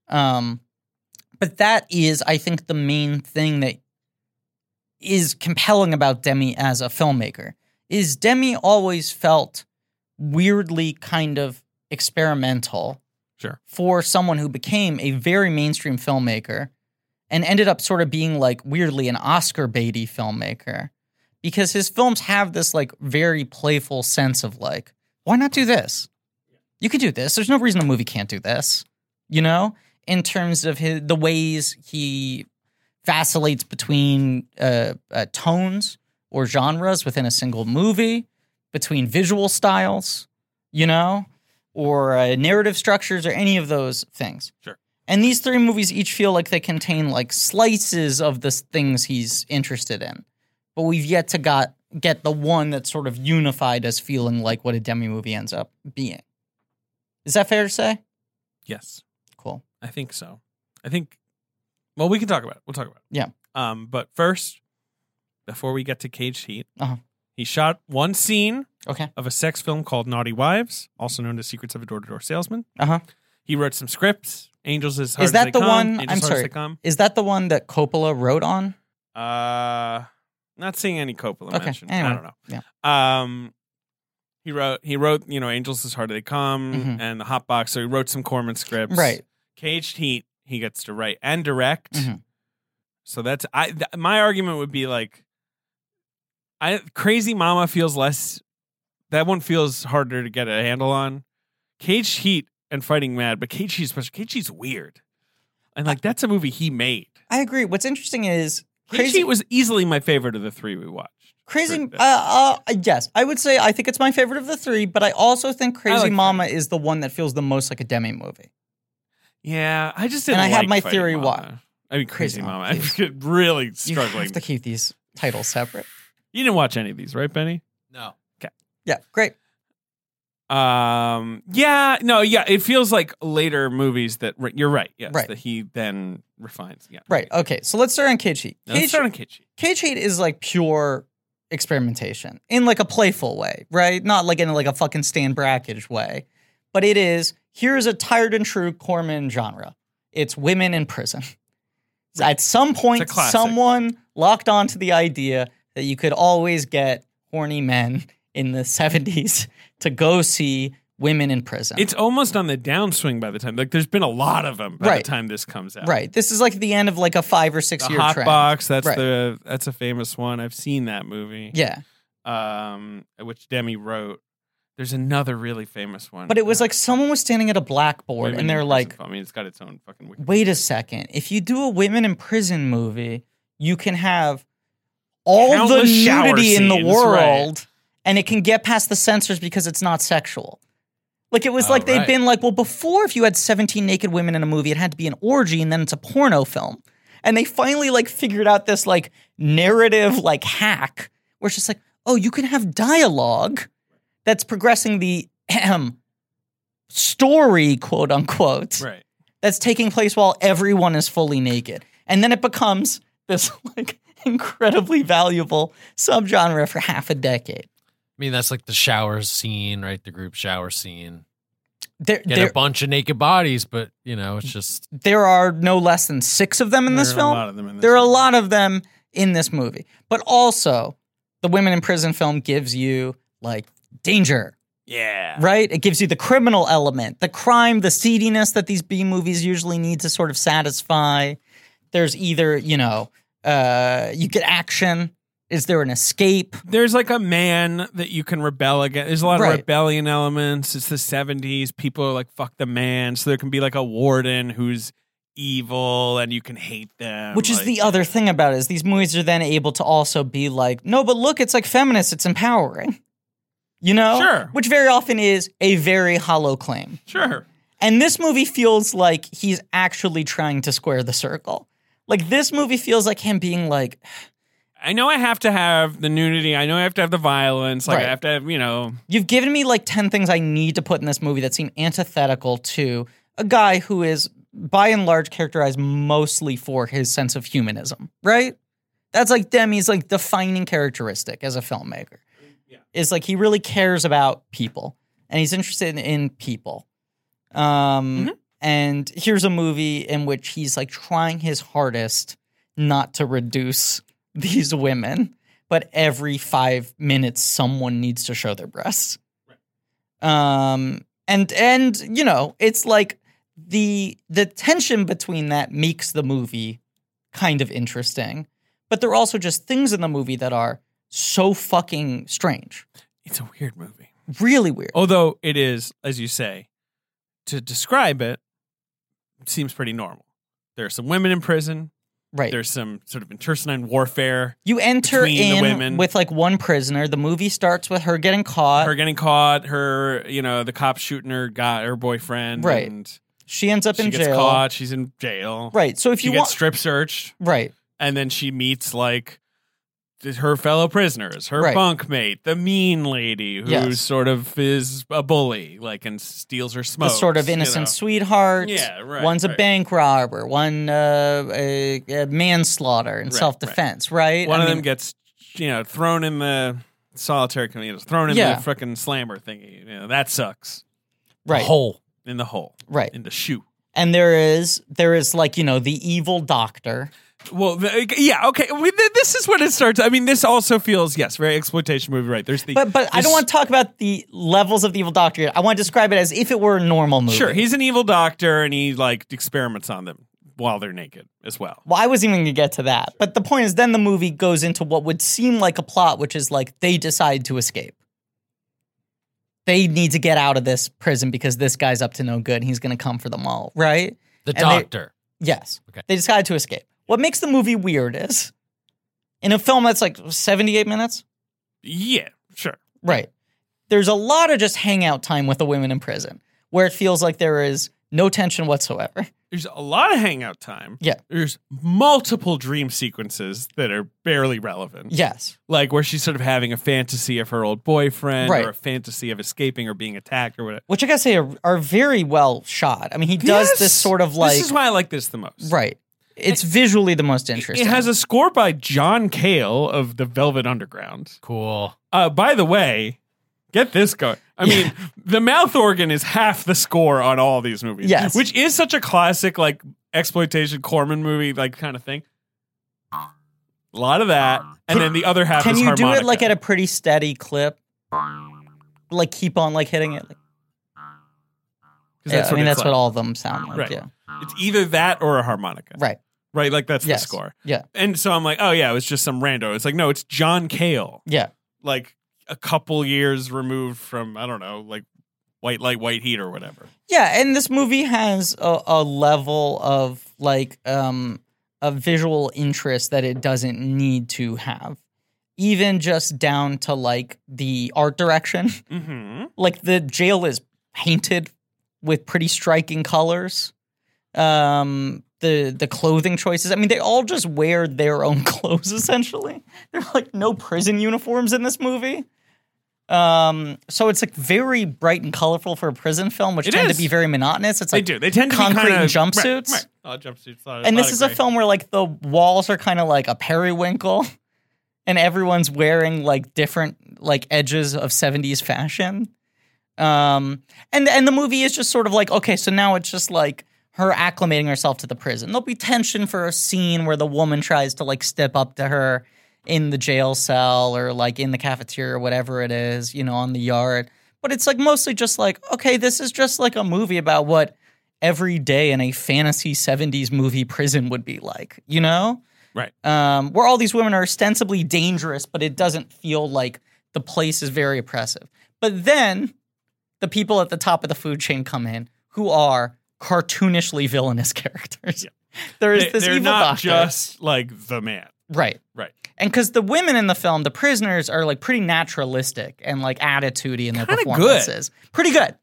Speaker 4: Um, but that is, I think, the main thing that is compelling about Demi as a filmmaker is Demi always felt weirdly kind of experimental
Speaker 3: Sure.
Speaker 4: for someone who became a very mainstream filmmaker and ended up sort of being like weirdly an Oscar baity filmmaker because his films have this like very playful sense of like why not do this you could do this there's no reason a movie can't do this you know in terms of his, the ways he vacillates between uh, uh, tones or genres within a single movie, between visual styles, you know, or uh, narrative structures or any of those things.
Speaker 3: Sure.
Speaker 4: And these three movies each feel like they contain like slices of the s- things he's interested in, but we've yet to got get the one that's sort of unified as feeling like what a demi movie ends up being. Is that fair to say?
Speaker 3: Yes.
Speaker 4: Cool.
Speaker 3: I think so. I think. Well, we can talk about it. We'll talk about it.
Speaker 4: Yeah.
Speaker 3: Um, but first, before we get to Caged Heat,
Speaker 4: Uh-huh.
Speaker 3: he shot one scene
Speaker 4: Okay.
Speaker 3: of a sex film called Naughty Wives, also known as Secrets of a Door to Door Salesman.
Speaker 4: Uh huh.
Speaker 3: He wrote some scripts. Angels as hard
Speaker 4: Is
Speaker 3: as
Speaker 4: that
Speaker 3: they
Speaker 4: the
Speaker 3: come,
Speaker 4: one-
Speaker 3: Angels
Speaker 4: I'm
Speaker 3: Hard as
Speaker 4: sorry.
Speaker 3: They Come.
Speaker 4: Is that the one that Coppola wrote on?
Speaker 3: Uh, not seeing any Coppola
Speaker 4: Okay,
Speaker 3: mentioned. I
Speaker 4: anyway,
Speaker 3: don't know. Yeah. Um, he wrote. He wrote. You know, Angels as hard as they come,
Speaker 4: Mhm.
Speaker 3: and the Hot Box. So he wrote some Corman scripts.
Speaker 4: Right.
Speaker 3: Caged Heat. He gets to write and direct.
Speaker 4: Mhm.
Speaker 3: So that's I. Th- my argument would be like, I Crazy Mama feels less. That one feels harder to get a handle on. Caged Heat and Fighting Mad, but Caged Heat especially. Caged Heat's weird, and like that's a movie he made.
Speaker 4: I agree. What's interesting is
Speaker 3: Crazy
Speaker 4: crazy.
Speaker 3: was easily my favorite of the three we watched.
Speaker 4: Crazy.
Speaker 3: Sure.
Speaker 4: Uh, uh, yes, I would say I think it's my favorite of the three, but I also think Crazy
Speaker 3: like
Speaker 4: Mama is the one that feels the most like a Demi movie.
Speaker 3: Yeah, I just didn't.
Speaker 4: And I have
Speaker 3: like
Speaker 4: my
Speaker 3: Fighting
Speaker 4: theory
Speaker 3: Mama.
Speaker 4: why.
Speaker 3: I mean, Crazy,
Speaker 4: Crazy
Speaker 3: Mama.
Speaker 4: Mama,
Speaker 3: I'm
Speaker 4: please.
Speaker 3: get- really
Speaker 4: You
Speaker 3: struggling.
Speaker 4: have to keep these titles separate.
Speaker 3: You didn't watch any of these, right, Benny?
Speaker 5: No.
Speaker 4: Yeah, great.
Speaker 3: Um. Yeah. No. Yeah. It feels like later movies that re- you're right. Yes.
Speaker 4: Right.
Speaker 3: That he then refines. Yeah.
Speaker 4: Right. Okay. So let's start on Cage Heat.
Speaker 3: Now Let's
Speaker 4: Cage-
Speaker 3: start on Kitschy.
Speaker 4: Cage Heat is like pure experimentation in like a playful way, right? Not like in like a fucking Stan Brackage way, but it is here's a tired and true Corman genre. It's women in prison. At some point,
Speaker 3: It's a classic.
Speaker 4: someone locked onto the idea that you could always get horny men in the 70s to go see women in prison.
Speaker 3: It's almost on the downswing by the time. Like, there's been a lot of them by
Speaker 4: Right.
Speaker 3: the time this comes out.
Speaker 4: right. This is like the end of like a five or six
Speaker 3: The
Speaker 4: year
Speaker 3: hot
Speaker 4: trend.
Speaker 3: box. That's
Speaker 4: Right.
Speaker 3: the. That's a famous one. I've seen that movie.
Speaker 4: Yeah.
Speaker 3: Um. Which Demi wrote. There's another really famous one.
Speaker 4: But it was like someone was standing at a blackboard
Speaker 3: Women
Speaker 4: and they're
Speaker 3: in Prison.
Speaker 4: like,
Speaker 3: I mean, it's got its own fucking. Wiki.
Speaker 4: wait a second. If you do a women in prison movie, you can have all
Speaker 3: Countless
Speaker 4: the
Speaker 3: shower
Speaker 4: nudity in the
Speaker 3: scenes,
Speaker 4: world
Speaker 3: right.
Speaker 4: and it can get past the censors because it's not sexual. Like it was
Speaker 3: Oh,
Speaker 4: like they had
Speaker 5: right.
Speaker 4: been like, well, before if you had 17 naked women in a movie, it had to be an orgy and then it's a porno film. And they finally like figured out this like narrative like hack where it's just like, oh, you can have dialogue that's progressing the story, quote unquote
Speaker 3: Right.
Speaker 4: that's taking place while everyone is fully naked. And then it becomes this like incredibly valuable subgenre for half a decade.
Speaker 5: I mean, that's like the shower scene, right? The group shower scene.
Speaker 4: There,
Speaker 5: Get
Speaker 4: there,
Speaker 5: a bunch of naked bodies, but you know, it's just
Speaker 4: there are no less than six of them in this
Speaker 3: There are
Speaker 4: film.
Speaker 3: A lot of them in this
Speaker 4: there are a
Speaker 3: film.
Speaker 4: lot of them in this movie. But also, the women in prison film gives you like danger,
Speaker 3: Yeah.
Speaker 4: right? It gives you the criminal element, the crime, the seediness that these B movies usually need to sort of satisfy. There's either, you know, uh, you get action. Is there an escape?
Speaker 3: there's like a man that you can rebel against. There's a lot
Speaker 4: Right.
Speaker 3: of rebellion elements. It's the 70s. People are like, fuck the man. So there can be like a warden who's evil and you can hate them.
Speaker 4: Which is
Speaker 3: Like,
Speaker 4: the other thing about it is these movies are then able to also be like, no, but look, it's like feminist, it's empowering. You know?
Speaker 3: Sure.
Speaker 4: Which very often is a very hollow claim.
Speaker 3: Sure.
Speaker 4: And this movie feels like he's actually trying to square the circle. Like this movie feels like him being like,
Speaker 3: I know I have to have the nudity. I know I have to have the violence. Like,
Speaker 4: Right.
Speaker 3: I have to have, you know.
Speaker 4: you've given me like 10 things I need to put in this movie that seem antithetical to a guy who is by and large characterized mostly for his sense of humanism, right? That's like Demi's like defining characteristic as a filmmaker. Is like he really cares about people and he's interested in, in people. Um and here's a movie in which he's like trying his hardest not to reduce these women, but every five minutes someone needs to show their breasts. Um, and and you know, it's like the the tension between that makes the movie kind of interesting, but there are also just things in the movie that are so fucking strange,
Speaker 3: It's a weird movie.
Speaker 4: really weird.
Speaker 3: Although it is, as you say, to describe it, seems pretty normal. There are some women in prison.
Speaker 4: right?
Speaker 3: There's some sort of intestine warfare.
Speaker 4: You enter
Speaker 3: between the
Speaker 4: in
Speaker 3: women.
Speaker 4: with like one prisoner. The movie starts with her getting caught.
Speaker 3: her getting caught, her, you know, the cop shooting her got her boyfriend.
Speaker 4: Right.
Speaker 3: And
Speaker 4: she ends up
Speaker 3: she
Speaker 4: in
Speaker 3: gets
Speaker 4: jail.
Speaker 3: caught. She's in jail.
Speaker 4: Right. So if
Speaker 3: She
Speaker 4: you
Speaker 3: gets
Speaker 4: want,
Speaker 3: strip searched,
Speaker 4: right.
Speaker 3: and then she meets like th- her fellow prisoners, her
Speaker 4: Right.
Speaker 3: bunk mate, the mean lady who
Speaker 4: Yes.
Speaker 3: sort of is a bully, like and steals her smoke.
Speaker 4: the sort of innocent sweetheart.
Speaker 3: Yeah, right,
Speaker 4: One's a
Speaker 3: right.
Speaker 4: bank robber. One uh, a, a manslaughter and
Speaker 3: Right,
Speaker 4: self defense. Right.
Speaker 3: One
Speaker 4: I
Speaker 3: of
Speaker 4: mean,
Speaker 3: them gets you know thrown in the solitary community, thrown in
Speaker 4: Yeah.
Speaker 3: the fucking slammer thingy. You know that sucks
Speaker 4: right.
Speaker 5: whole.
Speaker 3: in the hole,
Speaker 4: Right.
Speaker 3: in the shoe.
Speaker 4: And there is there is like you know the evil doctor.
Speaker 3: Well, the, yeah, okay. We, th- this is when it starts. I mean, this also feels yes, very exploitation movie, right? There's the
Speaker 4: But but I
Speaker 3: this-
Speaker 4: don't want to talk about the levels of the evil doctor. yet. I want to describe it as if it were a normal movie.
Speaker 3: Sure, he's an evil doctor, and he like experiments on them while they're naked as well.
Speaker 4: Well, I wasn't even going to get to that. But the point is, then the movie goes into what would seem like a plot, which is like they decide to escape. They need to get out of this prison because this guy's up to no good. And he's going to come for them all, right?
Speaker 5: The
Speaker 4: they-
Speaker 5: doctor.
Speaker 4: Yes.
Speaker 5: Okay.
Speaker 4: They decide to escape. What makes the movie weird is in a film that's like 78 minutes,
Speaker 3: Yeah, sure.
Speaker 4: right? There's a lot of just hangout time with the women in prison where it feels like there is no tension whatsoever.
Speaker 3: There's a lot of hangout time.
Speaker 4: Yeah.
Speaker 3: There's multiple dream sequences that are barely relevant.
Speaker 4: Yes.
Speaker 3: Like where she's sort of having a fantasy of her old boyfriend
Speaker 4: Right.
Speaker 3: or a fantasy of escaping or being attacked or whatever.
Speaker 4: Which I gotta say are, are very well shot. I mean, he does
Speaker 3: Yes!
Speaker 4: this sort of like
Speaker 3: This is why I like this the most.
Speaker 4: right. It's visually the most interesting.
Speaker 3: It has a score by John Cale of the Velvet Underground.
Speaker 5: Cool.
Speaker 3: Uh, by the way, get this going. I mean, the mouth organ is half the score on all these movies.
Speaker 4: Yes.
Speaker 3: Which is such a classic, like, exploitation Corman movie, like, kind of thing. A lot of that. And then the other half
Speaker 4: Can
Speaker 3: is
Speaker 4: you do it like at
Speaker 3: harmonica.
Speaker 4: a pretty steady clip? Like keep on like hitting it. Like,
Speaker 3: 'Cause
Speaker 4: yeah, I mean,
Speaker 3: it's
Speaker 4: that's
Speaker 3: like.
Speaker 4: what all of them sound like.
Speaker 3: Right.
Speaker 4: Yeah.
Speaker 3: It's either that or a harmonica. Right.
Speaker 4: Right.
Speaker 3: Like, that's
Speaker 4: Yes.
Speaker 3: the score.
Speaker 4: Yeah.
Speaker 3: And so I'm like, oh, yeah, it was just some rando. It's like, no, it's John Cale.
Speaker 4: Yeah.
Speaker 3: Like, a couple years removed from, I don't know, like, White Light, White Heat or whatever.
Speaker 4: Yeah, and this movie has a, a level of like um a visual interest that it doesn't need to have. Even just down to like the art direction.
Speaker 3: Mm-hmm.
Speaker 4: like the jail is painted with pretty striking colors. Um the the clothing choices. I mean, they all just wear their own clothes essentially. There are like no prison uniforms in this movie. Um so it's like very bright and colorful for a prison film, which
Speaker 3: It
Speaker 4: tend
Speaker 3: is.
Speaker 4: to be very monotonous. It's
Speaker 3: They
Speaker 4: like
Speaker 3: do. They tend to
Speaker 4: concrete
Speaker 3: be kinda,
Speaker 4: and jumpsuits.
Speaker 3: Right, right. Oh, jumpsuits. lot of-
Speaker 4: and
Speaker 3: lot
Speaker 4: this
Speaker 3: of
Speaker 4: is a
Speaker 3: gray.
Speaker 4: film where like the walls are kind of like a periwinkle and everyone's wearing like different like edges of 70s fashion um and and the movie is just sort of like okay so now it's just like her acclimating herself to the prison there'll be tension for a scene where the woman tries to like step up to her in the jail cell or like in the cafeteria or whatever it is you know on the yard but it's like mostly just like okay this is just like a movie about what every day in a fantasy 70s movie prison would be like, you know?
Speaker 3: Right.
Speaker 4: Um, where all these women are ostensibly dangerous, but it doesn't feel like the place is very oppressive. But then the people at the top of the food chain come in who are cartoonishly villainous characters. There is
Speaker 3: They,
Speaker 4: this
Speaker 3: they're
Speaker 4: evil
Speaker 3: not
Speaker 4: doctor.
Speaker 3: just like the man.
Speaker 4: right.
Speaker 3: Right.
Speaker 4: And because the women in the film, the prisoners, are like pretty naturalistic and like attitude in their
Speaker 3: Kinda good.
Speaker 4: performances. Pretty good.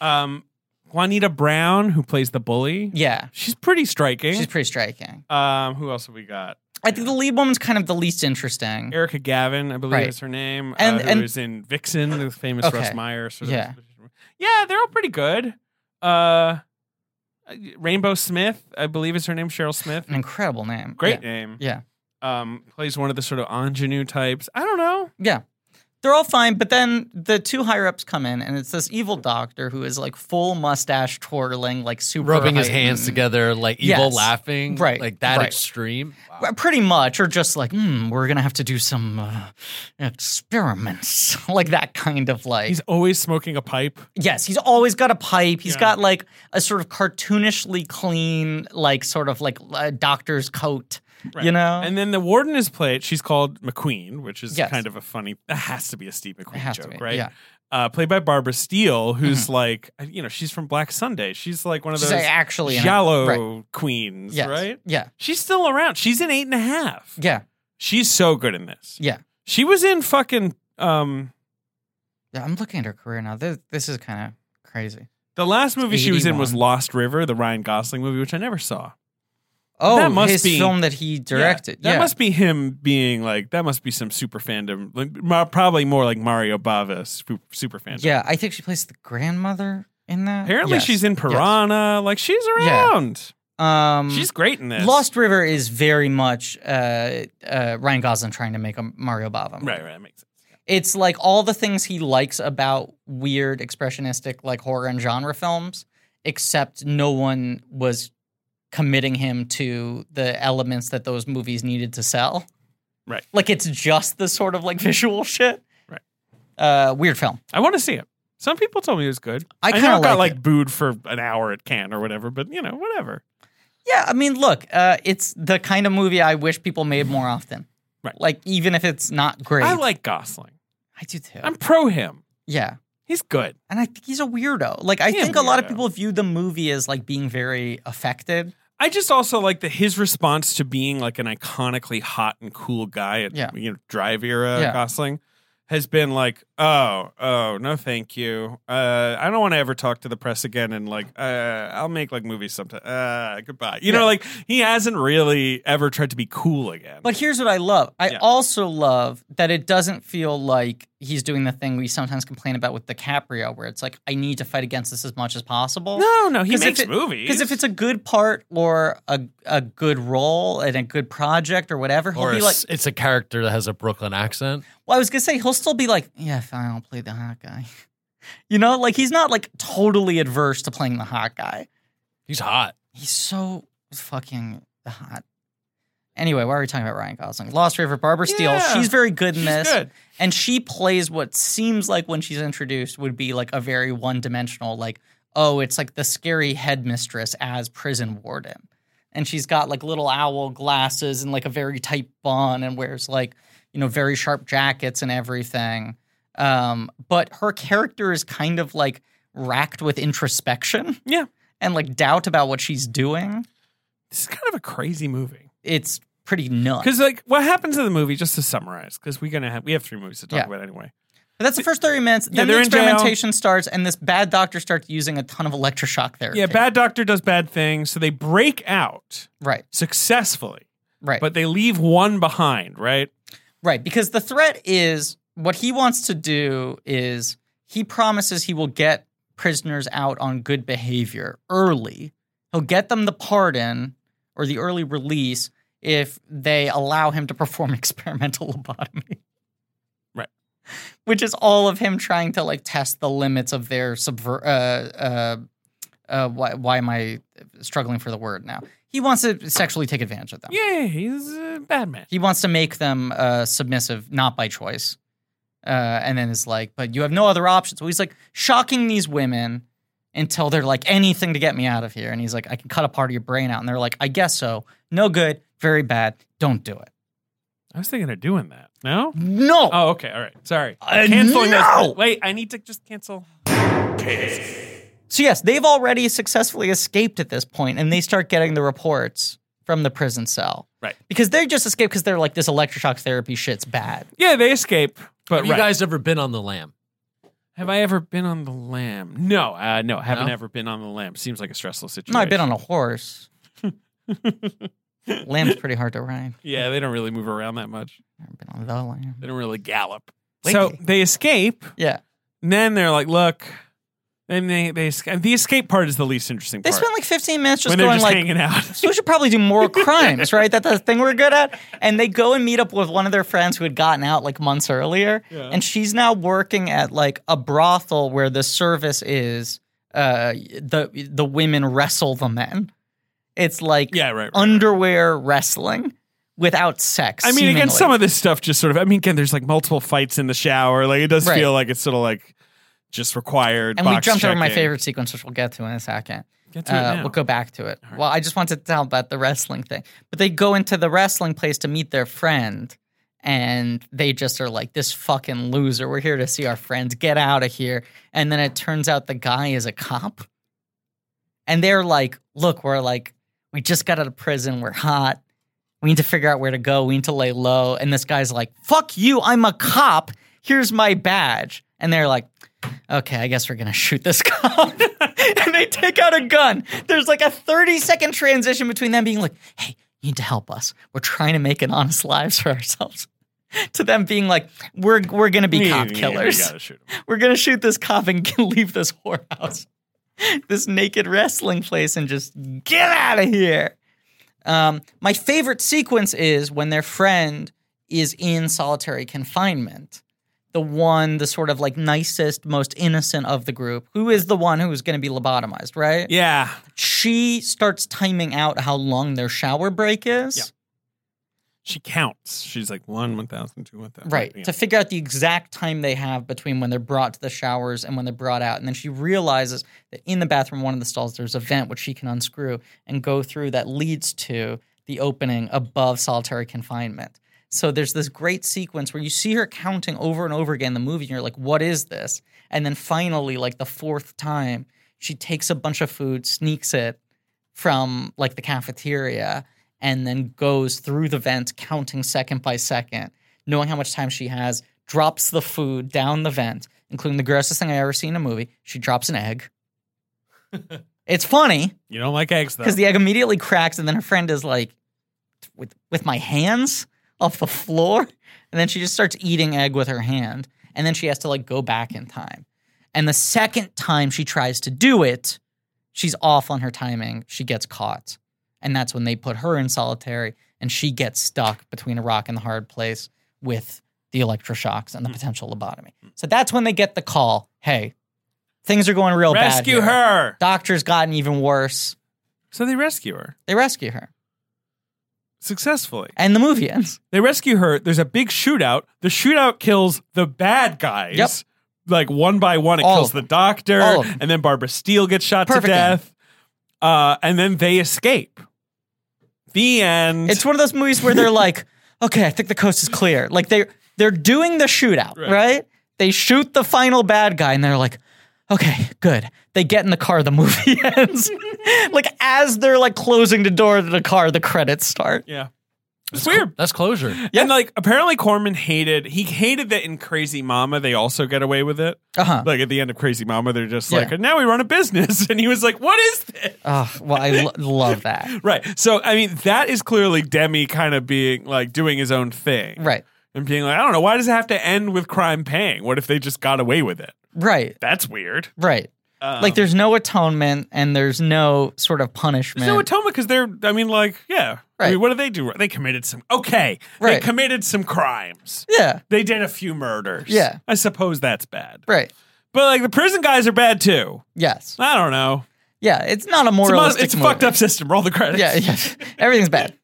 Speaker 3: Um, Juanita Brown, who plays the bully,
Speaker 4: Yeah.
Speaker 3: she's pretty striking.
Speaker 4: She's pretty striking.
Speaker 3: um, who else have we got?
Speaker 4: I think the lead woman's kind of the least interesting.
Speaker 3: Erica Gavin, I believe
Speaker 4: Right.
Speaker 3: is her name,
Speaker 4: And-
Speaker 3: uh, who
Speaker 4: and-
Speaker 3: is in Vixen, the famous
Speaker 4: Okay.
Speaker 3: Russ Meyer. Sort of-
Speaker 4: Yeah.
Speaker 3: yeah, they're all pretty good. Uh, Rainbow Smith, I believe is her name, Cheryl Smith.
Speaker 4: an incredible name.
Speaker 3: Great
Speaker 4: Mm, Yeah.
Speaker 3: name.
Speaker 4: Yeah.
Speaker 3: Um, plays one of the sort of ingenue types. I don't know.
Speaker 4: Yeah. They're all fine, but then the two higher ups come in, and it's this evil doctor who is like full mustache twirling, like super
Speaker 5: Rubbing his
Speaker 4: heightened-
Speaker 5: hands together, like evil
Speaker 4: Yes.
Speaker 5: laughing.
Speaker 4: Right,
Speaker 5: Like that
Speaker 4: right.
Speaker 5: extreme. Wow.
Speaker 4: Well, Uh, Pretty much, or just like, hmm, we're gonna have to do some uh, experiments, like that kind of like.
Speaker 3: He's always smoking a pipe.
Speaker 4: yes, he's always got a pipe. He's
Speaker 3: Yeah.
Speaker 4: got like a sort of cartoonishly clean, like sort of like a doctor's coat, you know.
Speaker 3: And then the warden is played. She's called McQueen, which is
Speaker 4: Yes.
Speaker 3: kind of a funny. That has to be a Steve
Speaker 4: It
Speaker 3: McQueen
Speaker 4: has to
Speaker 3: joke,
Speaker 4: be,
Speaker 3: right?
Speaker 4: Yeah, Mm-hmm.
Speaker 3: Uh, played by Barbara Steele, who's like, uh, you know, she's from Black Sunday. She's like one of
Speaker 4: She's
Speaker 3: those
Speaker 4: like, actually in a-
Speaker 3: shallow
Speaker 4: right.
Speaker 3: queens,
Speaker 4: Yes.
Speaker 3: right?
Speaker 4: Yeah,
Speaker 3: She's still around. She's in eight and a half.
Speaker 4: yeah,
Speaker 3: She's so good in this.
Speaker 4: yeah.
Speaker 3: She was in fucking um
Speaker 4: Yeah, I'm looking at her career now. This, this is kind of crazy.
Speaker 3: the last movie she was in was
Speaker 4: 81.
Speaker 3: Lost River, the Ryan Gosling movie, which I never saw.
Speaker 4: Oh,
Speaker 3: That must
Speaker 4: his
Speaker 3: be-
Speaker 4: film that he directed.
Speaker 3: Yeah,
Speaker 4: Yeah,
Speaker 3: that must be him being like that must be some super fandom, like, mo- probably more like Mario Bava su- super fandom.
Speaker 4: yeah. I think she plays the grandmother in that.
Speaker 3: Apparently
Speaker 4: Yes.
Speaker 3: she's in Piranha. Like she's around.
Speaker 4: Um,
Speaker 3: She's great in this.
Speaker 4: Lost River is very much uh, uh, Ryan Gosling trying to make a Mario Bava. movie.
Speaker 3: Right, right. That makes sense.
Speaker 4: It's like all the things he likes about weird expressionistic like horror and genre films, except no one was committing him to the elements that those movies needed to sell.
Speaker 3: Right.
Speaker 4: Like it's just the sort of like visual shit.
Speaker 3: Right.
Speaker 4: Uh, weird film.
Speaker 3: I want to see it. Some people told me it was good.
Speaker 4: I
Speaker 3: know
Speaker 4: kinda
Speaker 3: got
Speaker 4: like
Speaker 3: like booed for an hour at Cannes or whatever, but you know, whatever.
Speaker 4: Yeah, I mean, look, uh, it's the kind of movie I wish people made more often.
Speaker 3: Right.
Speaker 4: Like, even if it's not great,
Speaker 3: I like Gosling.
Speaker 4: I do too.
Speaker 3: I'm pro him.
Speaker 4: yeah,
Speaker 3: He's good.
Speaker 4: and I think he's a weirdo. Like, I
Speaker 3: Yeah,
Speaker 4: think a lot of
Speaker 3: weirdo.
Speaker 4: people view the movie as like being very affected.
Speaker 3: I just also like that his response to being like an iconically hot and cool guy at
Speaker 4: Yeah.
Speaker 3: you know drive era
Speaker 4: Yeah.
Speaker 3: Gosling has been like, oh, oh, no, thank you. Uh, I don't want to ever talk to the press again, and like, uh, I'll make like movies sometime. Uh, goodbye. You know, like he hasn't really ever tried to be cool again.
Speaker 4: But here's what I love. I
Speaker 3: Yeah.
Speaker 4: also love that it doesn't feel like he's doing the thing we sometimes complain about with DiCaprio, where it's like, I need to fight against this as much as possible.
Speaker 3: no, no, he
Speaker 4: 'Cause if
Speaker 3: makes
Speaker 4: it-
Speaker 3: movies.
Speaker 4: Because if it's a good part or a, a good role and a good project or whatever, he'll
Speaker 5: Or
Speaker 4: be
Speaker 5: it's,
Speaker 4: like,
Speaker 5: it's a character that has a Brooklyn accent.
Speaker 4: well, I was going to say, he'll still be like, yeah, fine, I'll play the hot guy. You know, like he's not like totally adverse to playing the hot guy.
Speaker 5: He's hot.
Speaker 4: He's so fucking hot. Anyway, why are we talking about Ryan Gosling? Lost River, Barbara Steele.
Speaker 3: Yeah.
Speaker 4: She's very good in
Speaker 3: She's
Speaker 4: this.
Speaker 3: good.
Speaker 4: And she plays what seems like when she's introduced would be like a very one dimensional, like, oh, it's like the scary headmistress as prison warden. And she's got like little owl glasses and like a very tight bun and wears like, you know, very sharp jackets and everything. Um, but her character is kind of like racked with introspection
Speaker 3: Yeah,
Speaker 4: and like doubt about what she's doing.
Speaker 3: this is kind of a crazy movie.
Speaker 4: It's pretty nuts.
Speaker 3: Because like, what happens in the movie? Just to summarize, because we're gonna have we have three movies to talk
Speaker 4: Yeah.
Speaker 3: about anyway.
Speaker 4: But that's the first 30 minutes. Then the
Speaker 3: they're in jail.
Speaker 4: experimentation starts, and this bad doctor starts using a ton of electroshock therapy.
Speaker 3: Yeah, bad doctor does bad things, so they break out
Speaker 4: Right,
Speaker 3: successfully,
Speaker 4: right,
Speaker 3: but they leave one behind. Right?
Speaker 4: right. Because the threat is what he wants to do is he promises he will get prisoners out on good behavior early. He'll get them the pardon or the early release if they allow him to perform experimental lobotomy.
Speaker 3: Right.
Speaker 4: Which is all of him trying to like test the limits of their subver. Uh, uh, uh, why, why am I struggling for the word now? He wants to sexually take advantage of them.
Speaker 3: Yeah, he's a bad man.
Speaker 4: He wants to make them uh, submissive, not by choice. Uh, and then is like, but you have no other option. So he's like shocking these women until they're like, anything to get me out of here. And he's like, I can cut a part of your brain out. And they're like, I guess so. No good. Very bad. Don't do it.
Speaker 3: I was thinking of doing that. No.
Speaker 4: No.
Speaker 3: Oh, okay. All right. Sorry.
Speaker 4: Uh,
Speaker 3: Canceling
Speaker 4: no!
Speaker 3: those. Wait, I need to just cancel.
Speaker 4: So, yes, they've already successfully escaped at this point, and they start getting the reports from the prison cell.
Speaker 3: Right.
Speaker 4: Because they just escaped because they're like, this electroshock therapy shit's bad.
Speaker 3: Yeah, they escape. But
Speaker 5: Have you
Speaker 3: right.
Speaker 5: guys ever been on the lamb?
Speaker 3: have I ever been on the lamb? No, uh, no, haven't
Speaker 5: No?
Speaker 3: ever been on the lamb. Seems like a stressful situation.
Speaker 4: No, I've been on a horse. Lamb's pretty hard to ride.
Speaker 3: Yeah, they don't really move around that much.
Speaker 4: I've been on the lamb.
Speaker 3: They don't really gallop. So
Speaker 4: Wait.
Speaker 3: they escape.
Speaker 4: Yeah.
Speaker 3: And then they're like, look. And they they esca- the escape part is the least interesting
Speaker 4: They
Speaker 3: part.
Speaker 4: spent like 15 minutes just
Speaker 3: when they're
Speaker 4: going
Speaker 3: just
Speaker 4: like,
Speaker 3: hanging out.
Speaker 4: so we should probably do more crimes, right? That's the thing we're good at. And they go and meet up with one of their friends who had gotten out like months earlier.
Speaker 3: Yeah.
Speaker 4: And she's now working at like a brothel where the service is uh, the the women wrestle the men. It's like
Speaker 3: yeah, right. right.
Speaker 4: underwear wrestling without sex.
Speaker 3: I mean, again,
Speaker 4: seemingly.
Speaker 3: some of this stuff just sort of. I mean, again, there's like multiple fights in the shower. Like it does
Speaker 4: Right.
Speaker 3: feel like it's sort of like just required.
Speaker 4: and we
Speaker 3: box
Speaker 4: jumped over my
Speaker 3: checking.
Speaker 4: favorite sequence, which we'll get to in a second.
Speaker 3: Get to it
Speaker 4: Uh,
Speaker 3: now.
Speaker 4: we'll go back to it. Well, I just wanted to tell about the wrestling thing. But they go into the wrestling place to meet their friend, and they just are like, this fucking loser. We're here to see our friends. Get out of here. And then it turns out the guy is a cop. And they're like, look, we're like, we just got out of prison. We're hot. We need to figure out where to go. We need to lay low. And this guy's like, fuck you. I'm a cop. Here's my badge. And they're like, okay, I guess we're going to shoot this cop. and they take out a gun. There's like a 30 second transition between them being like, hey, you need to help us. We're trying to make an honest lives for ourselves. to them being like, we're, we're going to be
Speaker 3: Yeah,
Speaker 4: cop
Speaker 3: yeah, yeah,
Speaker 4: killers
Speaker 3: you gotta shoot 'em.
Speaker 4: we're gonna shoot this cop and leave this whorehouse, this naked wrestling place, and just get out of here. Um, my favorite sequence is when their friend is in solitary confinement. The one, the sort of like nicest, most innocent of the group, who is the one who is going to be lobotomized, right?
Speaker 3: Yeah,
Speaker 4: She starts timing out how long their shower break is.
Speaker 3: Yeah. she counts. She's like one, one thousand, two, one thousand.
Speaker 4: Right.
Speaker 3: Yeah.
Speaker 4: To figure out the exact time they have between when they're brought to the showers and when they're brought out. And then she realizes that in the bathroom, one of the stalls, there's a vent which she can unscrew and go through that leads to the opening above solitary confinement. So there's this great sequence where you see her counting over and over again in the movie, and you're like, what is this? And then finally, like the fourth time, she takes a bunch of food, sneaks it from like the cafeteria, and then goes through the vent, counting second by second knowing how much time she has, drops the food down the vent, including the grossest thing I ever seen in a movie. She drops an egg. it's funny
Speaker 3: You don't like eggs, though.
Speaker 4: because the egg immediately cracks, and then her friend is like, with, with my hands off the floor. And then she just starts eating egg with her hand. And then she has to like go back in time. And the second time she tries to do it, she's off on her timing. She gets caught. And that's when they put her in solitary and she gets stuck between a rock and the hard place with the electroshocks
Speaker 3: Hmm.
Speaker 4: and the potential lobotomy. So that's when they get the call hey, things are going real
Speaker 3: rescue
Speaker 4: bad. here.
Speaker 3: her.
Speaker 4: Doctor's gotten even worse.
Speaker 3: So they rescue her
Speaker 4: They rescue her.
Speaker 3: successfully.
Speaker 4: And the movie ends.
Speaker 3: They rescue her. There's a big shootout. The shootout kills the bad guys.
Speaker 4: Yep.
Speaker 3: Like one by one, it
Speaker 4: All
Speaker 3: kills
Speaker 4: of
Speaker 3: the doctor,
Speaker 4: All of them.
Speaker 3: and then Barbara Steele gets shot
Speaker 4: Perfect
Speaker 3: to death. Uh, and then they escape. The end.
Speaker 4: It's one of those movies where they're like, okay, I think the coast is clear. Like they they're doing the shootout, right. They shoot the final bad guy, and they're like, okay, good. They get in the car. The movie ends. like as they're like closing the door to the car, the credits start.
Speaker 3: yeah. It's weird.
Speaker 5: That's closure.
Speaker 4: Yeah.
Speaker 3: And like apparently Corman hated he hated that in Crazy Mama they also get away with it.
Speaker 4: Uh huh.
Speaker 3: Like at the end of Crazy Mama, they're just
Speaker 4: Yeah.
Speaker 3: like, and now we run a business. And he was like, What is this?
Speaker 4: Oh, well, I lo- love that.
Speaker 3: Right. So I mean, that is clearly Demi kind of being like doing his own thing.
Speaker 4: Right.
Speaker 3: And being like, I don't know, why does it have to end with crime paying? What if they just got away with it?
Speaker 4: Right.
Speaker 3: That's weird.
Speaker 4: Right.
Speaker 3: Um,
Speaker 4: like there's no atonement, and there's no sort of punishment.
Speaker 3: there's no atonement because they're I mean, like, yeah. I
Speaker 4: Right.
Speaker 3: mean, what do they do? They committed some okay.
Speaker 4: Right.
Speaker 3: They committed some crimes.
Speaker 4: yeah.
Speaker 3: They did a few murders.
Speaker 4: Yeah.
Speaker 3: I suppose that's bad.
Speaker 4: Right.
Speaker 3: But like the prison guys are bad too.
Speaker 4: Yes.
Speaker 3: I don't know.
Speaker 4: Yeah. It's not
Speaker 3: It's,
Speaker 4: a
Speaker 3: a, mo-
Speaker 4: moralistic.
Speaker 3: it's a
Speaker 4: movie.
Speaker 3: fucked up system. Roll the credits.
Speaker 4: Yeah. Yeah. Everything's bad.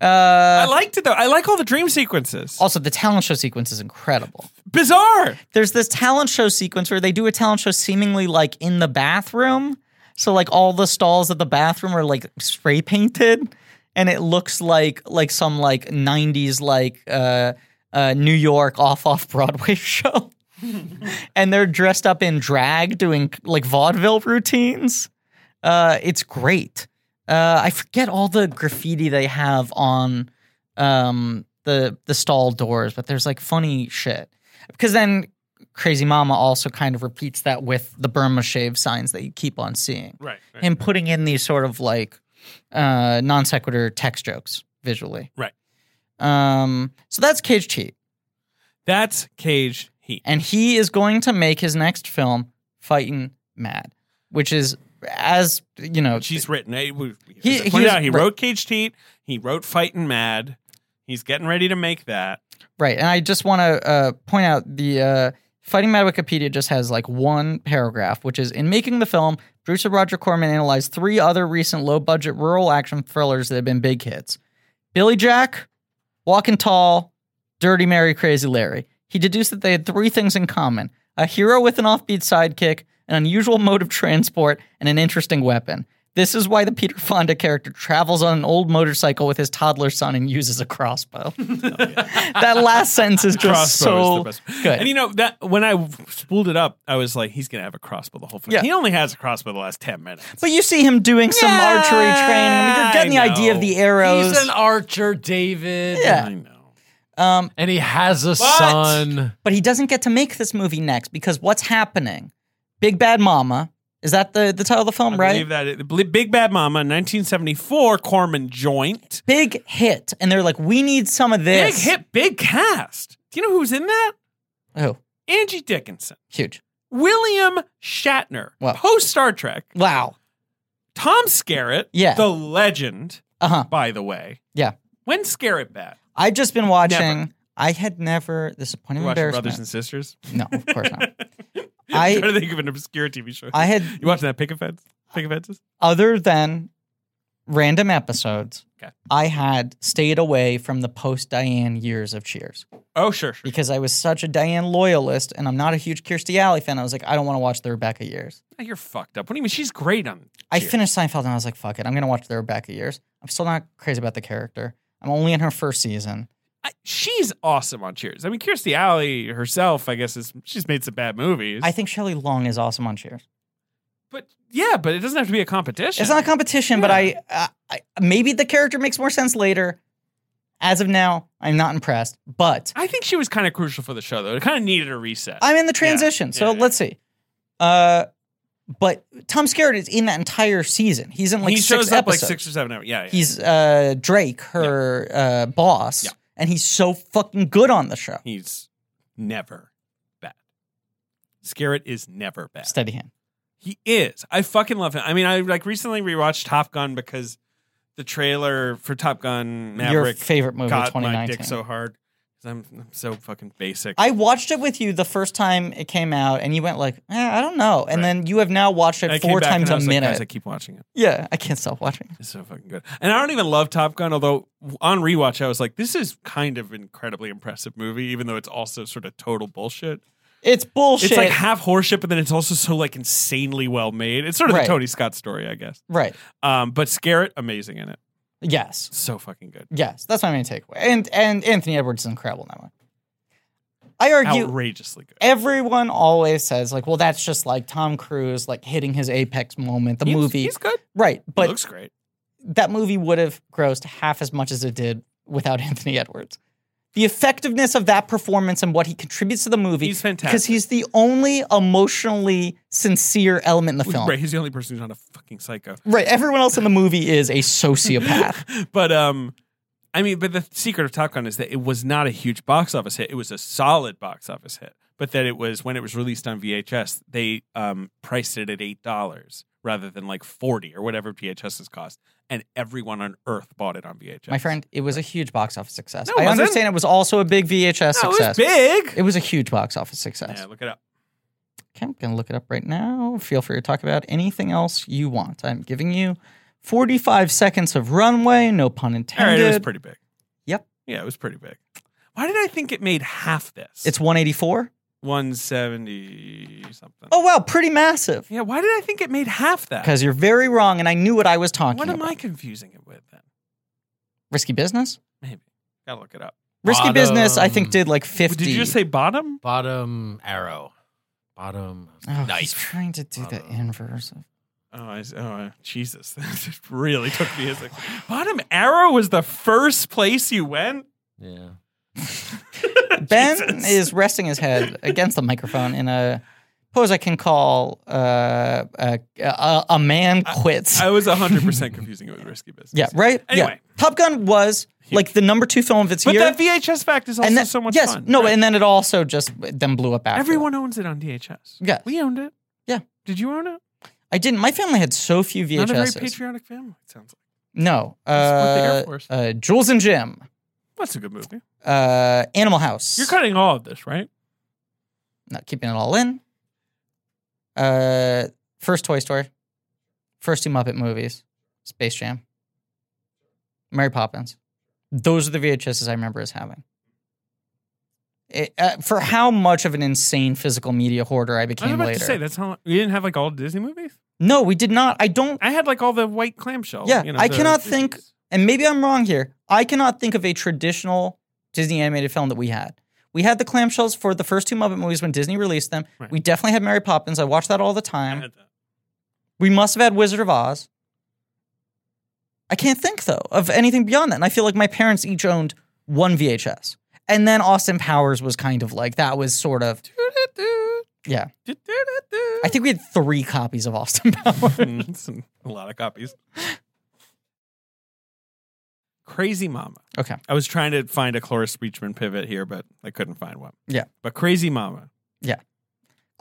Speaker 3: I
Speaker 4: Uh,
Speaker 3: liked it though. I like all the dream sequences.
Speaker 4: Also, the talent show sequence is incredible.
Speaker 3: Bizarre.
Speaker 4: There's this talent show sequence where they do a talent show seemingly like in the bathroom. So like all the stalls at the bathroom are like spray painted and it looks like like some like 90s like uh uh New York off off Broadway show. and they're dressed up in drag doing like vaudeville routines. Uh it's great. Uh I forget all the graffiti they have on um the the stall doors, but there's like funny shit. Because then Crazy Mama also kind of repeats that with the Burma shave signs that you keep on seeing.
Speaker 3: Right. right.
Speaker 4: Him putting in these sort of like uh, non sequitur text jokes visually.
Speaker 3: Right.
Speaker 4: Um, so that's Cage Cheat.
Speaker 3: That's Cage Heat.
Speaker 4: And he is going to make his next film, Fightin' Mad, which is, as you know,
Speaker 3: She's written. eh, we-
Speaker 4: He-
Speaker 3: as I
Speaker 4: he
Speaker 3: pointed
Speaker 4: was-
Speaker 3: out, he
Speaker 4: right.
Speaker 3: wrote Cage Heat. He wrote Fightin' Mad. He's getting ready to make that.
Speaker 4: Right, and I just want to uh, point out the uh, Fighting Mad Wikipedia just has like one paragraph, which is in making the film, producer Roger Corman analyzed three other recent low-budget rural action thrillers that have been big hits: Billy Jack, Walking Tall, Dirty Mary, Crazy Larry. He deduced that they had three things in common: a hero with an offbeat sidekick, an unusual mode of transport, and an interesting weapon. This is why the Peter Fonda character travels on an old motorcycle with his toddler son and uses a crossbow that last sentence is just
Speaker 3: Crossbow
Speaker 4: so
Speaker 3: is the best.
Speaker 4: good.
Speaker 3: And you know that when I spooled it up, I was like, he's gonna have a crossbow the whole film.
Speaker 4: Yeah.
Speaker 3: He only has a crossbow the last ten minutes.
Speaker 4: but you see him doing some
Speaker 3: Yeah,
Speaker 4: archery training. I mean, you're getting the
Speaker 3: I
Speaker 4: idea of
Speaker 3: know.
Speaker 4: the arrows.
Speaker 5: He's an archer, David.
Speaker 4: Yeah.
Speaker 3: I know.
Speaker 4: um,
Speaker 5: And he has a son.
Speaker 4: but he doesn't get to make this movie next because what's happening? Big Bad Mama is that the the title of the film,
Speaker 3: I
Speaker 4: right?
Speaker 3: believe that it- Big Bad Mama, 1974, Corman joint.
Speaker 4: Big hit, and they're like, we need some of
Speaker 3: Big
Speaker 4: this.
Speaker 3: hit, big cast. Do you know who's in that?
Speaker 4: Oh,
Speaker 3: Angie Dickinson,
Speaker 4: huge!
Speaker 3: William Shatner,
Speaker 4: Wow.
Speaker 3: post Star Trek,
Speaker 4: Wow.
Speaker 3: Tom Skerritt,
Speaker 4: Yeah.
Speaker 3: the legend,
Speaker 4: Uh huh.
Speaker 3: by the way.
Speaker 4: Yeah.
Speaker 3: When Skerritt back?
Speaker 4: I've just been watching. I had never disappointing
Speaker 3: You watch Brothers
Speaker 4: embarrassment.
Speaker 3: and Sisters?
Speaker 4: No, of course not.
Speaker 3: I
Speaker 4: I-
Speaker 3: trying to think of an obscure TV show.
Speaker 4: I had
Speaker 3: you watching that Pick Offense? Pick Offenses?
Speaker 4: other than random episodes,
Speaker 3: Okay.
Speaker 4: I had stayed away from the post Diane years of Cheers
Speaker 3: Oh, sure, sure.
Speaker 4: because I was such a Diane loyalist and I'm not a huge Kirstie Alley fan. I was like, I don't want to watch the Rebecca years.
Speaker 3: Now Oh, You're fucked up. What do you mean? She's great on.
Speaker 4: I
Speaker 3: Cheers.
Speaker 4: finished Seinfeld and I was like, fuck it, I'm going to watch the Rebecca years. I'm still not crazy about the character. I'm only in her first season.
Speaker 3: I, she's awesome on Cheers. I mean, Kirstie Alley herself, I guess, is she's made some bad movies.
Speaker 4: I think Shelley Long is awesome on Cheers.
Speaker 3: but yeah, but it doesn't have to be a competition.
Speaker 4: It's not a competition, but I, I, I maybe the character makes more sense later. As of now, I'm not impressed, but
Speaker 3: I think she was kind of crucial for the show, though. It kind of needed a reset.
Speaker 4: I'm in the transition. so
Speaker 3: yeah, yeah.
Speaker 4: let's see. Uh, but Tom Skerritt is in that entire season. He's in like
Speaker 3: he
Speaker 4: six
Speaker 3: shows
Speaker 4: episodes.
Speaker 3: up like six or seven hours. Yeah, yeah.
Speaker 4: He's uh, Drake, her uh, boss,
Speaker 3: Yeah.
Speaker 4: and he's so fucking good on the show.
Speaker 3: He's never bad. Scarrett is never bad.
Speaker 4: Steady hand.
Speaker 3: He is. I fucking love him. I mean, I like recently rewatched Top Gun because the trailer for Top Gun
Speaker 4: Your
Speaker 3: Maverick
Speaker 4: favorite movie of
Speaker 3: got my dick
Speaker 4: 2019.
Speaker 3: so hard 'Cause I'm, I'm so fucking basic.
Speaker 4: I watched it with you the first time it came out, and you went like, eh, "I don't know," and
Speaker 3: Right.
Speaker 4: then you have now watched it
Speaker 3: I came
Speaker 4: four
Speaker 3: back and
Speaker 4: times
Speaker 3: I
Speaker 4: a
Speaker 3: was like,
Speaker 4: minute.
Speaker 3: Guys, I keep watching it.
Speaker 4: yeah, I can't stop watching. it.
Speaker 3: It's so fucking good. And I don't even love Top Gun, although on rewatch I was like, this is kind of incredibly impressive movie, even though it's also sort of total bullshit.
Speaker 4: It's bullshit.
Speaker 3: It's like half horseshit, but then it's also so like insanely well made. It's sort of
Speaker 4: Right.
Speaker 3: the Tony Scott story, I guess.
Speaker 4: right?
Speaker 3: Um, but Scarrett, amazing in it.
Speaker 4: Yes,
Speaker 3: So fucking good.
Speaker 4: yes. That's my main takeaway. And and Anthony Edwards is incredible in that one. I argue
Speaker 3: Outrageously good.
Speaker 4: everyone always says like, "Well, that's just like Tom Cruise like hitting his apex moment." The
Speaker 3: He's-
Speaker 4: movie,
Speaker 3: He's good.
Speaker 4: right?
Speaker 3: But
Speaker 4: But
Speaker 3: looks great.
Speaker 4: that movie would have grossed half as much as it did without Anthony Edwards. The effectiveness of that performance and what he contributes to the movie
Speaker 3: He's fantastic.
Speaker 4: because he's the only emotionally sincere element in the film.
Speaker 3: Right, he's the only person who's not a fucking psycho.
Speaker 4: Right, Everyone else in the movie is a sociopath.
Speaker 3: but um I mean, but the secret of Top Gun is that it was not a huge box office hit. It was a solid box office hit. But that it was when it was released on VHS, they um priced it at eight dollars rather than like forty or whatever VHS's cost. And everyone on earth bought it on VHS.
Speaker 4: My friend, it was a huge box office success.
Speaker 3: No, it
Speaker 4: I
Speaker 3: wasn't.
Speaker 4: understand it was also a big VHS
Speaker 3: No,
Speaker 4: success.
Speaker 3: Oh, it was big.
Speaker 4: It was a huge box office success.
Speaker 3: Yeah, look it up.
Speaker 4: Okay, I'm going to look it up right now. Feel free to talk about anything else you want. I'm giving you 45 seconds of runway, no pun
Speaker 3: All right,
Speaker 4: intended.
Speaker 3: it was pretty big.
Speaker 4: Yep.
Speaker 3: Yeah, it was pretty big. Why did I think it made half this?
Speaker 4: it's 184.
Speaker 3: 170 something.
Speaker 4: Oh, wow, pretty massive.
Speaker 3: Yeah, why did I think it made half that?
Speaker 4: Because you're very wrong, and I knew what I was talking
Speaker 3: What am
Speaker 4: about.
Speaker 3: I confusing it with then?
Speaker 4: Risky Business?
Speaker 3: Maybe. Gotta look it up.
Speaker 4: Risky
Speaker 5: Bottom.
Speaker 4: Business, I think, did like 50.
Speaker 3: Did you just say bottom?
Speaker 5: Bottom arrow. Bottom
Speaker 4: Oh, he's
Speaker 5: knife.
Speaker 4: trying to do the
Speaker 5: Bottom.
Speaker 4: inverse. of-
Speaker 3: Oh, I, s- oh uh, Jesus. that just really took me as like, bottom arrow was the first place you went?
Speaker 5: Yeah.
Speaker 4: Ben
Speaker 3: Jesus.
Speaker 4: is resting his head against the microphone in a pose I can call uh, a, a, a man quits.
Speaker 3: I was 100% confusing it with Risky Business.
Speaker 4: yeah, right? Yeah.
Speaker 3: Anyway.
Speaker 4: Top Gun was like the number two film of its
Speaker 3: But
Speaker 4: year.
Speaker 3: that VHS fact is also
Speaker 4: and that-
Speaker 3: so much
Speaker 4: yes,
Speaker 3: fun.
Speaker 4: no,
Speaker 3: right?
Speaker 4: and then it also just then blew up after.
Speaker 3: Everyone owns it on DHS.
Speaker 4: Yes.
Speaker 3: We owned it.
Speaker 4: Yeah.
Speaker 3: Did you own it?
Speaker 4: I didn't. My family had so few VHSs.
Speaker 3: Not a very patriotic family, it sounds like.
Speaker 4: no,
Speaker 3: That's what the Air
Speaker 4: uh,
Speaker 3: Force-
Speaker 4: uh, Jules and Jim.
Speaker 3: That's a good movie.
Speaker 4: uh, Animal House.
Speaker 3: You're cutting all of this, right?
Speaker 4: not keeping it all in. Uh, first Toy Story, first two Muppet movies, Space Jam, Mary Poppins. Those are the VHSs I remember as having. It, uh, for how much of an insane physical media hoarder I
Speaker 3: I was
Speaker 4: became
Speaker 3: about
Speaker 4: later.
Speaker 3: to say that's how you didn't have like all Disney movies.
Speaker 4: No, we did not. I don't.
Speaker 3: I had like all the white clamshell.
Speaker 4: Yeah,
Speaker 3: you know,
Speaker 4: I
Speaker 3: the-
Speaker 4: cannot think, and maybe I'm wrong here. I cannot think of a traditional Disney animated film that we had. We had the clamshells for the first two Muppet movies when Disney released them.
Speaker 3: Right.
Speaker 4: We definitely had Mary Poppins. I watched that all the
Speaker 3: I
Speaker 4: time.
Speaker 3: had that.
Speaker 4: We must have had Wizard of Oz. I can't think though of anything beyond that. And I feel like my parents each owned one VHS. And then Austin Powers was kind of like that was sort of
Speaker 3: Do-do-do,
Speaker 4: yeah.
Speaker 3: do-do-do-do.
Speaker 4: I think we had three copies of Austin Powers.
Speaker 3: Mm, it's a lot of copies. Crazy Mama.
Speaker 4: Okay.
Speaker 3: I was trying to find a Cloris Beachman pivot here, but I couldn't find one.
Speaker 4: Yeah.
Speaker 3: But Crazy Mama.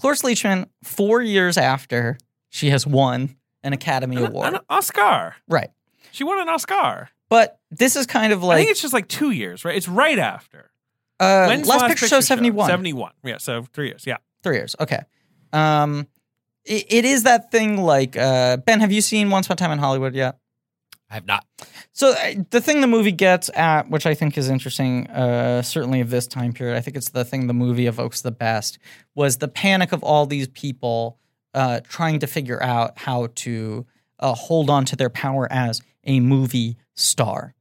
Speaker 4: Cloris Leachman, four years after she has won an Academy
Speaker 3: An,
Speaker 4: Award.
Speaker 3: an Oscar.
Speaker 4: Right.
Speaker 3: She won an Oscar.
Speaker 4: But this is kind of
Speaker 3: I think
Speaker 4: like
Speaker 3: it's just like two years, right? It's right after.
Speaker 4: uh,
Speaker 3: When's
Speaker 4: last picture show 71.
Speaker 3: 71. Yeah, so three years. Yeah.
Speaker 4: Three years. Okay. Um, it, it is that thing like uh, Ben, have you seen Once Upon a Time in Hollywood yet?
Speaker 5: I have not.
Speaker 4: So uh, the thing the movie gets at, which I think is interesting, uh, certainly of this time period, I think it's the thing the movie evokes the best, was the panic of all these people uh, trying to figure out how to uh, hold on to their power as a movie star,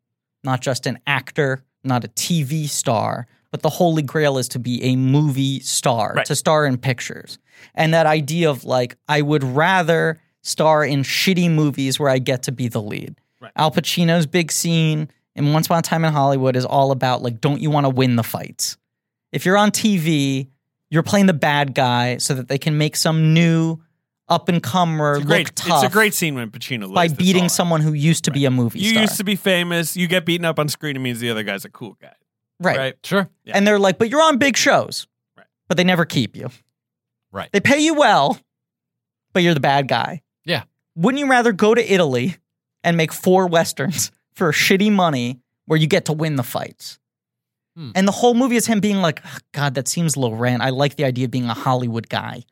Speaker 4: not just an actor, not a TV star, but the holy grail is to be a movie star,
Speaker 3: Right.
Speaker 4: to star in pictures, and that idea of like I would rather star in shitty movies where I get to be the lead. Al Pacino's big scene and Once Upon a Time in Hollywood is all about like, don't you want to win the fights? If you're on TV, you're playing the bad guy so that they can make some new up and comer
Speaker 3: It's a
Speaker 4: look
Speaker 3: great,
Speaker 4: tough
Speaker 3: it's a great scene when Pacino lives
Speaker 4: by
Speaker 3: this
Speaker 4: beating
Speaker 3: all.
Speaker 4: someone who used to be a movie
Speaker 3: You
Speaker 4: star.
Speaker 3: used to be famous. You get beaten up on screen. It means the other guy's a cool guy,
Speaker 4: right.
Speaker 3: right?
Speaker 5: Sure.
Speaker 3: Yeah.
Speaker 4: And they're like, but you're on big shows.
Speaker 3: Right.
Speaker 4: But they never keep you.
Speaker 5: Right.
Speaker 4: They pay you well, but you're the bad guy.
Speaker 5: Yeah.
Speaker 4: Wouldn't you rather go to Italy and make four Westerns for shitty money where you get to win the fights?
Speaker 5: Hmm.
Speaker 4: And the whole movie is him being like, "Ugh, God, that seems low rent. I like the idea of being a Hollywood guy.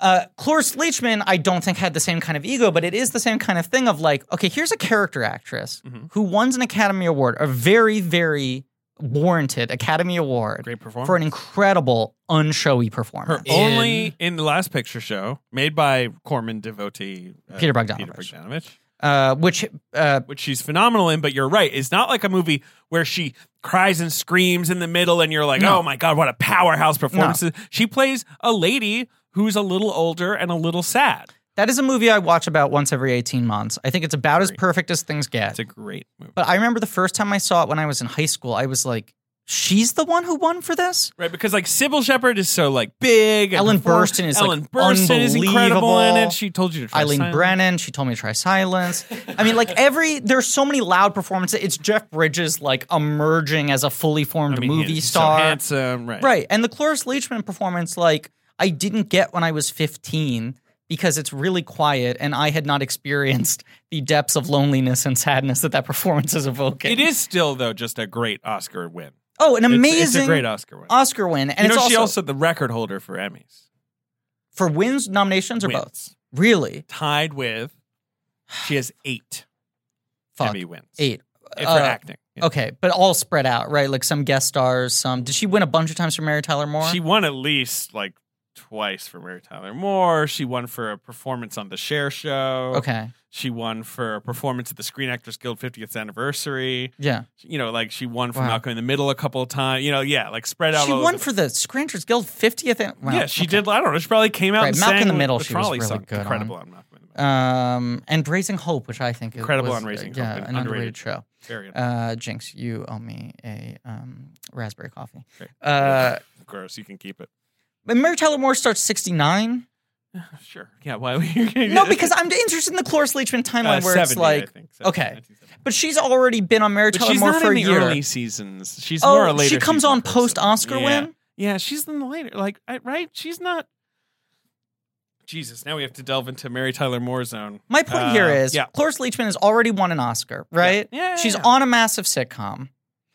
Speaker 4: Uh, Cloris Leachman, I don't think had the same kind of ego, but it is the same kind of thing of like, okay, here's a character actress
Speaker 3: Mhm.
Speaker 4: who won an Academy Award, a very, very warranted Academy Award
Speaker 3: Great performance.
Speaker 4: for an incredible unshowy performance.
Speaker 3: Her only in the last picture show made by Corman devotee uh,
Speaker 4: Peter Bogdanovich.
Speaker 3: Peter Bogdanovich,
Speaker 4: uh, which uh,
Speaker 3: which she's phenomenal in. But you're right; it's not like a movie where she cries and screams in the middle, and you're like,
Speaker 4: No.
Speaker 3: "Oh my god, what a powerhouse performance!" She plays a lady who's a little older and a little sad.
Speaker 4: that is a movie I watch about once every eighteen months. I think it's about as
Speaker 3: Great.
Speaker 4: perfect as things get.
Speaker 3: It's a great movie,
Speaker 4: but I remember the first time I saw it when I was in high school. I was like, "She's the one who won for this."
Speaker 3: right? Because like Sybil Shepherd is so like big. and
Speaker 4: Ellen
Speaker 3: perform-
Speaker 4: Burstyn is, like,
Speaker 3: Ellen Burstyn is incredible in
Speaker 4: unbelievable.
Speaker 3: it. She told you to. Try
Speaker 4: Eileen
Speaker 3: silent.
Speaker 4: Brennan. She told me to try silence. I mean, like every there's so many loud performances. It's Jeff Bridges like emerging as a fully
Speaker 3: I
Speaker 4: formed
Speaker 3: mean,
Speaker 4: movie
Speaker 3: he's so
Speaker 4: star.
Speaker 3: handsome, right?
Speaker 4: Right. And the Cloris Leachman performance, like, I didn't get when I was 15 because it's really quiet and I had not experienced the depths of loneliness and sadness that that performance is evoking.
Speaker 3: It is still though just a great Oscar win.
Speaker 4: Oh, an
Speaker 3: It's-
Speaker 4: amazing
Speaker 3: It's, a great Oscar win.
Speaker 4: Oscar win.
Speaker 3: you
Speaker 4: And
Speaker 3: know,
Speaker 4: it's
Speaker 3: she
Speaker 4: also,
Speaker 3: also the record holder for Emmys.
Speaker 4: for wins, nominations, or
Speaker 3: Wins.
Speaker 4: both? Really?
Speaker 3: Tied with, she has eight
Speaker 4: Fuck.
Speaker 3: Emmy wins.
Speaker 4: Eight.
Speaker 3: Eh, for
Speaker 4: Uh,
Speaker 3: acting. Yeah.
Speaker 4: Okay, but all spread out, right? Like some guest stars, some. Did she win a bunch of times for Mary Tyler Moore?
Speaker 3: She won at least like twice for Mary Tyler Moore. She won for a performance on the Share Show.
Speaker 4: okay.
Speaker 3: She won for a performance at the Screen Actors Guild 50th anniversary.
Speaker 4: Yeah.
Speaker 3: You know, like she won for
Speaker 4: Wow.
Speaker 3: Malcolm in the Middle a couple of times. You know, yeah, like spread out.
Speaker 4: She
Speaker 3: all over
Speaker 4: won
Speaker 3: the-
Speaker 4: for the Scranters Guild 50th. an- Wow.
Speaker 3: yeah, she did. I don't know. She probably came out
Speaker 4: Right,
Speaker 3: and
Speaker 4: Malcolm in
Speaker 3: sang
Speaker 4: the Middle,
Speaker 3: The
Speaker 4: she was
Speaker 3: trolley
Speaker 4: really
Speaker 3: song.
Speaker 4: good on.
Speaker 3: Incredible on. Malcolm in the Middle.
Speaker 4: um, and Raising Hope, which I think is
Speaker 3: Incredible
Speaker 4: was,
Speaker 3: on Raising
Speaker 4: uh,
Speaker 3: Hope,
Speaker 4: yeah,
Speaker 3: an
Speaker 4: an underrated
Speaker 3: underrated-
Speaker 4: show.
Speaker 3: Very
Speaker 4: Uh, Jinx, you owe me a um, raspberry coffee.
Speaker 3: Great.
Speaker 4: Uh,
Speaker 3: gross. You can keep it.
Speaker 4: but Mary Tyler Moore starts sixty nine.
Speaker 3: Sure. Yeah. Uh, Why? we
Speaker 4: No, because I'm interested in the Cloris Leachman timeline where it's like, okay. but she's already been on Mary
Speaker 3: But
Speaker 4: Tyler
Speaker 3: she's
Speaker 4: Moore
Speaker 3: not
Speaker 4: for
Speaker 3: in
Speaker 4: a
Speaker 3: the
Speaker 4: year.
Speaker 3: early seasons. She's
Speaker 4: oh,
Speaker 3: more a later.
Speaker 4: she comes
Speaker 3: season
Speaker 4: on
Speaker 3: person.
Speaker 4: post Oscar
Speaker 3: yeah.
Speaker 4: win.
Speaker 3: Yeah, she's in the later. Like, I, right? She's not. Jesus. Now we have to delve into Mary Tyler Moore zone.
Speaker 4: My point
Speaker 3: Uh,
Speaker 4: here is
Speaker 3: yeah.
Speaker 4: Cloris Leachman has already won an Oscar, right?
Speaker 3: Yeah, yeah,
Speaker 4: she's
Speaker 3: yeah.
Speaker 4: on a massive sitcom,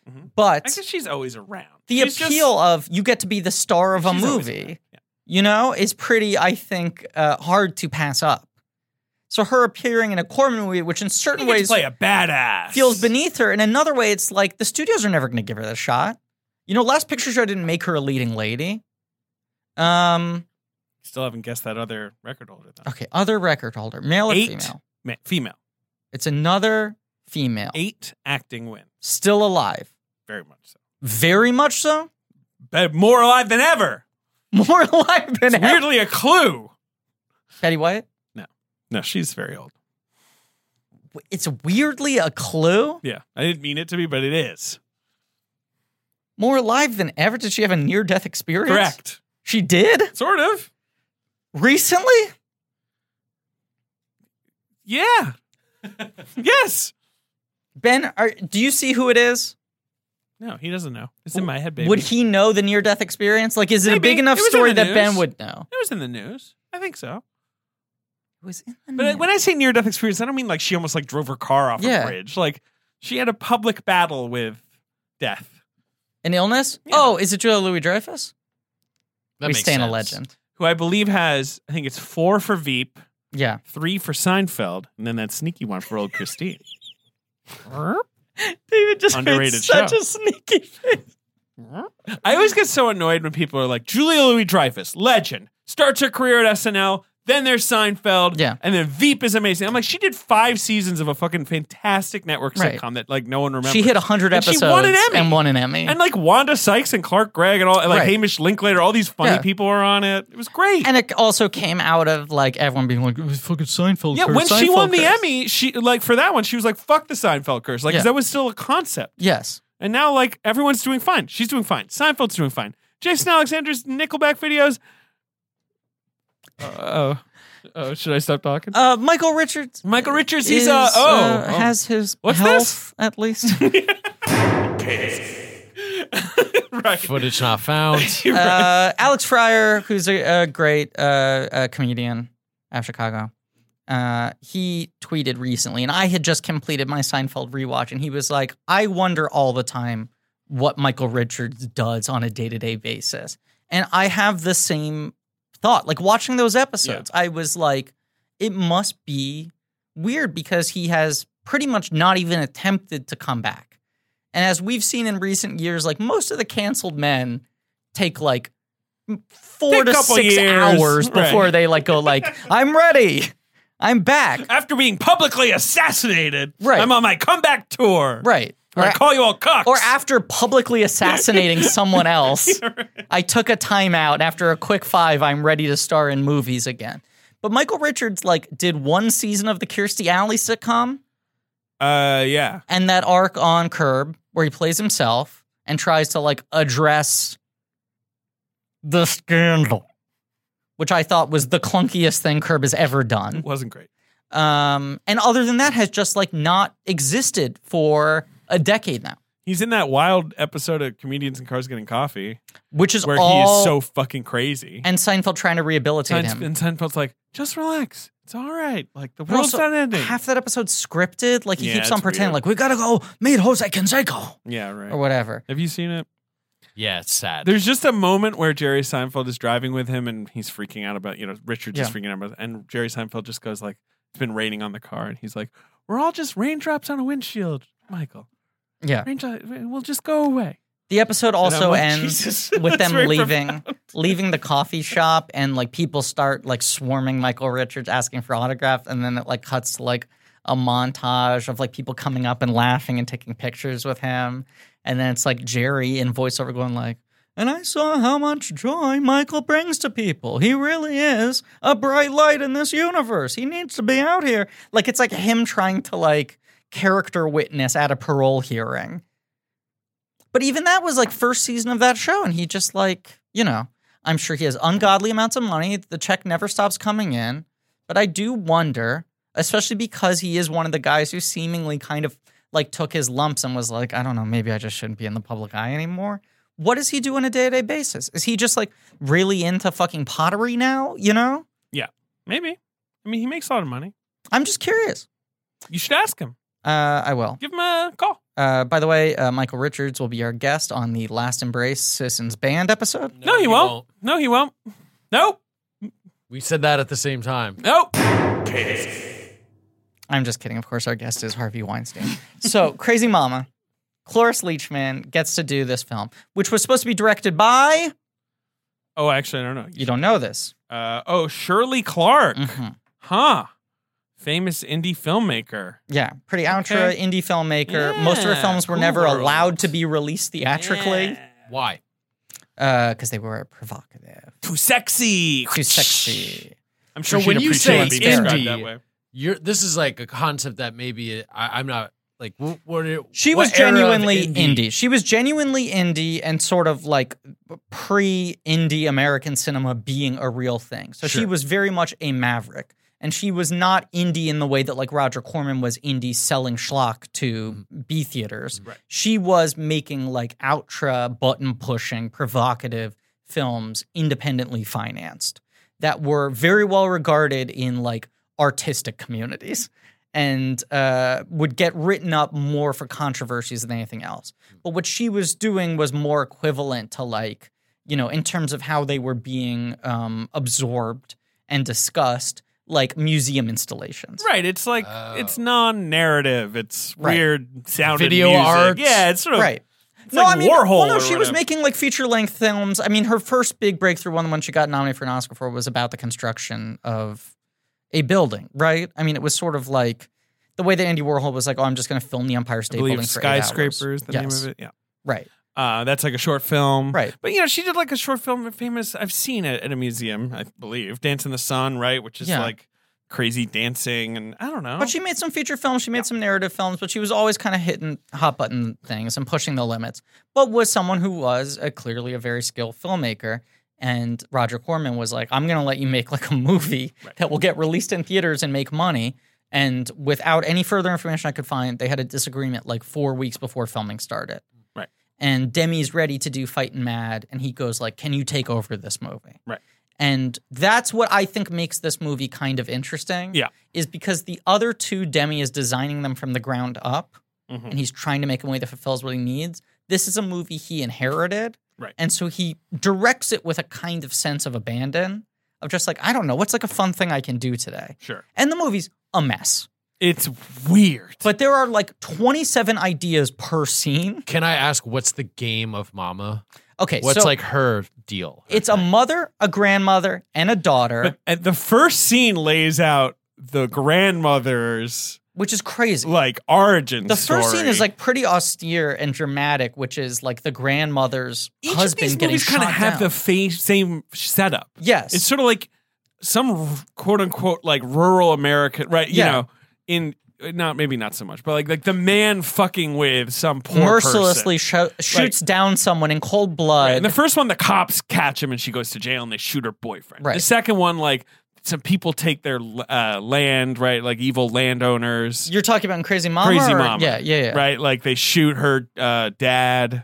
Speaker 3: Mhm.
Speaker 4: but
Speaker 3: I guess she's always around.
Speaker 4: the
Speaker 3: She's just-
Speaker 4: appeal of you get to be the star of a
Speaker 3: she's always
Speaker 4: movie.
Speaker 3: around. Yeah.
Speaker 4: you know, is pretty, I think, uh, hard to pass up. So her appearing in a Corman movie, which in certain
Speaker 3: You get to
Speaker 4: ways
Speaker 3: play a badass.
Speaker 4: feels beneath her, in another way, it's like the studios are never going to give her that shot. You know, Last Picture Show didn't make her a leading lady. Um.
Speaker 3: Still haven't guessed that other record holder. Though.
Speaker 4: Okay. Other record holder, male or
Speaker 3: Eight.
Speaker 4: female?
Speaker 3: Ma- female.
Speaker 4: It's another female,
Speaker 3: Eight acting wins.
Speaker 4: still alive,
Speaker 3: Very much so.
Speaker 4: very much so,
Speaker 3: But more alive than ever.
Speaker 4: more alive than
Speaker 3: It's
Speaker 4: ever.
Speaker 3: weirdly a clue.
Speaker 4: Betty White.
Speaker 3: No, she's very old.
Speaker 4: It's weirdly a clue.
Speaker 3: Yeah, I didn't mean it to be, but it is
Speaker 4: More alive than ever. Did she have a near-death experience?
Speaker 3: correct.
Speaker 4: She did.
Speaker 3: Sort of.
Speaker 4: Recently?
Speaker 3: Yeah. yes.
Speaker 4: Ben, are, do you see who it is?
Speaker 3: No, he doesn't know. It's in my head, baby.
Speaker 4: Would he know the near death experience? Like, is it a
Speaker 3: Maybe.
Speaker 4: big enough
Speaker 3: It was in
Speaker 4: story
Speaker 3: the
Speaker 4: that Ben
Speaker 3: news.
Speaker 4: would know?
Speaker 3: It was in the news. I think so.
Speaker 4: It was in the
Speaker 3: But
Speaker 4: news.
Speaker 3: when I say near-death experience, I don't mean like she almost like drove her car off
Speaker 4: Hmm. Yeah.
Speaker 3: a bridge. Like she had a public battle with death.
Speaker 4: An illness?
Speaker 3: Yeah.
Speaker 4: Oh, is it Julia Louis Dreyfus?
Speaker 5: That
Speaker 4: we
Speaker 5: makes
Speaker 4: stand a
Speaker 5: sense.
Speaker 4: legend.
Speaker 3: Who I believe has, I think it's four for Veep,
Speaker 4: Yeah.
Speaker 3: three for Seinfeld, and then that sneaky one for old Christine.
Speaker 4: David just
Speaker 3: made Underrated such show.
Speaker 4: a sneaky face.
Speaker 3: I always get so annoyed when people are like, Julia Louis Dreyfus, legend, starts her career at SNL, Then there's Seinfeld.
Speaker 4: Yeah.
Speaker 3: And then Veep is amazing. I'm like, she did five seasons of a fucking fantastic network
Speaker 4: Right.
Speaker 3: sitcom that like no one remembers.
Speaker 4: She hit 100
Speaker 3: And she
Speaker 4: episodes
Speaker 3: won an Emmy.
Speaker 4: and won an Emmy.
Speaker 3: and like Wanda Sykes and Clark Gregg and all, and like
Speaker 4: Right.
Speaker 3: Hamish Linklater, all these funny
Speaker 4: Yeah.
Speaker 3: people were on it. It was great.
Speaker 4: And it also came out of like everyone being like, "Oh, fucking Seinfeld.
Speaker 3: yeah,
Speaker 4: curse,
Speaker 3: when she
Speaker 4: Seinfeld
Speaker 3: won the
Speaker 4: curse."
Speaker 3: Emmy, she like for that one, she was like, "Fuck the Seinfeld curse," like 'cause
Speaker 4: Yeah.
Speaker 3: that was still a concept.
Speaker 4: Yes.
Speaker 3: And now like everyone's doing fine. She's doing fine. Seinfeld's doing fine. Jason Alexander's Nickelback videos. Uh, oh, oh, should I stop talking?
Speaker 4: Uh, Michael Richards.
Speaker 3: Michael Richards,
Speaker 4: is,
Speaker 3: he's uh, oh,
Speaker 4: uh,
Speaker 3: oh.
Speaker 4: has his
Speaker 3: What's this?
Speaker 4: health at least.
Speaker 3: right.
Speaker 5: Footage not found.
Speaker 4: uh, Alex Fryer, who's a, a great uh, uh comedian out of Chicago, uh, he tweeted recently, and I had just completed my Seinfeld rewatch, and he was like, I wonder all the time what Michael Richards does on a day to day basis. And I have the same thought. Like watching those episodes, I was like, it must be weird because he has pretty much not even attempted to come back. And as we've seen in recent years, like most of the canceled men take like four
Speaker 3: Take a
Speaker 4: to
Speaker 3: couple
Speaker 4: six
Speaker 3: years.
Speaker 4: hours before
Speaker 3: Right.
Speaker 4: they like go like, I'm ready. I'm back.
Speaker 3: After being publicly assassinated,
Speaker 4: Right.
Speaker 3: I'm on my comeback tour.
Speaker 4: Right.
Speaker 3: Where
Speaker 4: Or,
Speaker 3: I call you all cocks.
Speaker 4: or after publicly assassinating someone else, I took a timeout. After a quick five, I'm ready to star in movies again. But Michael Richards like did one season of the Kirstie Alley sitcom
Speaker 3: uh, yeah.
Speaker 4: and that arc on Curb where he plays himself and tries to like address the scandal, which I thought was the clunkiest thing Curb has ever done.
Speaker 3: It wasn't great.
Speaker 4: Um, and other than that, has just like not existed for a decade now.
Speaker 3: He's in that wild episode of Comedians in Cars Getting Coffee
Speaker 4: Which is
Speaker 3: where
Speaker 4: all
Speaker 3: he is so fucking crazy.
Speaker 4: and Seinfeld trying to rehabilitate
Speaker 3: Seinf-
Speaker 4: him.
Speaker 3: and Seinfeld's like, just relax. It's all right. Like, the
Speaker 4: But
Speaker 3: world's
Speaker 4: also,
Speaker 3: not ending.
Speaker 4: Half that episode's scripted. Like he
Speaker 3: Yeah,
Speaker 4: keeps on
Speaker 3: it's
Speaker 4: pretending,
Speaker 3: weird.
Speaker 4: like we gotta go meet Jose Canseco
Speaker 3: yeah,
Speaker 4: or
Speaker 3: right.
Speaker 4: whatever.
Speaker 3: Have you seen it?
Speaker 5: Yeah, it's sad.
Speaker 3: There's just a moment where Jerry Seinfeld is driving with him and he's freaking out about, you know, Richard's just
Speaker 4: Yeah.
Speaker 3: freaking out about, and Jerry Seinfeld just goes like, it's been raining on the car. And he's like, we're all just raindrops on a windshield, Michael.
Speaker 4: Yeah.
Speaker 3: Raindrops, we'll just go away.
Speaker 4: The episode
Speaker 3: And I'm
Speaker 4: also
Speaker 3: like,
Speaker 4: ends
Speaker 3: "Jesus,
Speaker 4: with
Speaker 3: that's
Speaker 4: them
Speaker 3: very
Speaker 4: leaving, leaving the coffee shop, and like people start like swarming Michael Richards asking for autographs, and then it like cuts to like a montage of like people coming up and laughing and taking pictures with him, and then it's like Jerry in voiceover going like. And I saw how much joy Michael brings to people. He really is a bright light in this universe. He needs to be out here. Like it's like him trying to like character witness at a parole hearing. But even that was like first season of that show, and he just like you know, I'm sure he has ungodly amounts of money. The check never stops coming in, but I do wonder, especially because he is one of the guys who seemingly kind of like took his lumps and was like, I don't know, maybe I just shouldn't be in the public eye anymore. What does he do on a day to day basis? Is he just like really into fucking pottery now? You know,
Speaker 3: Maybe. I mean, he makes a lot of money.
Speaker 4: I'm just curious.
Speaker 3: You should ask him.
Speaker 4: Uh, I will.
Speaker 3: Give him a call.
Speaker 4: Uh, by the way, uh, Michael Richards will be our guest on the Last Embrace Citizens Band episode.
Speaker 3: No, he, won't. No, he won't. Nope.
Speaker 5: We said that at the same time.
Speaker 3: Nope.
Speaker 4: I'm just kidding. Of course, our guest is Harvey Weinstein. so, Crazy Mama, Cloris Leachman gets to do this film, which was supposed to be directed by.
Speaker 3: Oh, actually, I don't know.
Speaker 4: You don't know this.
Speaker 3: Uh, oh, Shirley Clark.
Speaker 4: Mhm.
Speaker 3: Huh. Famous indie filmmaker.
Speaker 4: Yeah, pretty ultra
Speaker 3: Okay.
Speaker 4: indie filmmaker. Most of her
Speaker 3: Yeah,
Speaker 4: films were
Speaker 3: cool
Speaker 4: never
Speaker 3: world.
Speaker 4: allowed to be released theatrically
Speaker 5: Why?
Speaker 4: because they were provocative,
Speaker 3: Too sexy.
Speaker 4: too sexy.
Speaker 3: I'm
Speaker 5: So
Speaker 3: sure
Speaker 5: when
Speaker 3: she'd
Speaker 5: you
Speaker 3: appreciate
Speaker 4: say
Speaker 3: being described
Speaker 5: indie-
Speaker 3: that way.
Speaker 5: You're. This is like a concept that maybe uh, I, I'm not like. wh- What? are-
Speaker 4: She
Speaker 5: what
Speaker 4: was
Speaker 5: era of
Speaker 4: genuinely indie? She was genuinely indie and sort of like pre indie American cinema being a real thing. So she
Speaker 5: Sure.
Speaker 4: was very much a maverick. And she was not indie in the way that like Roger Corman was indie selling schlock to B theaters.
Speaker 5: Mm-hmm. Right.
Speaker 4: She was making like ultra button pushing, provocative films independently financed that were very well regarded in like artistic communities and uh, would get written up more for controversies than anything else. But what she was doing was more equivalent to like, you know, in terms of how they were being um, absorbed and discussed, like museum installations.
Speaker 3: Right. It's like,
Speaker 5: Oh.
Speaker 3: it's non narrative. It's
Speaker 4: Right.
Speaker 3: weird sounding
Speaker 5: Video
Speaker 3: music.
Speaker 5: art.
Speaker 3: Yeah, it's sort of.
Speaker 4: Right.
Speaker 3: It's like Warhol.
Speaker 4: Well, no,
Speaker 3: or
Speaker 4: she was
Speaker 3: whatever.
Speaker 4: making like feature length films. I mean, her first big breakthrough, one when she got nominated for an Oscar for, was about the construction of a building, right? I mean, it was sort of like the way that Andy Warhol was like, "Oh, I'm just going to film the Empire
Speaker 3: I
Speaker 4: State Building
Speaker 3: believe
Speaker 4: for eight hours."
Speaker 3: skyscraper is the
Speaker 4: Yes.
Speaker 3: name of it. Yeah.
Speaker 4: Right,
Speaker 3: Uh, that's like a short film.
Speaker 4: right.
Speaker 3: But you know, she did like a short film famous I've seen it at a museum, I believe. Dance in the Sun, right? Which is
Speaker 4: Yeah.
Speaker 3: like crazy dancing and I don't know.
Speaker 4: But she made some feature films, she made some narrative films, but she was always kind of hitting hot button things and pushing the limits. But was someone who was a, clearly a very skilled filmmaker. And Roger Corman was like, I'm going to let you make like a movie
Speaker 3: Right.
Speaker 4: that will get released in theaters and make money. And without any further information I could find, they had a disagreement like four weeks before filming started.
Speaker 3: Right.
Speaker 4: And Demi's ready to do Fightin' Mad, and he goes like, "Can you take over this movie?"
Speaker 3: Right.
Speaker 4: And that's what I think makes this movie kind of interesting
Speaker 3: Yeah.
Speaker 4: is because the other two Demi is designing them from the ground up
Speaker 3: Mhm.
Speaker 4: and he's trying to make a movie that fulfills what he needs. This is a movie he inherited.
Speaker 3: Right.
Speaker 4: And so he directs it with a kind of sense of abandon of just like, I don't know, what's like a fun thing I can do today?
Speaker 3: Sure.
Speaker 4: And the movie's a mess.
Speaker 3: It's weird.
Speaker 4: But there are like 27 ideas per scene.
Speaker 5: Can I ask what's the game of Mama?
Speaker 4: Okay,
Speaker 5: What's
Speaker 4: so
Speaker 5: like her deal?
Speaker 4: it's a mother, a grandmother, and a daughter,
Speaker 3: But and the first scene lays out the grandmother's
Speaker 4: which is crazy.
Speaker 3: like origin
Speaker 4: The first scene
Speaker 3: story.
Speaker 4: is like pretty austere and dramatic, which is like the grandmother's
Speaker 3: each of
Speaker 4: husband
Speaker 3: these
Speaker 4: getting
Speaker 3: movies kind of
Speaker 4: shot
Speaker 3: have
Speaker 4: down.
Speaker 3: the fa- same setup.
Speaker 4: yes,
Speaker 3: It's sort of like some quote unquote like rural American, right? You
Speaker 4: Yeah.
Speaker 3: know, in not maybe not so much, but like like the man fucking with some poor
Speaker 4: mercilessly
Speaker 3: person.
Speaker 4: sho- shoots down someone in cold blood.
Speaker 3: And the first one, the cops catch him and she goes to jail and they shoot her boyfriend.
Speaker 4: Right.
Speaker 3: The second one, like some people take their uh, land, right? Like evil landowners,
Speaker 4: You're talking about in Crazy Mama.
Speaker 3: Crazy
Speaker 4: or-
Speaker 3: Mama,
Speaker 4: Yeah, yeah, yeah. Right.
Speaker 3: right? Like they shoot her uh, dad,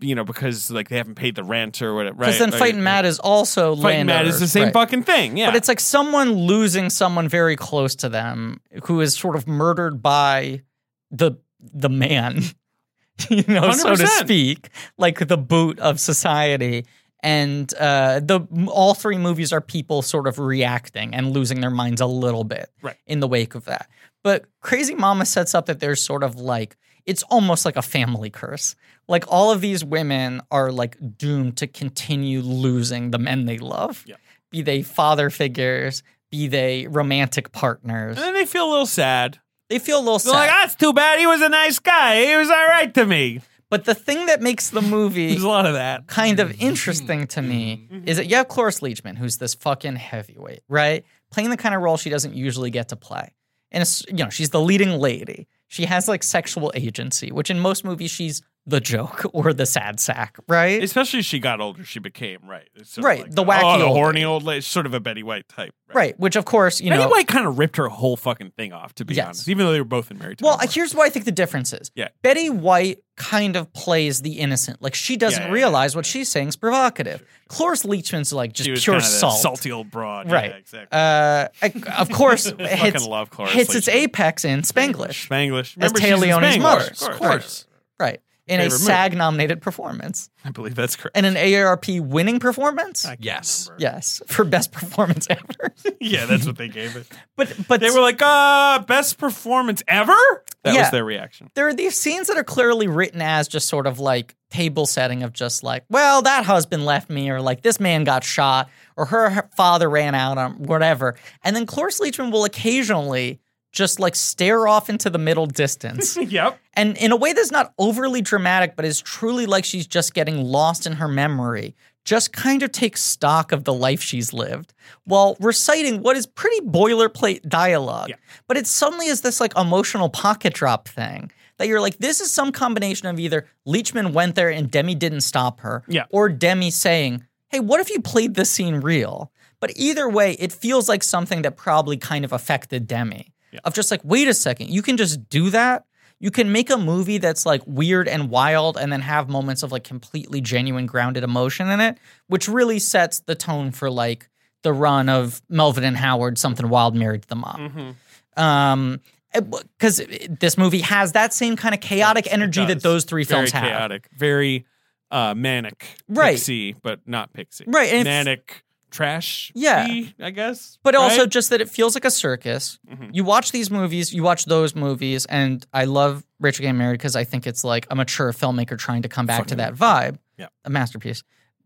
Speaker 3: you know, because like they haven't paid the rent or whatever. Right?
Speaker 4: Because then
Speaker 3: Like,
Speaker 4: fighting Mad is also
Speaker 3: Fighting Mad is
Speaker 4: landowners,
Speaker 3: the same
Speaker 4: right.
Speaker 3: fucking thing. Yeah,
Speaker 4: But it's like someone losing someone very close to them who is sort of murdered by the the man, you know, so to
Speaker 3: 100%.
Speaker 4: speak, like the boot of society. And uh, the all three movies are people sort of reacting and losing their minds a little bit
Speaker 3: Right.
Speaker 4: in the wake of that. But Crazy Mama sets up that there's sort of like it's almost like a family curse. Like all of these women are like doomed to continue losing the men they love be they father figures, be they romantic partners.
Speaker 3: and then they feel a little sad.
Speaker 4: They feel a little
Speaker 3: They're
Speaker 4: sad.
Speaker 3: like, that's too bad. He was a nice guy. He was all right to me.
Speaker 4: but the thing that makes the movie
Speaker 3: There's a lot of that.
Speaker 4: kind
Speaker 3: Mm-hmm.
Speaker 4: of interesting to me is that you have Cloris Leachman, who's this fucking heavyweight, right? Playing the kind of role she doesn't usually get to play. And, it's, you know, she's the leading lady. She has like sexual agency, which in most movies, she's the joke or the sad sack, right?
Speaker 3: Especially as she got older, she became right. It's sort of
Speaker 4: Right,
Speaker 3: like,
Speaker 4: the wacky
Speaker 3: oh, the
Speaker 4: old
Speaker 3: horny old lady, sort of a Betty White type.
Speaker 4: right. Which, of course, you
Speaker 3: Betty
Speaker 4: know.
Speaker 3: White kind of ripped her whole fucking thing off, to be
Speaker 4: Yes.
Speaker 3: honest. Even though they were both in married. to
Speaker 4: Well,
Speaker 3: One.
Speaker 4: here's what I think the difference is.
Speaker 3: Yeah.
Speaker 4: Betty White kind of plays the innocent. Like she doesn't
Speaker 3: Yeah, yeah,
Speaker 4: realize what she's saying is provocative. Cloris Leachman's like just
Speaker 3: she was
Speaker 4: pure
Speaker 3: kinda the
Speaker 4: salt.
Speaker 3: salty old broad.
Speaker 4: Right.
Speaker 3: Yeah, exactly.
Speaker 4: Uh, I- of course, it
Speaker 3: I
Speaker 4: hits,
Speaker 3: fucking love Cloris.
Speaker 4: hits its
Speaker 3: Leachman.
Speaker 4: apex in Spanglish,
Speaker 3: Spanglish.
Speaker 4: as
Speaker 3: Remember,
Speaker 4: Taylor
Speaker 3: she's in
Speaker 4: Leone's
Speaker 3: Spanglish.
Speaker 4: mother.
Speaker 3: Of course.
Speaker 4: right? In a
Speaker 3: Favorite movie.
Speaker 4: SAG-nominated performance
Speaker 3: I believe that's correct.
Speaker 4: and an AARP winning performance.
Speaker 3: I can't
Speaker 5: Yes.
Speaker 3: remember.
Speaker 4: yes, for best performance ever.
Speaker 3: Yeah, that's what they gave it.
Speaker 4: but but
Speaker 3: They were like, uh, best performance ever? That
Speaker 4: Yeah.
Speaker 3: was their reaction.
Speaker 4: there are these scenes that are clearly written as just sort of like table setting of just like, well, that husband left me, or like this man got shot, or her, her father ran out, on whatever. And then Cloris Leachman will occasionally just like stare off into the middle distance.
Speaker 3: Yep.
Speaker 4: and in a way that's not overly dramatic, but is truly like she's just getting lost in her memory. Just kind of takes stock of the life she's lived while reciting what is pretty boilerplate dialogue.
Speaker 3: Yeah.
Speaker 4: But it suddenly is this like emotional pocket drop thing that you're like, this is some combination of either Leachman went there and Demi didn't stop her,
Speaker 3: Yeah.
Speaker 4: or Demi saying, hey, what if you played this scene real? But either way, it feels like something that probably kind of affected Demi of just like, wait a second, you can just do that. You can make a movie that's like weird and wild and then have moments of like completely genuine grounded emotion in it, which really sets the tone for like the run of Melvin and Howard, something wild married to the mob
Speaker 3: Mm-hmm.
Speaker 4: um because eh, this movie has that same kind of chaotic
Speaker 3: Yes, it
Speaker 4: energy that
Speaker 3: does.
Speaker 4: those three films
Speaker 3: very
Speaker 4: have
Speaker 3: chaotic, very uh, manic,
Speaker 4: Right.
Speaker 3: Pixie, but not pixie,
Speaker 4: Right, and it's-
Speaker 3: Manic, trash.
Speaker 4: Yeah.
Speaker 3: I guess.
Speaker 4: But also
Speaker 3: right?
Speaker 4: just that it feels like a circus.
Speaker 3: Mhm.
Speaker 4: You watch these movies, you watch those movies, and I love Rachel Getting Married because I think it's like a mature filmmaker trying to come back to that vibe.
Speaker 3: Yeah.
Speaker 4: A masterpiece.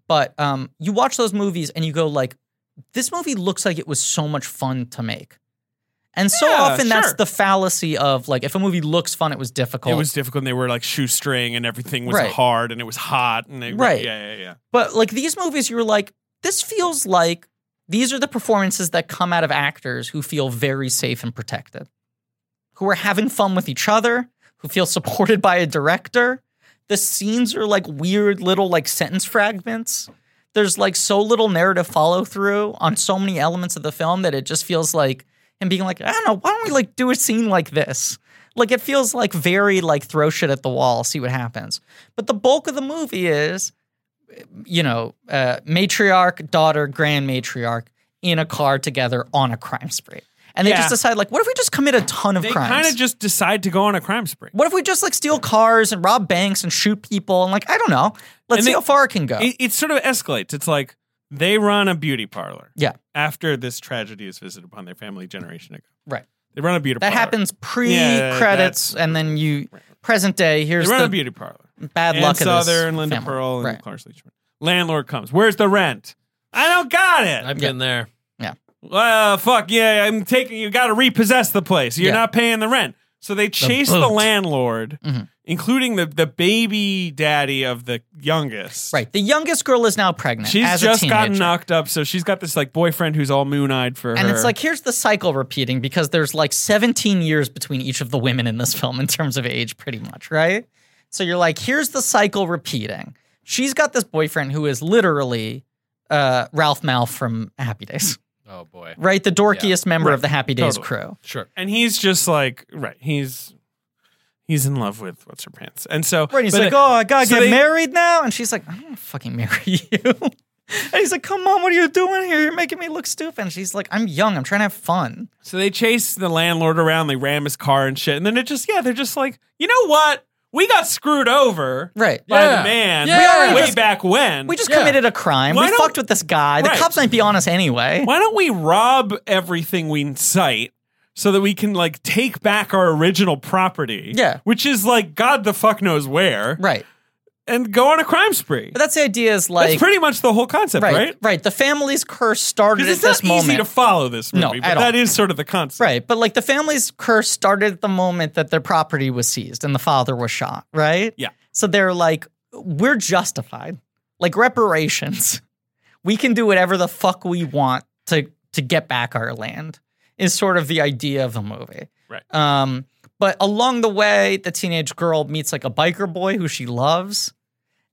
Speaker 4: But um, you watch those movies and you go like, this movie looks like it was so much fun to make. And so
Speaker 3: Yeah,
Speaker 4: often that's
Speaker 3: sure.
Speaker 4: the fallacy of like if a movie looks fun, it was difficult.
Speaker 3: it was difficult. and They were like shoestring, and everything was
Speaker 4: Right.
Speaker 3: hard, and it was hot, and they,
Speaker 4: Right.
Speaker 3: Yeah, yeah, yeah.
Speaker 4: But like these movies, you're like, this feels like these are the performances that come out of actors who feel very safe and protected, who are having fun with each other, who feel supported by a director. The scenes are like weird little like sentence fragments. There's like so little narrative follow through on so many elements of the film that it just feels like him being like, I don't know, why don't we like do a scene like this? Like it feels like very like throw shit at the wall, see what happens. But the bulk of the movie is you know, uh, matriarch, daughter, grand matriarch in a car together on a crime spree. And they
Speaker 3: Yeah.
Speaker 4: just decide, like, what if we just commit a ton of
Speaker 3: They kind
Speaker 4: crimes?
Speaker 3: of just decide to go on a crime spree.
Speaker 4: what if we just like steal cars and rob banks and shoot people and like I don't know. Let's
Speaker 3: And
Speaker 4: see
Speaker 3: they-
Speaker 4: how far it can go.
Speaker 3: It, it sort of escalates. It's like they run a beauty parlor.
Speaker 4: Yeah.
Speaker 3: After this tragedy is visited upon their family generation ago.
Speaker 4: right.
Speaker 3: They run a beauty
Speaker 4: That
Speaker 3: parlor.
Speaker 4: happens pre
Speaker 3: Uh, Yeah,
Speaker 4: credits,
Speaker 3: that's-
Speaker 4: and then you present day.
Speaker 3: They
Speaker 4: Here's
Speaker 3: run
Speaker 4: the
Speaker 3: a beauty parlor.
Speaker 4: bad
Speaker 3: Ann
Speaker 4: luck of this
Speaker 3: Souther and Linda
Speaker 4: family.
Speaker 3: Pearl and
Speaker 4: right.
Speaker 3: Cloris Leachman. Landlord comes. Where's the rent? I don't got it.
Speaker 5: I've
Speaker 4: Yeah.
Speaker 5: been there.
Speaker 3: Well, fuck yeah! I'm taking. You got to repossess the place. You're
Speaker 4: Yeah.
Speaker 3: not paying the rent. So they chase the,
Speaker 2: boot.
Speaker 3: landlord,
Speaker 4: Mhm.
Speaker 3: including the the baby daddy of the youngest.
Speaker 4: Right. The youngest girl is now pregnant.
Speaker 3: She's
Speaker 4: as a
Speaker 3: just
Speaker 4: teenager.
Speaker 3: gotten knocked up, so she's got this like boyfriend who's all moon eyed for her.
Speaker 4: And it's like here's the cycle repeating because there's like 17 years between each of the women in this film in terms of age, pretty much, right? So you're like, here's the cycle repeating. She's got this boyfriend who is literally uh, Ralph Mal from Happy Days,
Speaker 5: Oh boy.
Speaker 4: right? The dorkiest member
Speaker 3: Right.
Speaker 4: of the Happy Days
Speaker 3: Totally.
Speaker 4: crew.
Speaker 5: Sure.
Speaker 3: and he's just like right. He's he's in love with what's her pants, and so
Speaker 4: Right? He's
Speaker 3: but
Speaker 4: like,
Speaker 3: it-
Speaker 4: oh, I gotta
Speaker 3: so
Speaker 4: get
Speaker 3: they-
Speaker 4: married now, and she's like, I don't wanna fucking marry you. and he's like, come on, what are you doing here? You're making me look stupid. And she's like, I'm young. I'm trying to have fun.
Speaker 3: So they chase the landlord around, they ram his car and shit, and then it just yeah, they're just like, you know what? We got screwed over
Speaker 4: Right.
Speaker 3: by
Speaker 5: Yeah.
Speaker 3: the man
Speaker 5: Yeah. We already
Speaker 3: way
Speaker 4: just-
Speaker 3: back when.
Speaker 4: We just
Speaker 5: Yeah.
Speaker 4: committed a crime.
Speaker 3: Why
Speaker 4: we
Speaker 3: don't-
Speaker 4: fucked with this guy. The
Speaker 3: Right.
Speaker 4: cops might be on us anyway.
Speaker 3: Why don't we rob everything we sight so that we can like take back our original property?
Speaker 4: Yeah.
Speaker 3: Which is like God the fuck knows where.
Speaker 4: Right.
Speaker 3: And go on a crime spree.
Speaker 4: But that's the idea is like
Speaker 3: That's pretty much the whole concept,
Speaker 4: right,
Speaker 3: right?
Speaker 4: right. The family's curse started
Speaker 3: Because
Speaker 4: at
Speaker 3: it's not
Speaker 4: this
Speaker 3: easy
Speaker 4: moment.
Speaker 3: to follow this movie,
Speaker 4: No,
Speaker 3: but
Speaker 4: at all.
Speaker 3: that is sort of the concept.
Speaker 4: right. But like the family's curse started at the moment that their property was seized and the father was shot, right?
Speaker 3: Yeah.
Speaker 4: So they're like, we're justified. Like reparations. We can do whatever the fuck we want to to get back our land is sort of the idea of the movie.
Speaker 3: Right.
Speaker 4: Um, but along the way, the teenage girl meets like a biker boy who she loves,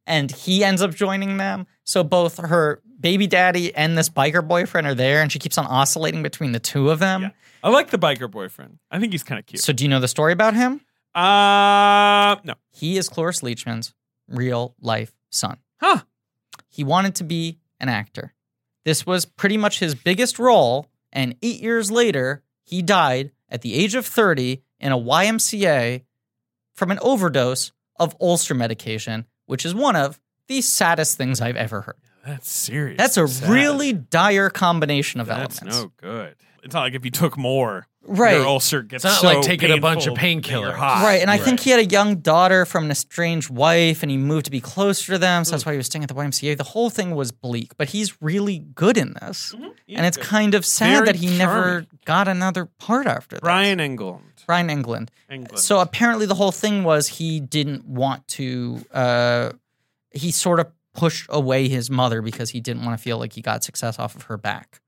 Speaker 4: and he ends up joining them. So both her baby daddy and this biker boyfriend are there, and she keeps on oscillating between the two of them.
Speaker 3: Yeah. I like the biker boyfriend. I think he's kind of cute.
Speaker 4: So do you know the story about him?
Speaker 3: uh no.
Speaker 4: He is Cloris Leachman's real life son.
Speaker 3: Huh.
Speaker 4: He wanted to be an actor. This was pretty much his biggest role. And eight years later, he died at the age of 30 in a YMCA from an overdose of ulcer medication, which is one of the saddest things I've ever heard.
Speaker 3: That's serious.
Speaker 4: That's a
Speaker 3: Sad.
Speaker 4: really dire combination of
Speaker 3: That's
Speaker 4: elements.
Speaker 3: no good. It's not like if you took more,
Speaker 4: right.
Speaker 3: your ulcer gets
Speaker 5: It's not
Speaker 3: so
Speaker 5: like taking a
Speaker 3: painful
Speaker 5: bunch of
Speaker 3: that you're
Speaker 5: painkillers.
Speaker 3: hot.
Speaker 4: Right, and I think he had a young daughter from an estranged wife, and he moved to be closer to them,
Speaker 3: Hmm.
Speaker 4: so that's why he was staying at the YMCA. The whole thing was bleak, but he's really good in this, and it's kind of sad
Speaker 3: Very
Speaker 4: that he never
Speaker 3: charming.
Speaker 4: got another part after this.
Speaker 3: Brian England.
Speaker 4: Brian England.
Speaker 3: England.
Speaker 4: So uh, apparently, the whole thing was he didn't want to. Uh, he sort of pushed away his mother because he didn't want to feel like he got success off of her back.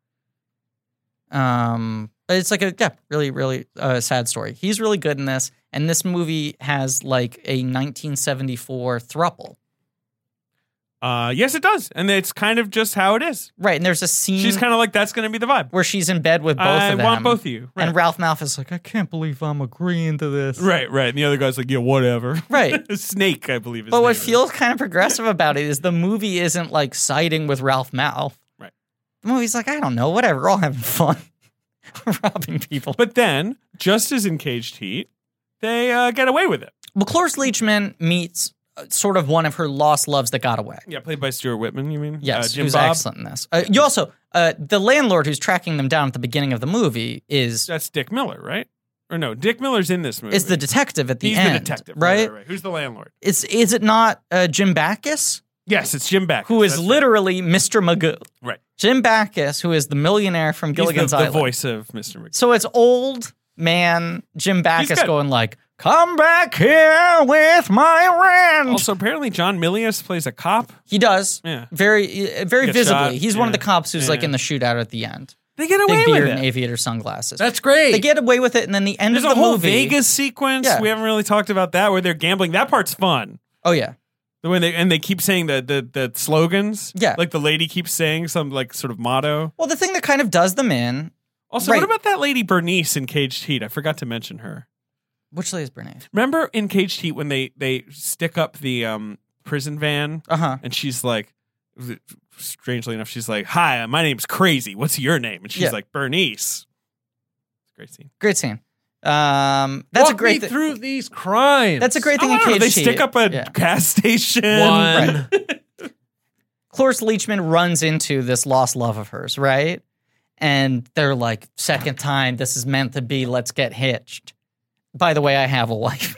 Speaker 4: Um, but it's like a yeah, really, really uh, sad story. He's really good in this, and this movie has like a 1974 thruple,
Speaker 3: uh, yes, it does, and it's kind of just how it is.
Speaker 4: right? And there's a scene
Speaker 3: She's kind of like, "That's going to be the vibe."
Speaker 4: where she's in bed Mm. with both
Speaker 3: I
Speaker 4: of them.
Speaker 3: want both of you. Right.
Speaker 4: And Ralph Malph is like, I can't believe I'm agreeing to this.
Speaker 3: right, right. And the other guy's like, "Yeah, whatever."
Speaker 4: Right.
Speaker 3: Snake, I believe. His
Speaker 4: But
Speaker 3: name
Speaker 4: what
Speaker 3: is.
Speaker 4: feels kind of progressive about it is the movie isn't like siding with Ralph Malph.
Speaker 3: Right.
Speaker 4: The movie's like, I don't know, whatever. We're all having fun, We're robbing people. But
Speaker 3: But then, just as in Caged Heat, they uh, get away with it.
Speaker 4: well, Cloris Leachman meets uh, sort of one of her lost loves that got away.
Speaker 3: Yeah, played by Stuart Whitman. You mean?
Speaker 4: Yes,
Speaker 3: uh, Jim
Speaker 4: who's
Speaker 3: Bob.
Speaker 4: excellent in this. Uh, you also uh, the landlord who's tracking them down at the beginning of the movie is
Speaker 3: That's Dick Miller, right? Or no, Dick Miller's in this movie.
Speaker 4: is the detective at the
Speaker 3: He's
Speaker 4: end,
Speaker 3: the detective,
Speaker 4: right?
Speaker 3: right, right. Who's the landlord?
Speaker 4: Is is it not uh, Jim Backus
Speaker 3: Yes, it's Jim Beck,
Speaker 4: who is literally Mr. Magoo?
Speaker 3: Right.
Speaker 4: Jim Backus, who is the millionaire from
Speaker 3: He's
Speaker 4: Gilligan's
Speaker 3: the, the
Speaker 4: Island.
Speaker 3: voice of Mr. Mc-
Speaker 4: So it's old man Jim Backus
Speaker 3: good.
Speaker 4: going like, "Come back here with my rent."
Speaker 3: Also, apparently, John Milius plays a cop.
Speaker 4: he does
Speaker 3: Yeah.
Speaker 4: very, uh, very
Speaker 3: Gets
Speaker 4: visibly.
Speaker 3: shot,
Speaker 4: He's one of
Speaker 3: yeah,
Speaker 4: the cops who's like
Speaker 3: yeah.
Speaker 4: in the shootout at the end.
Speaker 3: They get away
Speaker 4: Big
Speaker 3: with
Speaker 4: beard
Speaker 3: it.
Speaker 4: and aviator sunglasses.
Speaker 5: That's great.
Speaker 4: they get away with it, and then the end
Speaker 3: There's
Speaker 4: of
Speaker 3: a
Speaker 4: the
Speaker 3: whole
Speaker 4: movie.
Speaker 3: Vegas sequence.
Speaker 4: Yeah.
Speaker 3: We haven't really talked about that where they're gambling. That part's fun.
Speaker 4: Oh yeah,
Speaker 3: The way they and they keep saying the the, the slogans.
Speaker 4: Yeah.
Speaker 3: Like the lady keeps saying some like sort of motto.
Speaker 4: Well, the thing that kind of does them in,
Speaker 3: Also,
Speaker 4: Right.
Speaker 3: what about that lady Bernice in Caged Heat? I forgot to mention her.
Speaker 4: which lady is Bernice?
Speaker 3: Remember in Caged Heat when they they stick up the um prison van
Speaker 4: Uh huh.
Speaker 3: and she's like strangely enough she's like hi uh, my name's crazy what's your name and she's
Speaker 4: Yeah.
Speaker 3: like bernice great scene
Speaker 4: Great scene. Um, that's
Speaker 5: Walk
Speaker 4: a great thi-
Speaker 5: me through these crimes.
Speaker 4: That's a great thing
Speaker 3: Oh, I
Speaker 4: in
Speaker 3: don't know,
Speaker 4: Cage
Speaker 3: they
Speaker 4: Heat.
Speaker 3: stick up a
Speaker 4: Yeah.
Speaker 3: gas station
Speaker 5: one.
Speaker 4: Cloris Leachman runs into this lost love of hers, right? And they're like, second time, this is meant to be, let's get hitched. By the way, I have a wife.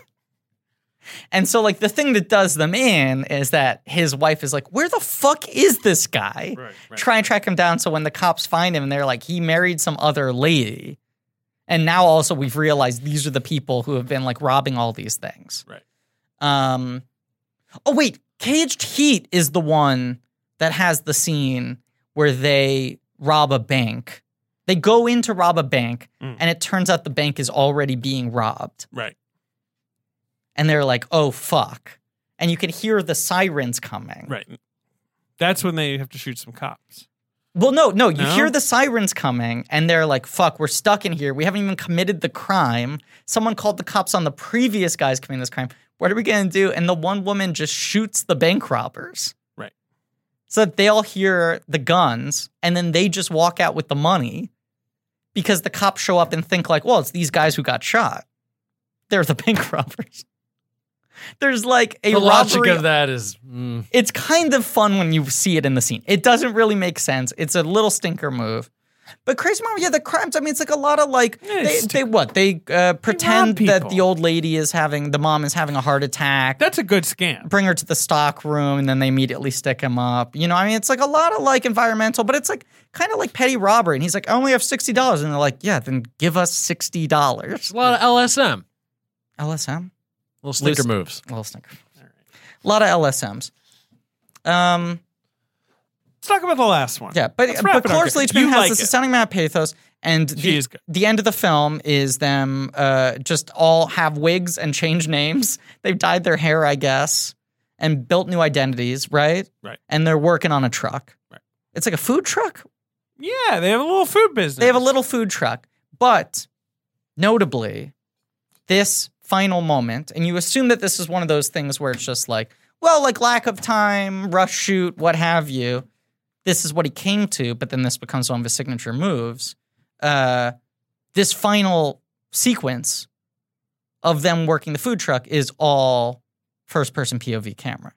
Speaker 4: and so, like, the thing that does them in is that his wife is like, where the fuck is this guy?
Speaker 3: Right, right.
Speaker 4: Try and track him down. So when the cops find him, they're like, he married some other lady. And now also we've realized these are the people who have been like robbing all these things.
Speaker 3: Right.
Speaker 4: Um, oh wait, Caged Heat is the one that has the scene where they rob a bank. They go in to rob a bank,
Speaker 3: Mm.
Speaker 4: and it turns out the bank is already being robbed.
Speaker 3: right
Speaker 4: And they're like, oh, fuck. And you can hear the sirens coming.
Speaker 3: right that's when they have to shoot some cops
Speaker 4: Well, no, no, you
Speaker 3: No?
Speaker 4: hear the sirens coming, and they're like, fuck, we're stuck in here. We haven't even committed the crime. Someone called the cops on the previous guys committing this crime. What are we going to do? And the one woman just shoots the bank robbers.
Speaker 3: Right.
Speaker 4: So that they'll hear the guns, and then they just walk out with the money because the cops show up and think, like, well, it's these guys who got shot. They're the bank robbers. There's like a
Speaker 5: The logic
Speaker 4: robbery
Speaker 5: of that is mm,
Speaker 4: it's kind of fun when you see it in the scene. It doesn't really make sense. It's a little stinker move. But Crazy Mama, yeah, the crimes. I mean, it's like a lot of like they,
Speaker 3: it's
Speaker 4: they what they uh, pretend that
Speaker 3: people.
Speaker 4: the old lady is having the mom is having a heart attack.
Speaker 3: that's a good scam
Speaker 4: bring her to the stock room and then they immediately stick him up. You know, I mean, it's like a lot of like environmental, but it's like kind of like petty robbery. And he's like, I only have sixty dollars, and they're like, Yeah, then give us sixty
Speaker 5: it's
Speaker 4: dollars.
Speaker 5: a lot of LSM.
Speaker 4: LSM.
Speaker 5: Little stinker
Speaker 4: Loose-
Speaker 5: moves.
Speaker 4: Little stinker. A lot of LSMs. Um.
Speaker 3: let's talk about the last one
Speaker 4: Yeah, but
Speaker 3: Let's wrap it
Speaker 4: but
Speaker 3: up
Speaker 4: Cloris
Speaker 3: here.
Speaker 4: Leachman
Speaker 3: You
Speaker 4: has
Speaker 3: like
Speaker 4: this
Speaker 3: it.
Speaker 4: astounding amount of pathos, and
Speaker 3: She
Speaker 4: the,
Speaker 3: is good.
Speaker 4: the end of the film is them uh, just all have wigs and change names. They've dyed their hair, I guess, and built new identities, right?
Speaker 3: Right.
Speaker 4: And they're working on a truck.
Speaker 3: Right.
Speaker 4: It's like a food truck.
Speaker 3: yeah they have a little food business
Speaker 4: They have a little food truck, but notably, this final moment, and you assume that this is one of those things where it's just like, well, like lack of time, rush shoot, what have you. This is what he came to, but then this becomes one of his signature moves. Uh, this final sequence of them working the food truck is all first person POV camera,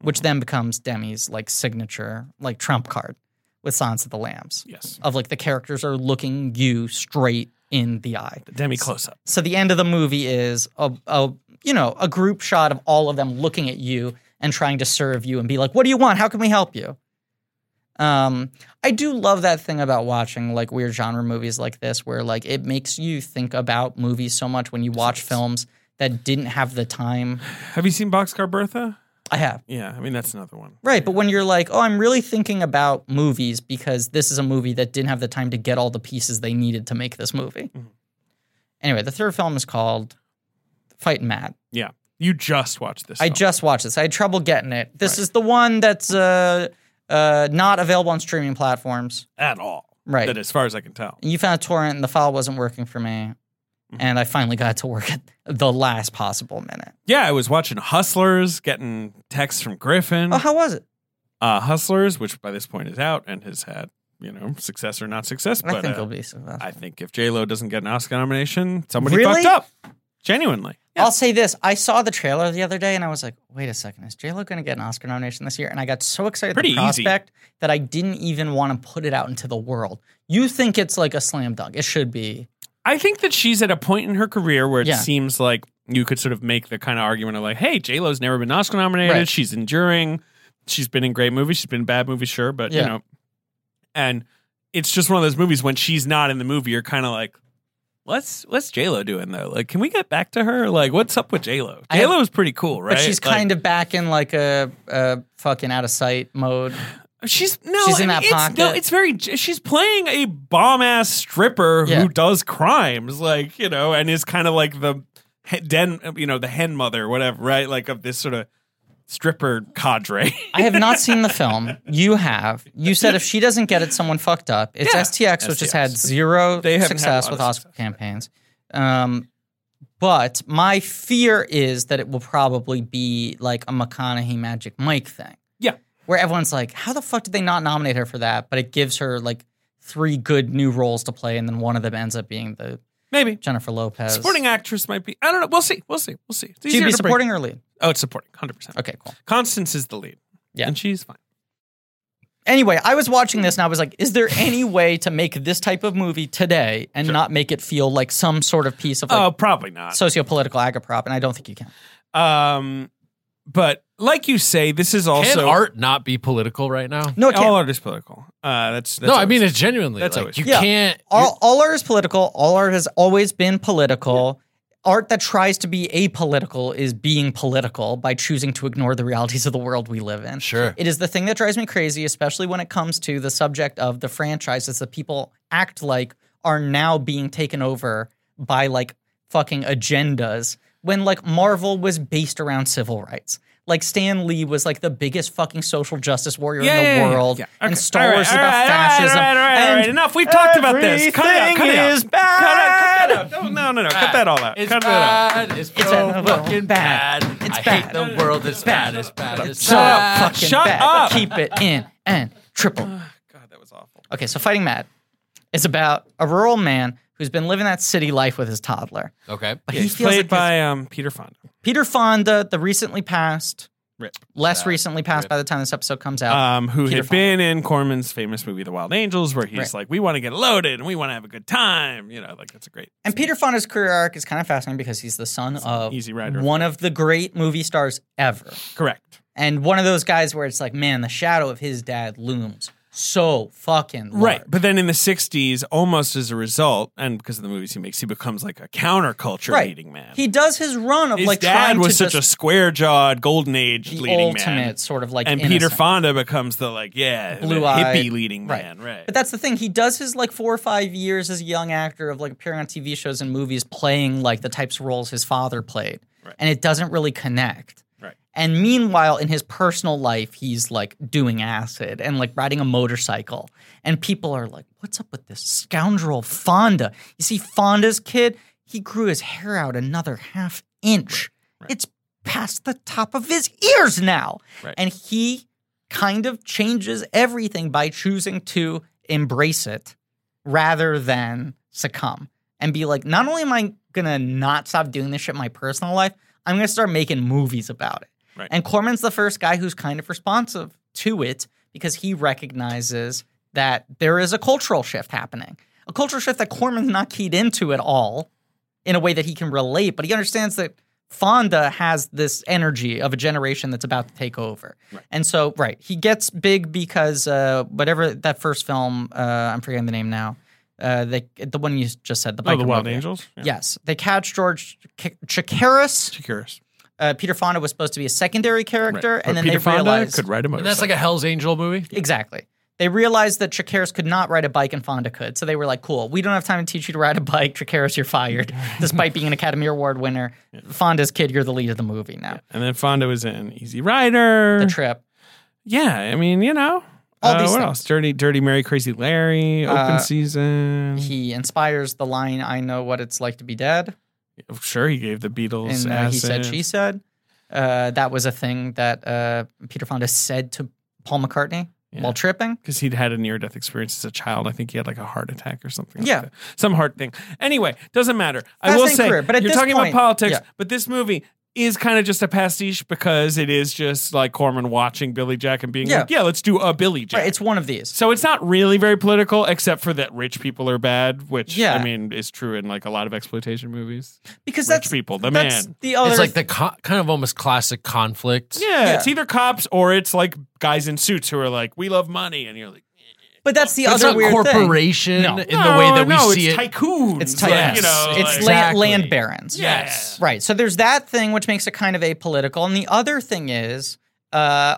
Speaker 4: which then becomes Demi's like signature, like trump card with Silence of the Lambs
Speaker 3: yes
Speaker 4: of like the characters are looking you straight in the eye.
Speaker 3: the demi close-up
Speaker 4: So the end of the movie is a, a you know a group shot of all of them looking at you and trying to serve you and be like, "What do you want? How can we help you?" Um, I do love that thing about watching like weird genre movies like this, where like it makes you think about movies so much when you watch films that didn't have the time.
Speaker 3: have you seen boxcar bertha
Speaker 4: I have.
Speaker 3: yeah i mean that's another one
Speaker 4: Right, but when you're like, oh, I'm really thinking about movies because this is a movie that didn't have the time to get all the pieces they needed to make this movie.
Speaker 3: Mm-hmm.
Speaker 4: Anyway, the third film is called Fight Mad.
Speaker 3: yeah you just watched this
Speaker 4: I
Speaker 3: film.
Speaker 4: just watched this. I had trouble getting it. This is the one that's uh, uh, not available on streaming platforms.
Speaker 3: at all
Speaker 4: Right.
Speaker 3: that as far as i can tell
Speaker 4: You found a torrent and the file wasn't working for me.
Speaker 3: Mm-hmm.
Speaker 4: And I finally got to work at the last possible minute.
Speaker 3: Yeah, I was watching Hustlers, getting texts from Griffin.
Speaker 4: Oh, how was it?
Speaker 3: Uh, Hustlers, which by this point is out and has had, you know, success or not success. But
Speaker 4: I think
Speaker 3: uh,
Speaker 4: it'll be successful.
Speaker 3: I think if J Lo doesn't get an Oscar nomination, somebody
Speaker 4: Really?
Speaker 3: fucked up. Genuinely.
Speaker 4: I'll say this: I saw the trailer the other day, and I was like, "Wait a second, is J Lo going to get an Oscar nomination this year?" And I got so excited at
Speaker 3: Pretty
Speaker 4: the
Speaker 3: easy.
Speaker 4: prospect that I didn't even want to put it out into the world. You think it's like a slam dunk? It should be.
Speaker 3: I think that she's at a point in her career where it
Speaker 4: Yeah.
Speaker 3: seems like you could sort of make the kind of argument of like, hey, J Lo's never been Oscar nominated.
Speaker 4: Right.
Speaker 3: She's enduring. She's been in great movies. She's been in bad movies, sure, but you
Speaker 4: Yeah.
Speaker 3: know, and it's just one of those movies when she's not in the movie, you're kind of like, what's what's J Lo doing though? Like, can we get back to her? Like, what's up with J Lo?
Speaker 4: I
Speaker 3: J
Speaker 4: have-
Speaker 3: Lo is pretty cool, right?
Speaker 4: But she's kind of back in like a, a fucking out of sight mode.
Speaker 3: of she's no,
Speaker 4: she's in
Speaker 3: I mean,
Speaker 4: that
Speaker 3: it's- No,
Speaker 4: pocket.
Speaker 3: it's very. She's playing a bomb ass stripper
Speaker 4: Yeah.
Speaker 3: who does crimes, like you know, and is kind of like the he- den, you know, the hen mother, whatever, right? Like of this sort of stripper cadre.
Speaker 4: I have not seen the film. You have. You said if she doesn't get it, someone fucked up. It's
Speaker 3: Yeah.
Speaker 4: STX, which has had
Speaker 3: STX.
Speaker 4: zero
Speaker 3: They haven't had a
Speaker 4: success
Speaker 3: lot
Speaker 4: with
Speaker 3: of
Speaker 4: Oscar campaigns. Um, but my fear is that it will probably be like a McConaughey Magic Mike thing.
Speaker 3: Yeah.
Speaker 4: Where everyone's like, how the fuck did they not nominate her for that? But it gives her like three good new roles to play, and then one of them ends up being the
Speaker 3: Maybe
Speaker 4: Jennifer Lopez.
Speaker 3: supporting actress might be. I don't know. We'll see. We'll see. We'll see. It's
Speaker 4: She'd
Speaker 3: easier
Speaker 4: be
Speaker 3: to break-
Speaker 4: supporting or lead.
Speaker 3: Oh, it's supporting. Hundred percent.
Speaker 4: Okay, cool.
Speaker 3: Constance is the lead.
Speaker 4: Yeah.
Speaker 3: and she's fine.
Speaker 4: anyway, I was watching this and I was like, is there any way to make this type of movie today and not make it feel like some sort of piece of
Speaker 3: Oh,
Speaker 4: like
Speaker 3: probably not.
Speaker 4: sociopolitical agaprop? And I don't think you can.
Speaker 3: Um, but like you say, this is also
Speaker 5: Can art not be political right now?
Speaker 4: No, it
Speaker 3: all
Speaker 4: can't.
Speaker 3: art is political. Uh, that's, that's
Speaker 5: no, I
Speaker 3: always-
Speaker 5: mean it's genuinely.
Speaker 3: That's
Speaker 5: That's
Speaker 3: always-
Speaker 5: like, you
Speaker 4: Yeah.
Speaker 5: can't. you-
Speaker 4: All, all art is political. All art has always been political. Art that tries to be apolitical is being political by choosing to ignore the realities of the world we live in.
Speaker 5: Sure.
Speaker 4: It is the thing that drives me crazy, especially when it comes to the subject of the franchises that people act like are now being taken over by like fucking agendas when like Marvel was based around civil rights. Like Stan Lee was like the biggest fucking social justice warrior
Speaker 3: Yeah,
Speaker 4: in the
Speaker 3: yeah, yeah,
Speaker 4: world,
Speaker 3: yeah. Okay.
Speaker 4: and Star
Speaker 3: All right,
Speaker 4: Wars is
Speaker 3: all
Speaker 4: about
Speaker 3: right, all right,
Speaker 4: fascism.
Speaker 3: All right, all right, all
Speaker 4: and
Speaker 3: right. Enough. We've talked about this. Cut it out. Cut it
Speaker 1: Everything
Speaker 3: out.
Speaker 1: is
Speaker 3: Cut it out. Cut it out. Don't- No, no, no. Cut that all out.
Speaker 5: It's
Speaker 3: Cut that out.
Speaker 5: bad. It's,
Speaker 4: It's
Speaker 5: so
Speaker 4: bad.
Speaker 5: fucking
Speaker 4: Bad.
Speaker 5: bad.
Speaker 4: It's
Speaker 5: I
Speaker 4: bad.
Speaker 5: hate the world. It's bad. It's bad. It's
Speaker 4: Shut up,
Speaker 5: bad.
Speaker 4: fucking
Speaker 3: Shut
Speaker 4: bad.
Speaker 3: up.
Speaker 4: Keep it in and triple.
Speaker 3: God, that was awful.
Speaker 4: Okay, so Fighting Mad is about a rural man who's been living that city life with his toddler.
Speaker 5: Okay.
Speaker 4: But
Speaker 3: Yeah,
Speaker 4: he
Speaker 3: he's
Speaker 4: feels
Speaker 3: played
Speaker 4: like his-
Speaker 3: by um, Peter Fonda.
Speaker 4: Peter Fonda, the recently passed,
Speaker 3: Rip.
Speaker 4: less
Speaker 5: Sad.
Speaker 4: recently passed by the time this episode comes out.
Speaker 3: Um, who
Speaker 4: Peter
Speaker 3: had
Speaker 4: Fonda.
Speaker 3: been in Corman's famous movie, The Wild Angels, where he's
Speaker 4: Right.
Speaker 3: like, we want to get loaded and we want to have a good time. You know, like, that's a great.
Speaker 4: and Peter Fonda's career arc is kind of fascinating because he's the son of
Speaker 3: Easy Rider.
Speaker 4: one of the great movie stars ever.
Speaker 3: Correct.
Speaker 4: And one of those guys where it's like, man, the shadow of his dad looms so fucking large.
Speaker 3: Right. But then in the 60s, almost as a result, and because of the movies he makes, he becomes like a counterculture
Speaker 4: Right.
Speaker 3: leading man.
Speaker 4: He does his run of
Speaker 3: His
Speaker 4: like
Speaker 3: dad
Speaker 4: trying
Speaker 3: was
Speaker 4: to
Speaker 3: such a
Speaker 4: just
Speaker 3: square jawed, golden age
Speaker 4: the
Speaker 3: leading
Speaker 4: ultimate
Speaker 3: man.
Speaker 4: sort of like
Speaker 3: and Peter
Speaker 4: innocent.
Speaker 3: Fonda becomes the like yeah the
Speaker 4: Blue-eyed-
Speaker 3: hippie leading
Speaker 4: right.
Speaker 3: man right
Speaker 4: But that's the thing. He does his like four or five years as a young actor of like appearing on TV shows and movies, playing like the types of roles his father played,
Speaker 3: Right.
Speaker 4: and it doesn't really connect.
Speaker 3: Right.
Speaker 4: And meanwhile, in his personal life, he's like doing acid and like riding a motorcycle, and people are like, "What's up with this scoundrel Fonda?" You see, Fonda's kid, he grew his hair out another half inch. It's past the top of his ears now,
Speaker 3: Right.
Speaker 4: and he kind of changes everything by choosing to embrace it rather than succumb and be like, not only am I gonna not stop doing this shit in my personal life, I'm gonna start making movies about it.
Speaker 3: Right.
Speaker 4: And Corman's the first guy who's kind of responsive to it because he recognizes that there is a cultural shift happening, a cultural shift that Corman's not keyed into at all in a way that he can relate, but he understands that Fonda has this energy of a generation that's about to take over. And so, right, he gets big because uh, whatever that first film, uh, I'm forgetting the name now, uh, they, the one you just said, the
Speaker 3: oh
Speaker 4: Biker
Speaker 3: the Wild
Speaker 4: Mafia.
Speaker 3: Angels
Speaker 4: Yes, they catch George Ch- Chikaris.
Speaker 3: Securus
Speaker 4: Uh, Peter Fonda was supposed to be a secondary character, and then
Speaker 3: Peter
Speaker 4: they
Speaker 3: Fonda
Speaker 4: realized
Speaker 3: could ride a motorcycle
Speaker 5: And that's like a Hell's Angel movie.
Speaker 4: Exactly. They realized that Tracaris could not ride a bike and Fonda could. So they were like, cool, we don't have time to teach you to ride a bike. Tracaris, you're fired. Despite being an Academy Award winner, Fonda's kid, you're the lead of the movie now.
Speaker 3: and then Fonda was in Easy Rider
Speaker 4: The trip.
Speaker 3: Mm-hmm. yeah I mean you know
Speaker 4: All
Speaker 3: Uh,
Speaker 4: these
Speaker 3: what
Speaker 4: things.
Speaker 3: else Dirty Dirty Mary Crazy Larry
Speaker 4: Uh,
Speaker 3: Open Season
Speaker 4: He inspires the line, I know what it's like to be dead.
Speaker 3: sure he gave the Beatles
Speaker 4: And uh,
Speaker 3: acid.
Speaker 4: he said, she said. Uh, that was a thing that uh, Peter Fonda said to Paul McCartney
Speaker 3: Yeah.
Speaker 4: while tripping.
Speaker 3: because he'd had a near death experience as a child. I think he had like a heart attack or something. like
Speaker 4: Yeah.
Speaker 3: that. some heart thing. Anyway, doesn't matter. I
Speaker 4: Fascinating
Speaker 3: will say,
Speaker 4: career, but at
Speaker 3: you're
Speaker 4: this
Speaker 3: talking
Speaker 4: point-
Speaker 3: about politics,
Speaker 4: yeah.
Speaker 3: but this movie is kind of just a pastiche because it is just like Corman watching Billy Jack and being
Speaker 4: Yeah.
Speaker 3: like, yeah, let's do a Billy Jack.
Speaker 4: Right, it's one of these.
Speaker 3: so it's not really very political, except for that rich people are bad, which
Speaker 4: Yeah.
Speaker 3: I mean is true in like a lot of exploitation movies.
Speaker 4: Because
Speaker 3: Rich
Speaker 4: that's
Speaker 3: people, the
Speaker 4: that's
Speaker 3: man.
Speaker 4: The other
Speaker 5: it's like the co- kind of almost classic conflict.
Speaker 3: Yeah,
Speaker 4: Oh, Yeah.
Speaker 3: it's either cops or it's like guys in suits who are like, "We love money," and you're like,
Speaker 4: But that's the
Speaker 5: But it's
Speaker 4: other
Speaker 5: not
Speaker 4: weird thing.
Speaker 5: corporation
Speaker 2: No.
Speaker 5: in the way that we
Speaker 3: no,
Speaker 5: see
Speaker 3: it's
Speaker 5: it.
Speaker 3: Tycoons,
Speaker 4: It's
Speaker 3: like,
Speaker 4: titans.
Speaker 3: you know,
Speaker 4: it's
Speaker 3: like-
Speaker 4: la-
Speaker 5: Exactly.
Speaker 4: land barons.
Speaker 3: Yes.
Speaker 4: Right. So there's that thing which makes it kind of apolitical. And the other thing is, uh,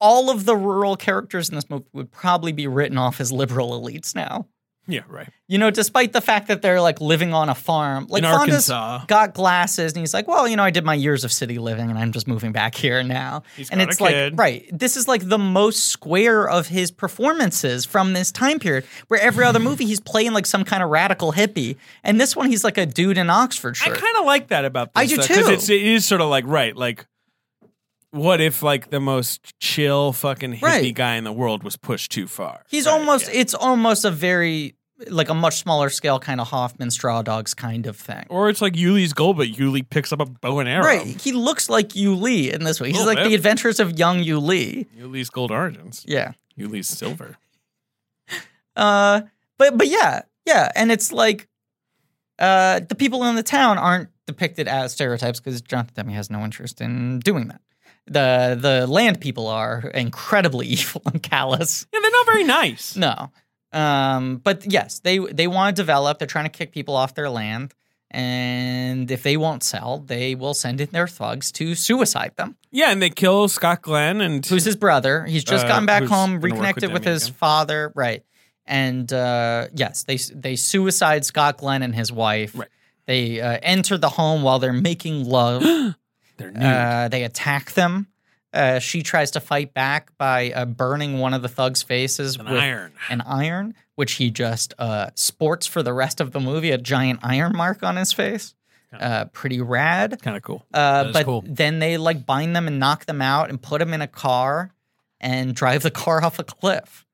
Speaker 4: all of the rural characters in this movie would probably be written off as liberal elites now.
Speaker 3: Yeah, right.
Speaker 4: You know, despite the fact that they're like living on a farm. Like
Speaker 3: In
Speaker 4: Fonda's
Speaker 3: Arkansas.
Speaker 4: got glasses and he's like, Well, you know, I did my years of city living and I'm just moving back here now.
Speaker 3: He's
Speaker 4: and
Speaker 3: got a
Speaker 4: it's like
Speaker 3: kid.
Speaker 4: right. This is like the most square of his performances from this time period, where every other movie he's playing like some kind of radical hippie. And this one he's like a dude in Oxford
Speaker 3: I
Speaker 4: shirt.
Speaker 3: kind of like that about this.
Speaker 4: I do
Speaker 3: though,
Speaker 4: too.
Speaker 3: It's, it is sort of like, right, like, what if, like, the most chill fucking hippie
Speaker 4: Right.
Speaker 3: guy in the world was pushed too far?
Speaker 4: He's
Speaker 3: Right,
Speaker 4: almost
Speaker 3: yeah.
Speaker 4: it's almost a very like a much smaller scale kind of Hoffman straw dogs kind of thing.
Speaker 3: Or it's like Yuli's gold, but Yuli picks up a bow and arrow.
Speaker 4: Right. He looks like Yu Lee in this way. He's
Speaker 3: Little
Speaker 4: like
Speaker 3: bit.
Speaker 4: the adventures of young Yu Lee.
Speaker 3: Yuli's gold origins.
Speaker 4: Yeah.
Speaker 3: Yuli's silver.
Speaker 4: Uh but but yeah, yeah. And it's like uh the people in the town aren't depicted as stereotypes because Jonathan Demme has no interest in doing that. The the land people are incredibly evil and callous.
Speaker 3: Yeah, they're not very nice.
Speaker 4: No. Um, but yes, they they want to develop. They're trying to kick people off their land, and if they won't sell, they will send in their thugs to suicide them.
Speaker 3: Yeah, and they kill Scott Glenn and
Speaker 4: Who's his brother? He's just
Speaker 3: Uh,
Speaker 4: gotten back
Speaker 3: who's
Speaker 4: home,
Speaker 3: gonna work with
Speaker 4: reconnected with,
Speaker 3: Demi
Speaker 4: his
Speaker 3: again.
Speaker 4: father, right? And uh, yes, they they suicide Scott Glenn and his wife.
Speaker 3: Right.
Speaker 4: They uh, enter the home while they're making love.
Speaker 3: they're nude.
Speaker 4: Uh, they attack them. Uh, she tries to fight back by uh, burning one of the thugs' faces
Speaker 3: an
Speaker 4: with
Speaker 3: iron.
Speaker 4: an iron, which he just uh, sports for the rest of the movie, a giant iron mark on his face. Uh, pretty rad.
Speaker 3: Kind of cool.
Speaker 4: Uh,
Speaker 5: is
Speaker 4: but
Speaker 5: cool.
Speaker 4: then they like bind them and knock them out and put them in a car and drive the car off a cliff.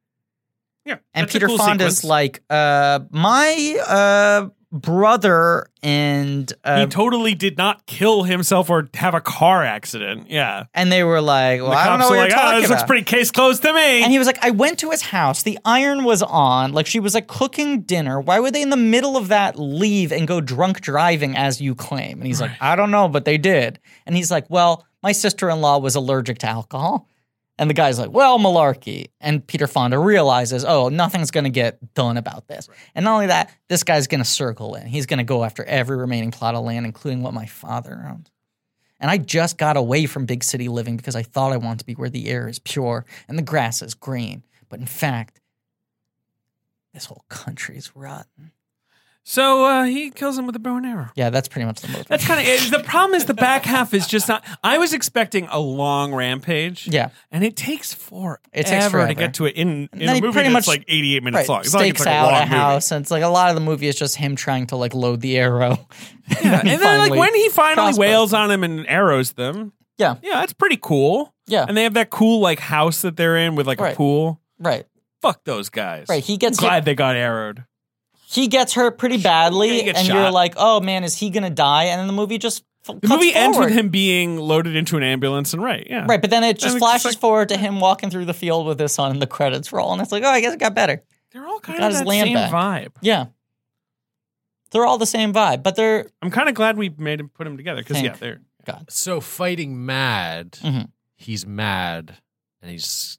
Speaker 3: Yeah.
Speaker 4: And
Speaker 3: that's a
Speaker 4: Peter
Speaker 3: cool
Speaker 4: Fonda's
Speaker 3: sequence.
Speaker 4: like, uh, my uh, brother and
Speaker 3: he
Speaker 4: uh,
Speaker 3: totally did not kill himself or have a car accident. Yeah.
Speaker 4: and they were like, well,
Speaker 3: the
Speaker 4: I don't
Speaker 3: cops
Speaker 4: know
Speaker 3: are
Speaker 4: what
Speaker 3: like,
Speaker 4: you're
Speaker 3: ah,
Speaker 4: talking
Speaker 3: this looks
Speaker 4: about.
Speaker 3: pretty case closed to me.
Speaker 4: And he was like, I went to his house. The iron was on. Like she was like cooking dinner. Why would they in the middle of that leave and go drunk driving as you claim? And he's like, I don't know, but they did. And he's like, Well, my sister in law was allergic to alcohol. And the guy's like, Well, malarkey. And Peter Fonda realizes, Oh, nothing's going to get done about this. And not only that, this guy's going to circle in. He's going to go after every remaining plot of land, including what my father owned. And I just got away from big city living because I thought I wanted to be where the air is pure and the grass is green. But in fact, this whole country's rotten.
Speaker 3: So uh, he kills him with a bow and arrow.
Speaker 4: Yeah, that's pretty much the movie.
Speaker 3: That's kind of it. The problem is the back half is just not. I was expecting a long rampage.
Speaker 4: Yeah.
Speaker 3: and it takes forever,
Speaker 4: It takes forever.
Speaker 3: to get to it in, in
Speaker 4: then
Speaker 3: a
Speaker 4: he
Speaker 3: movie
Speaker 4: pretty
Speaker 3: that's
Speaker 4: much-
Speaker 3: like eighty eight minutes
Speaker 4: Right,
Speaker 3: long. It's not like
Speaker 4: stakes
Speaker 3: it's like a
Speaker 4: out
Speaker 3: long
Speaker 4: a house, and it's like a lot of the movie is just him trying to like load the arrow.
Speaker 3: Movie. And then like
Speaker 4: finally
Speaker 3: when he finally
Speaker 4: crossbows.
Speaker 3: wails on him and arrows them.
Speaker 4: Yeah.
Speaker 3: yeah, that's pretty cool.
Speaker 4: Yeah.
Speaker 3: and they have that cool like house that they're in with like
Speaker 4: Right.
Speaker 3: a pool.
Speaker 4: Right,
Speaker 3: Fuck those guys.
Speaker 4: right. He gets
Speaker 3: glad they got arrowed.
Speaker 4: he gets hurt pretty badly,
Speaker 3: He gets
Speaker 4: and you're
Speaker 3: shot.
Speaker 4: like, oh man, is he gonna die? And then the movie just f-
Speaker 3: The
Speaker 4: cuts
Speaker 3: movie ends with
Speaker 4: forward.
Speaker 3: him being loaded into an ambulance and right. Yeah,
Speaker 4: Right, but then it just
Speaker 3: it's
Speaker 4: flashes
Speaker 3: like-
Speaker 4: forward to him walking through the field with this on, and the credits roll, and it's like, oh, I guess it got better.
Speaker 3: They're all kind
Speaker 4: got
Speaker 3: of
Speaker 4: his
Speaker 3: that
Speaker 4: land
Speaker 3: same
Speaker 4: back.
Speaker 3: vibe.
Speaker 4: Yeah. They're all the same vibe, but they're
Speaker 3: I'm kind of glad we made him put him together because
Speaker 4: Thank
Speaker 3: yeah, they're
Speaker 5: So fighting mad,
Speaker 4: Mhm.
Speaker 5: he's mad, and he's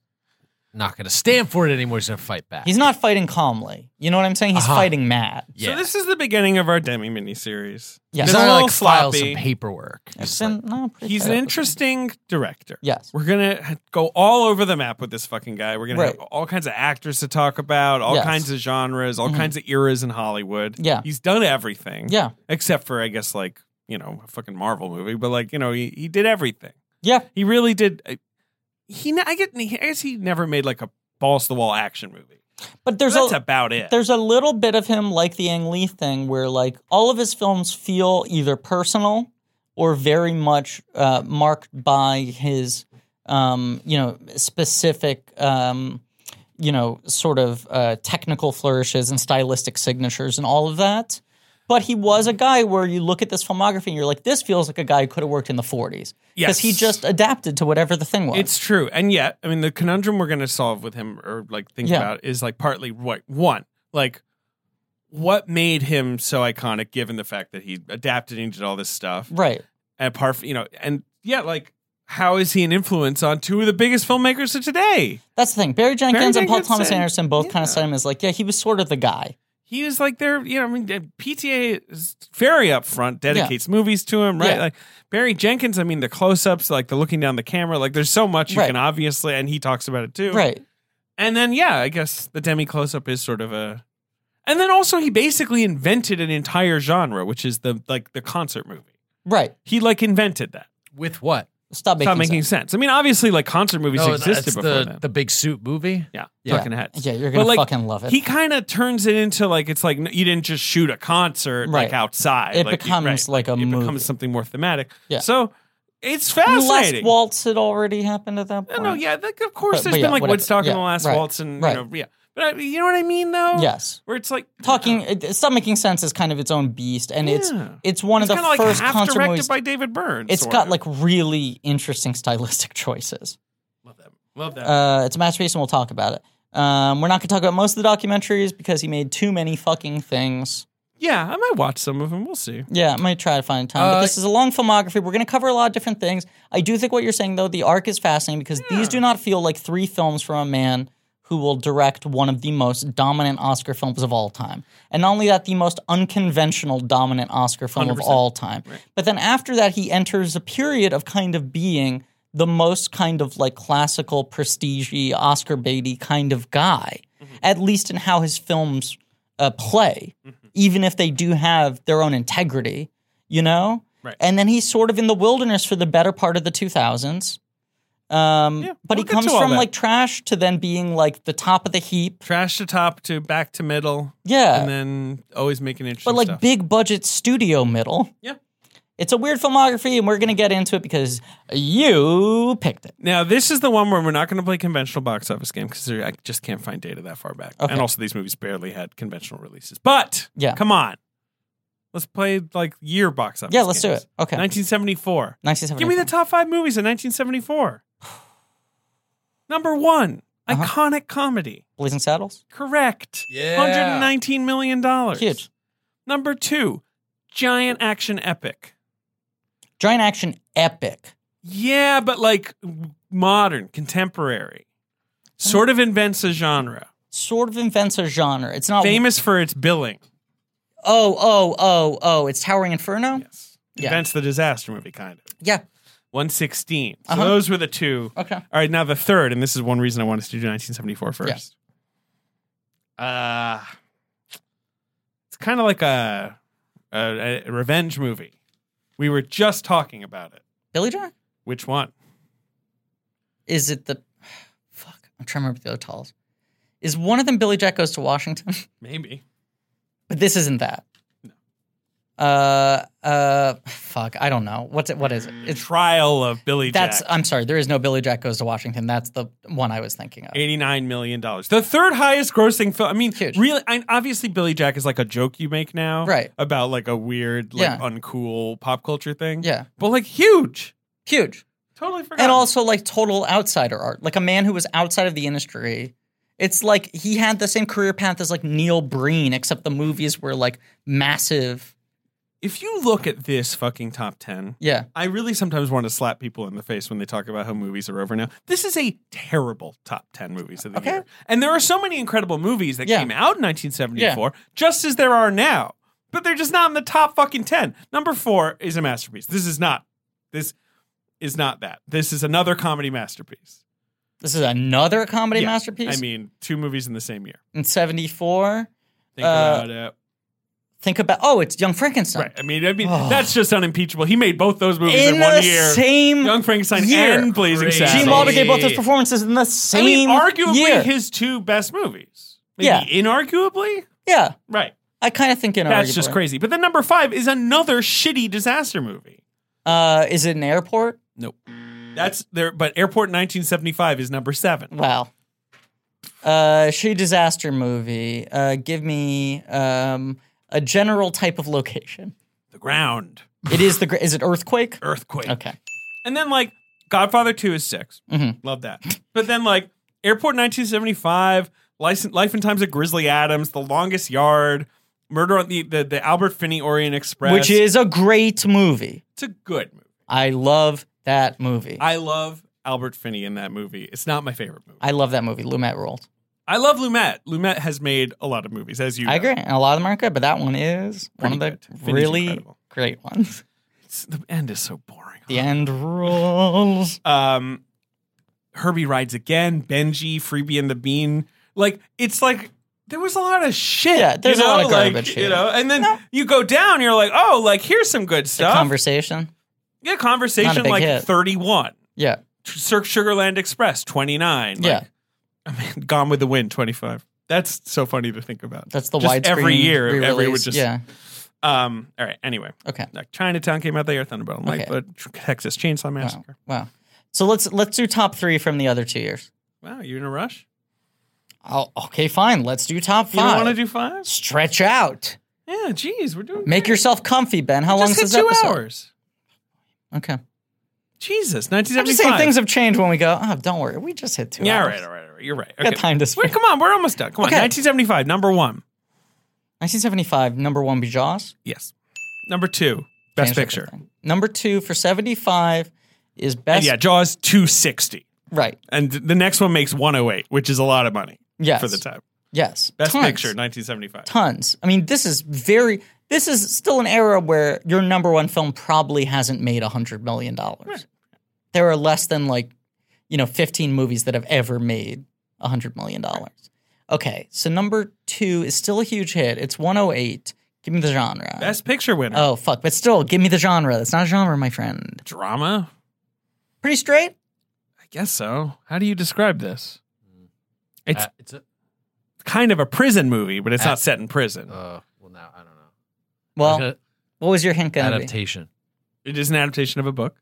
Speaker 5: not going to stand for it anymore. He's going to fight back.
Speaker 4: he's not fighting calmly. You know what I'm saying? He's
Speaker 5: Uh-huh.
Speaker 4: fighting mad.
Speaker 5: Yeah.
Speaker 3: So this is the beginning of our Demi miniseries.
Speaker 4: Yeah.
Speaker 3: It's
Speaker 5: he's
Speaker 3: a
Speaker 5: not gonna,
Speaker 3: little
Speaker 5: like file
Speaker 3: sloppy.
Speaker 5: some paperwork.
Speaker 4: It's
Speaker 5: Just
Speaker 4: been,
Speaker 5: like,
Speaker 4: no, pretty
Speaker 3: He's
Speaker 4: good
Speaker 3: an
Speaker 4: episode.
Speaker 3: interesting director.
Speaker 4: Yes.
Speaker 3: We're gonna go all over the map with this fucking guy. We're gonna have
Speaker 4: Right.
Speaker 3: all kinds of actors to talk about, all
Speaker 4: Yes. Mm-hmm.
Speaker 3: kinds of genres, all kinds of eras in Hollywood.
Speaker 4: Yeah.
Speaker 3: he's done everything.
Speaker 4: Yeah.
Speaker 3: except for I guess like you know a fucking Marvel movie, but like you know he, he did everything.
Speaker 4: Yeah.
Speaker 3: He really did. I- He ne- I get I guess he never made like a balls to the wall action movie.
Speaker 4: But there's
Speaker 3: That's
Speaker 4: a
Speaker 3: about it.
Speaker 4: there's a little bit of him like the Ang Lee thing where like all of his films feel either personal or very much uh, marked by his um, you know specific um, you know, sort of uh, technical flourishes and stylistic signatures and all of that. But he was a guy where you look at this filmography and you're like, this feels like a guy who could have worked in the 40s.
Speaker 3: Yes.
Speaker 4: Because he just adapted to whatever the thing was.
Speaker 3: It's true. And yet, I mean, the conundrum we're going to solve with him or like think
Speaker 4: Yeah.
Speaker 3: about is like partly what one, like what made him so iconic given the fact that he adapted and did all this stuff.
Speaker 4: right.
Speaker 3: And apart from, you know, and yeah, like how is he an influence on two of the biggest filmmakers of today?
Speaker 4: That's the thing. Barry Jenkins and Paul Thomas
Speaker 3: Jenkinson.
Speaker 4: Anderson both kind of
Speaker 3: Yeah.
Speaker 4: said him as like, yeah, he was sort of the guy.
Speaker 3: He is like their, you know, I mean, the PTA is very upfront, dedicates movies to him, right?
Speaker 4: Yeah.
Speaker 3: Like Barry Jenkins, I mean, the close ups, like the looking down the camera, like there's so much you
Speaker 4: Right.
Speaker 3: can obviously, and he talks about it too.
Speaker 4: Right.
Speaker 3: And then yeah, I guess the demi close up is sort of a And then also he basically invented an entire genre, which is the like the concert movie.
Speaker 4: Right.
Speaker 3: He like invented that.
Speaker 5: With what?
Speaker 4: Stop making,
Speaker 3: Stop making
Speaker 4: sense. Oh,
Speaker 3: sense. I mean, obviously like concert movies
Speaker 5: No,
Speaker 3: existed
Speaker 5: that's
Speaker 3: before
Speaker 5: the,
Speaker 3: then.
Speaker 5: the big suit movie.
Speaker 3: yeah,
Speaker 5: Yeah.
Speaker 3: fucking heads.
Speaker 4: Yeah, you're
Speaker 3: But,
Speaker 4: going
Speaker 3: like,
Speaker 4: to fucking love it.
Speaker 3: He kind of turns it into like it's like n- you didn't just shoot a concert like
Speaker 4: Right.
Speaker 3: outside.
Speaker 4: It
Speaker 3: like, you-
Speaker 4: becomes
Speaker 3: right,
Speaker 4: like a
Speaker 3: it
Speaker 4: movie.
Speaker 3: becomes something more thematic.
Speaker 4: Yeah.
Speaker 3: So it's
Speaker 4: Last
Speaker 3: fascinating.
Speaker 4: Waltz had already happened at that
Speaker 3: No,
Speaker 4: point.
Speaker 3: no, yeah, like, of course,
Speaker 4: But-
Speaker 3: there's
Speaker 4: but
Speaker 3: been
Speaker 4: yeah,
Speaker 3: like
Speaker 4: whatever.
Speaker 3: Woodstock and
Speaker 4: Yeah,
Speaker 3: the Last
Speaker 4: right,
Speaker 3: Waltz, and
Speaker 4: right.
Speaker 3: you know, yeah, but I, you know what I mean, though.
Speaker 4: Yes.
Speaker 3: where it's like
Speaker 4: Talking, it, Stop Making Sense is kind of its own beast, and it's
Speaker 3: Yeah.
Speaker 4: it's one
Speaker 3: It's
Speaker 4: of
Speaker 3: kind
Speaker 4: the
Speaker 3: of like
Speaker 4: first
Speaker 3: half
Speaker 4: concert
Speaker 3: directed
Speaker 4: movies.
Speaker 3: by David Byrne.
Speaker 4: it's
Speaker 3: sort
Speaker 4: got
Speaker 3: of.
Speaker 4: like really interesting stylistic choices.
Speaker 3: love that, love that.
Speaker 4: Uh, it's a masterpiece, and we'll talk about it. Um, we're not going to talk about most of the documentaries because he made too many fucking things.
Speaker 3: yeah, I might watch some of them. We'll see.
Speaker 4: Yeah, I might try to find time. but
Speaker 5: Uh,
Speaker 4: this is a long filmography. We're going to cover a lot of different things. I do think what you're saying, though, the arc is fascinating because these do not feel like three films from a man who will direct one of the most dominant Oscar films of all time. And not only that, the most unconventional dominant Oscar film of all time. But then after that, he enters a period of kind of being the most kind of like classical, prestige Oscar baity kind of guy, at least in how his films uh, play, even if they do have their own integrity, you know?
Speaker 3: Right.
Speaker 4: And then he's sort of in the wilderness for the better part of the 2000s. Um,
Speaker 3: Yeah,
Speaker 4: but
Speaker 3: we'll
Speaker 4: he
Speaker 3: get
Speaker 4: comes
Speaker 3: to all
Speaker 4: from
Speaker 3: that.
Speaker 4: like trash to then being like the top of the heap.
Speaker 3: Trash to top to back to middle,
Speaker 4: Yeah.
Speaker 3: and then always making interesting.
Speaker 4: Uh, but like
Speaker 3: stuff.
Speaker 4: big budget studio middle.
Speaker 3: Yeah.
Speaker 4: It's a weird filmography, and we're going to get into it because you picked it.
Speaker 3: Now this is the one where we're not going to play conventional box office game because I just can't find data that far back,
Speaker 4: Okay.
Speaker 3: and also these movies barely had conventional releases. But
Speaker 4: Yeah.
Speaker 3: come on, let's play like year box office.
Speaker 4: Yeah, let's do
Speaker 3: games.
Speaker 4: it. Okay.
Speaker 3: 1974.
Speaker 4: 1974.
Speaker 3: Give me the top five movies in 1974. Number one,
Speaker 4: Uh-huh.
Speaker 3: iconic comedy.
Speaker 4: Blazing Saddles.
Speaker 3: Correct.
Speaker 5: Yeah.
Speaker 3: 119 million dollars.
Speaker 4: Huge.
Speaker 3: Number two, giant action epic.
Speaker 4: Giant action epic.
Speaker 3: Yeah, but like modern, contemporary. Sort of invents a genre.
Speaker 4: Sort of invents a genre. It's not
Speaker 3: Famous for its billing.
Speaker 4: Oh, oh, oh, oh! It's Towering Inferno.
Speaker 3: Yes.
Speaker 4: Yeah.
Speaker 3: Invents the disaster movie, kind of.
Speaker 4: Yeah.
Speaker 3: 116. So
Speaker 4: Uh-huh.
Speaker 3: those were the two.
Speaker 4: Okay.
Speaker 3: All right, now the third, and this is one reason I wanted to do 1974 first. Uh, it's kind of like a, a, a revenge movie. We were just talking about it.
Speaker 4: Billy Jack.
Speaker 3: Which one?
Speaker 4: Is it the? Fuck. I'm trying to remember the other titles. Is one of them Billy Jack goes to Washington?
Speaker 3: Maybe.
Speaker 4: but this isn't that. Uh, uh, fuck. I don't know. What's it? What is it? It's
Speaker 3: Trial of Billy
Speaker 4: that's. uh,
Speaker 3: Jack.
Speaker 4: I'm sorry. There is no Billy Jack goes to Washington. That's the one I was thinking of.
Speaker 3: $89 million. The third highest grossing film. I mean,
Speaker 4: Huge.
Speaker 3: really, I, obviously, Billy Jack is like a joke you make now.
Speaker 4: Right.
Speaker 3: About like a weird, like
Speaker 4: Yeah.
Speaker 3: uncool pop culture thing.
Speaker 4: Yeah.
Speaker 3: But like huge.
Speaker 4: Huge.
Speaker 3: Totally forgot.
Speaker 4: And also like total outsider art, like a man who was outside of the industry. It's like he had the same career path as like Neil Breen, except the movies were like massive.
Speaker 3: If you look at this fucking top 10,
Speaker 4: Yeah.
Speaker 3: I really sometimes want to slap people in the face when they talk about how movies are over now. This is a terrible top 10 movies of the
Speaker 4: Okay.
Speaker 3: year. And there are so many incredible movies that
Speaker 4: Yeah.
Speaker 3: came out in 1974, just as there are now, but they're just not in the top fucking 10. Number four is a masterpiece. This is not. This is not that. This is another comedy masterpiece.
Speaker 4: This is another comedy
Speaker 3: Yeah.
Speaker 4: masterpiece
Speaker 3: I mean, two movies in the same year.
Speaker 4: in 74.
Speaker 3: Think
Speaker 4: Uh,
Speaker 3: about it.
Speaker 4: Think about, oh, it's Young Frankenstein.
Speaker 3: Right. I mean, I mean,
Speaker 4: Oh.
Speaker 3: that's just unimpeachable. He made both those movies in,
Speaker 4: In
Speaker 3: one
Speaker 4: the
Speaker 3: year.
Speaker 4: same
Speaker 3: Young Frankenstein
Speaker 4: year.
Speaker 3: and Blazing
Speaker 5: Crazy.
Speaker 3: Saddles.
Speaker 4: Gene Wilder gave both those performances in the
Speaker 3: I
Speaker 4: same
Speaker 3: mean, arguably
Speaker 4: year.
Speaker 3: his two best movies. Maybe
Speaker 4: Yeah.
Speaker 3: inarguably?
Speaker 4: yeah.
Speaker 3: Right.
Speaker 4: I kind of think in
Speaker 3: That's just crazy. But then number five is another shitty disaster movie.
Speaker 4: Uh, is it an airport?
Speaker 3: Nope. That's there, but Airport 1975 is number seven.
Speaker 4: Wow. Uh, she disaster movie. Uh, give me um, a general type of location.
Speaker 3: The ground
Speaker 4: It is the gr- is it earthquake?
Speaker 3: earthquake.
Speaker 4: Okay.
Speaker 3: And then like Godfather 2 is 6.
Speaker 4: Mhm.
Speaker 3: Love that. But then like Airport 1975, License, Life and Times of Grizzly Adams, The Longest Yard, Murder on the the, the Albert Finney Orient Express.
Speaker 4: Which is a great movie.
Speaker 3: it's a good movie.
Speaker 4: I love that movie. I,
Speaker 3: I love Albert Finney in that movie. It's not my favorite movie. I,
Speaker 4: love that movie. Lumet ruled.
Speaker 3: love Lumet. Lumet has made a lot of movies, as you
Speaker 4: I
Speaker 3: know.
Speaker 4: agree. And a lot of them aren't good, but that one is one of the
Speaker 3: Pretty good. Finney's
Speaker 4: really
Speaker 3: incredible.
Speaker 4: great ones.
Speaker 3: It's- the end is so boring.
Speaker 4: The end rules.
Speaker 3: um Herbie rides again, Benji, Freebie and the Bean. Like it's like there was a lot of shit.
Speaker 4: Yeah, there's
Speaker 3: you
Speaker 4: a lot
Speaker 3: know,
Speaker 4: of
Speaker 3: like,
Speaker 4: garbage
Speaker 3: You
Speaker 4: here.
Speaker 3: know, and then
Speaker 4: No.
Speaker 3: you go down, you're like, oh, like here's some good
Speaker 4: The
Speaker 3: stuff.
Speaker 4: conversation.
Speaker 3: yeah, conversation
Speaker 4: big
Speaker 3: like
Speaker 4: hit.
Speaker 3: 31.
Speaker 4: Yeah.
Speaker 3: Cirque Sugarland Express 29. Like,
Speaker 4: yeah.
Speaker 3: I mean, Gone with the Wind 25. That's so funny to think about.
Speaker 4: That's the
Speaker 3: Just
Speaker 4: widescreen.
Speaker 3: every year, every
Speaker 4: re-release.
Speaker 3: would just-
Speaker 4: yeah.
Speaker 3: Um, all right. Anyway,
Speaker 4: Okay.
Speaker 3: like Chinatown came out the year, Thunderbolt, and like
Speaker 4: Okay.
Speaker 3: the Texas Chainsaw
Speaker 4: Wow.
Speaker 3: Massacre.
Speaker 4: wow. So let's let's do top three from the other two years.
Speaker 3: Wow, you in a rush?
Speaker 4: Oh, okay, fine. Let's do top
Speaker 3: You don't
Speaker 4: five.
Speaker 3: want to do five?
Speaker 4: Stretch out.
Speaker 3: Yeah, geez, we're doing
Speaker 4: Make
Speaker 3: great.
Speaker 4: yourself comfy, Ben. How long is
Speaker 3: Just
Speaker 4: this
Speaker 3: hit two
Speaker 4: episode?
Speaker 3: hours.
Speaker 4: Okay.
Speaker 3: Jesus,
Speaker 4: I'm
Speaker 3: 1975.
Speaker 4: just saying things have changed when we go. Oh, don't worry. We just hit two
Speaker 3: yeah, all
Speaker 4: hours.
Speaker 3: right, all right, all right. You're right.
Speaker 4: We
Speaker 3: Okay.
Speaker 4: got time to spend.
Speaker 3: Wait, come on. We're almost done. Come on.
Speaker 4: Okay.
Speaker 3: 1975, number one.
Speaker 4: 1975, number one be Jaws.
Speaker 3: Yes. Number two, Best
Speaker 4: Changed
Speaker 3: Picture.
Speaker 4: everything. Number two for 75 is
Speaker 3: And
Speaker 4: best.
Speaker 3: yeah, Jaws 260.
Speaker 4: Right.
Speaker 3: And th- the next one makes 108, which is a lot of money
Speaker 4: Yes.
Speaker 3: for the time.
Speaker 4: Yes.
Speaker 3: Best
Speaker 4: Tons.
Speaker 3: Picture, 1975.
Speaker 4: Tons. I mean, this is very. This is still an era where your number one film probably hasn't made $100 million. There are less than like, you know, 15 movies that have ever made $100 million. Okay. So number two is still a huge hit. It's 108. Give me the genre.
Speaker 3: Best Picture winner.
Speaker 4: Oh fuck! But still, give me the genre. That's not a genre, my friend.
Speaker 3: Drama?
Speaker 4: Pretty straight.
Speaker 3: I guess so. How do you describe this? It's
Speaker 5: Uh, it's a,
Speaker 3: kind of a prison movie, but it's
Speaker 5: Uh,
Speaker 3: not set in prison.
Speaker 5: uh, well, now I don't know.
Speaker 4: Well,
Speaker 5: Like
Speaker 4: what was your hint
Speaker 5: a
Speaker 4: gonna be?
Speaker 5: adaptation.
Speaker 3: It is an adaptation of a book.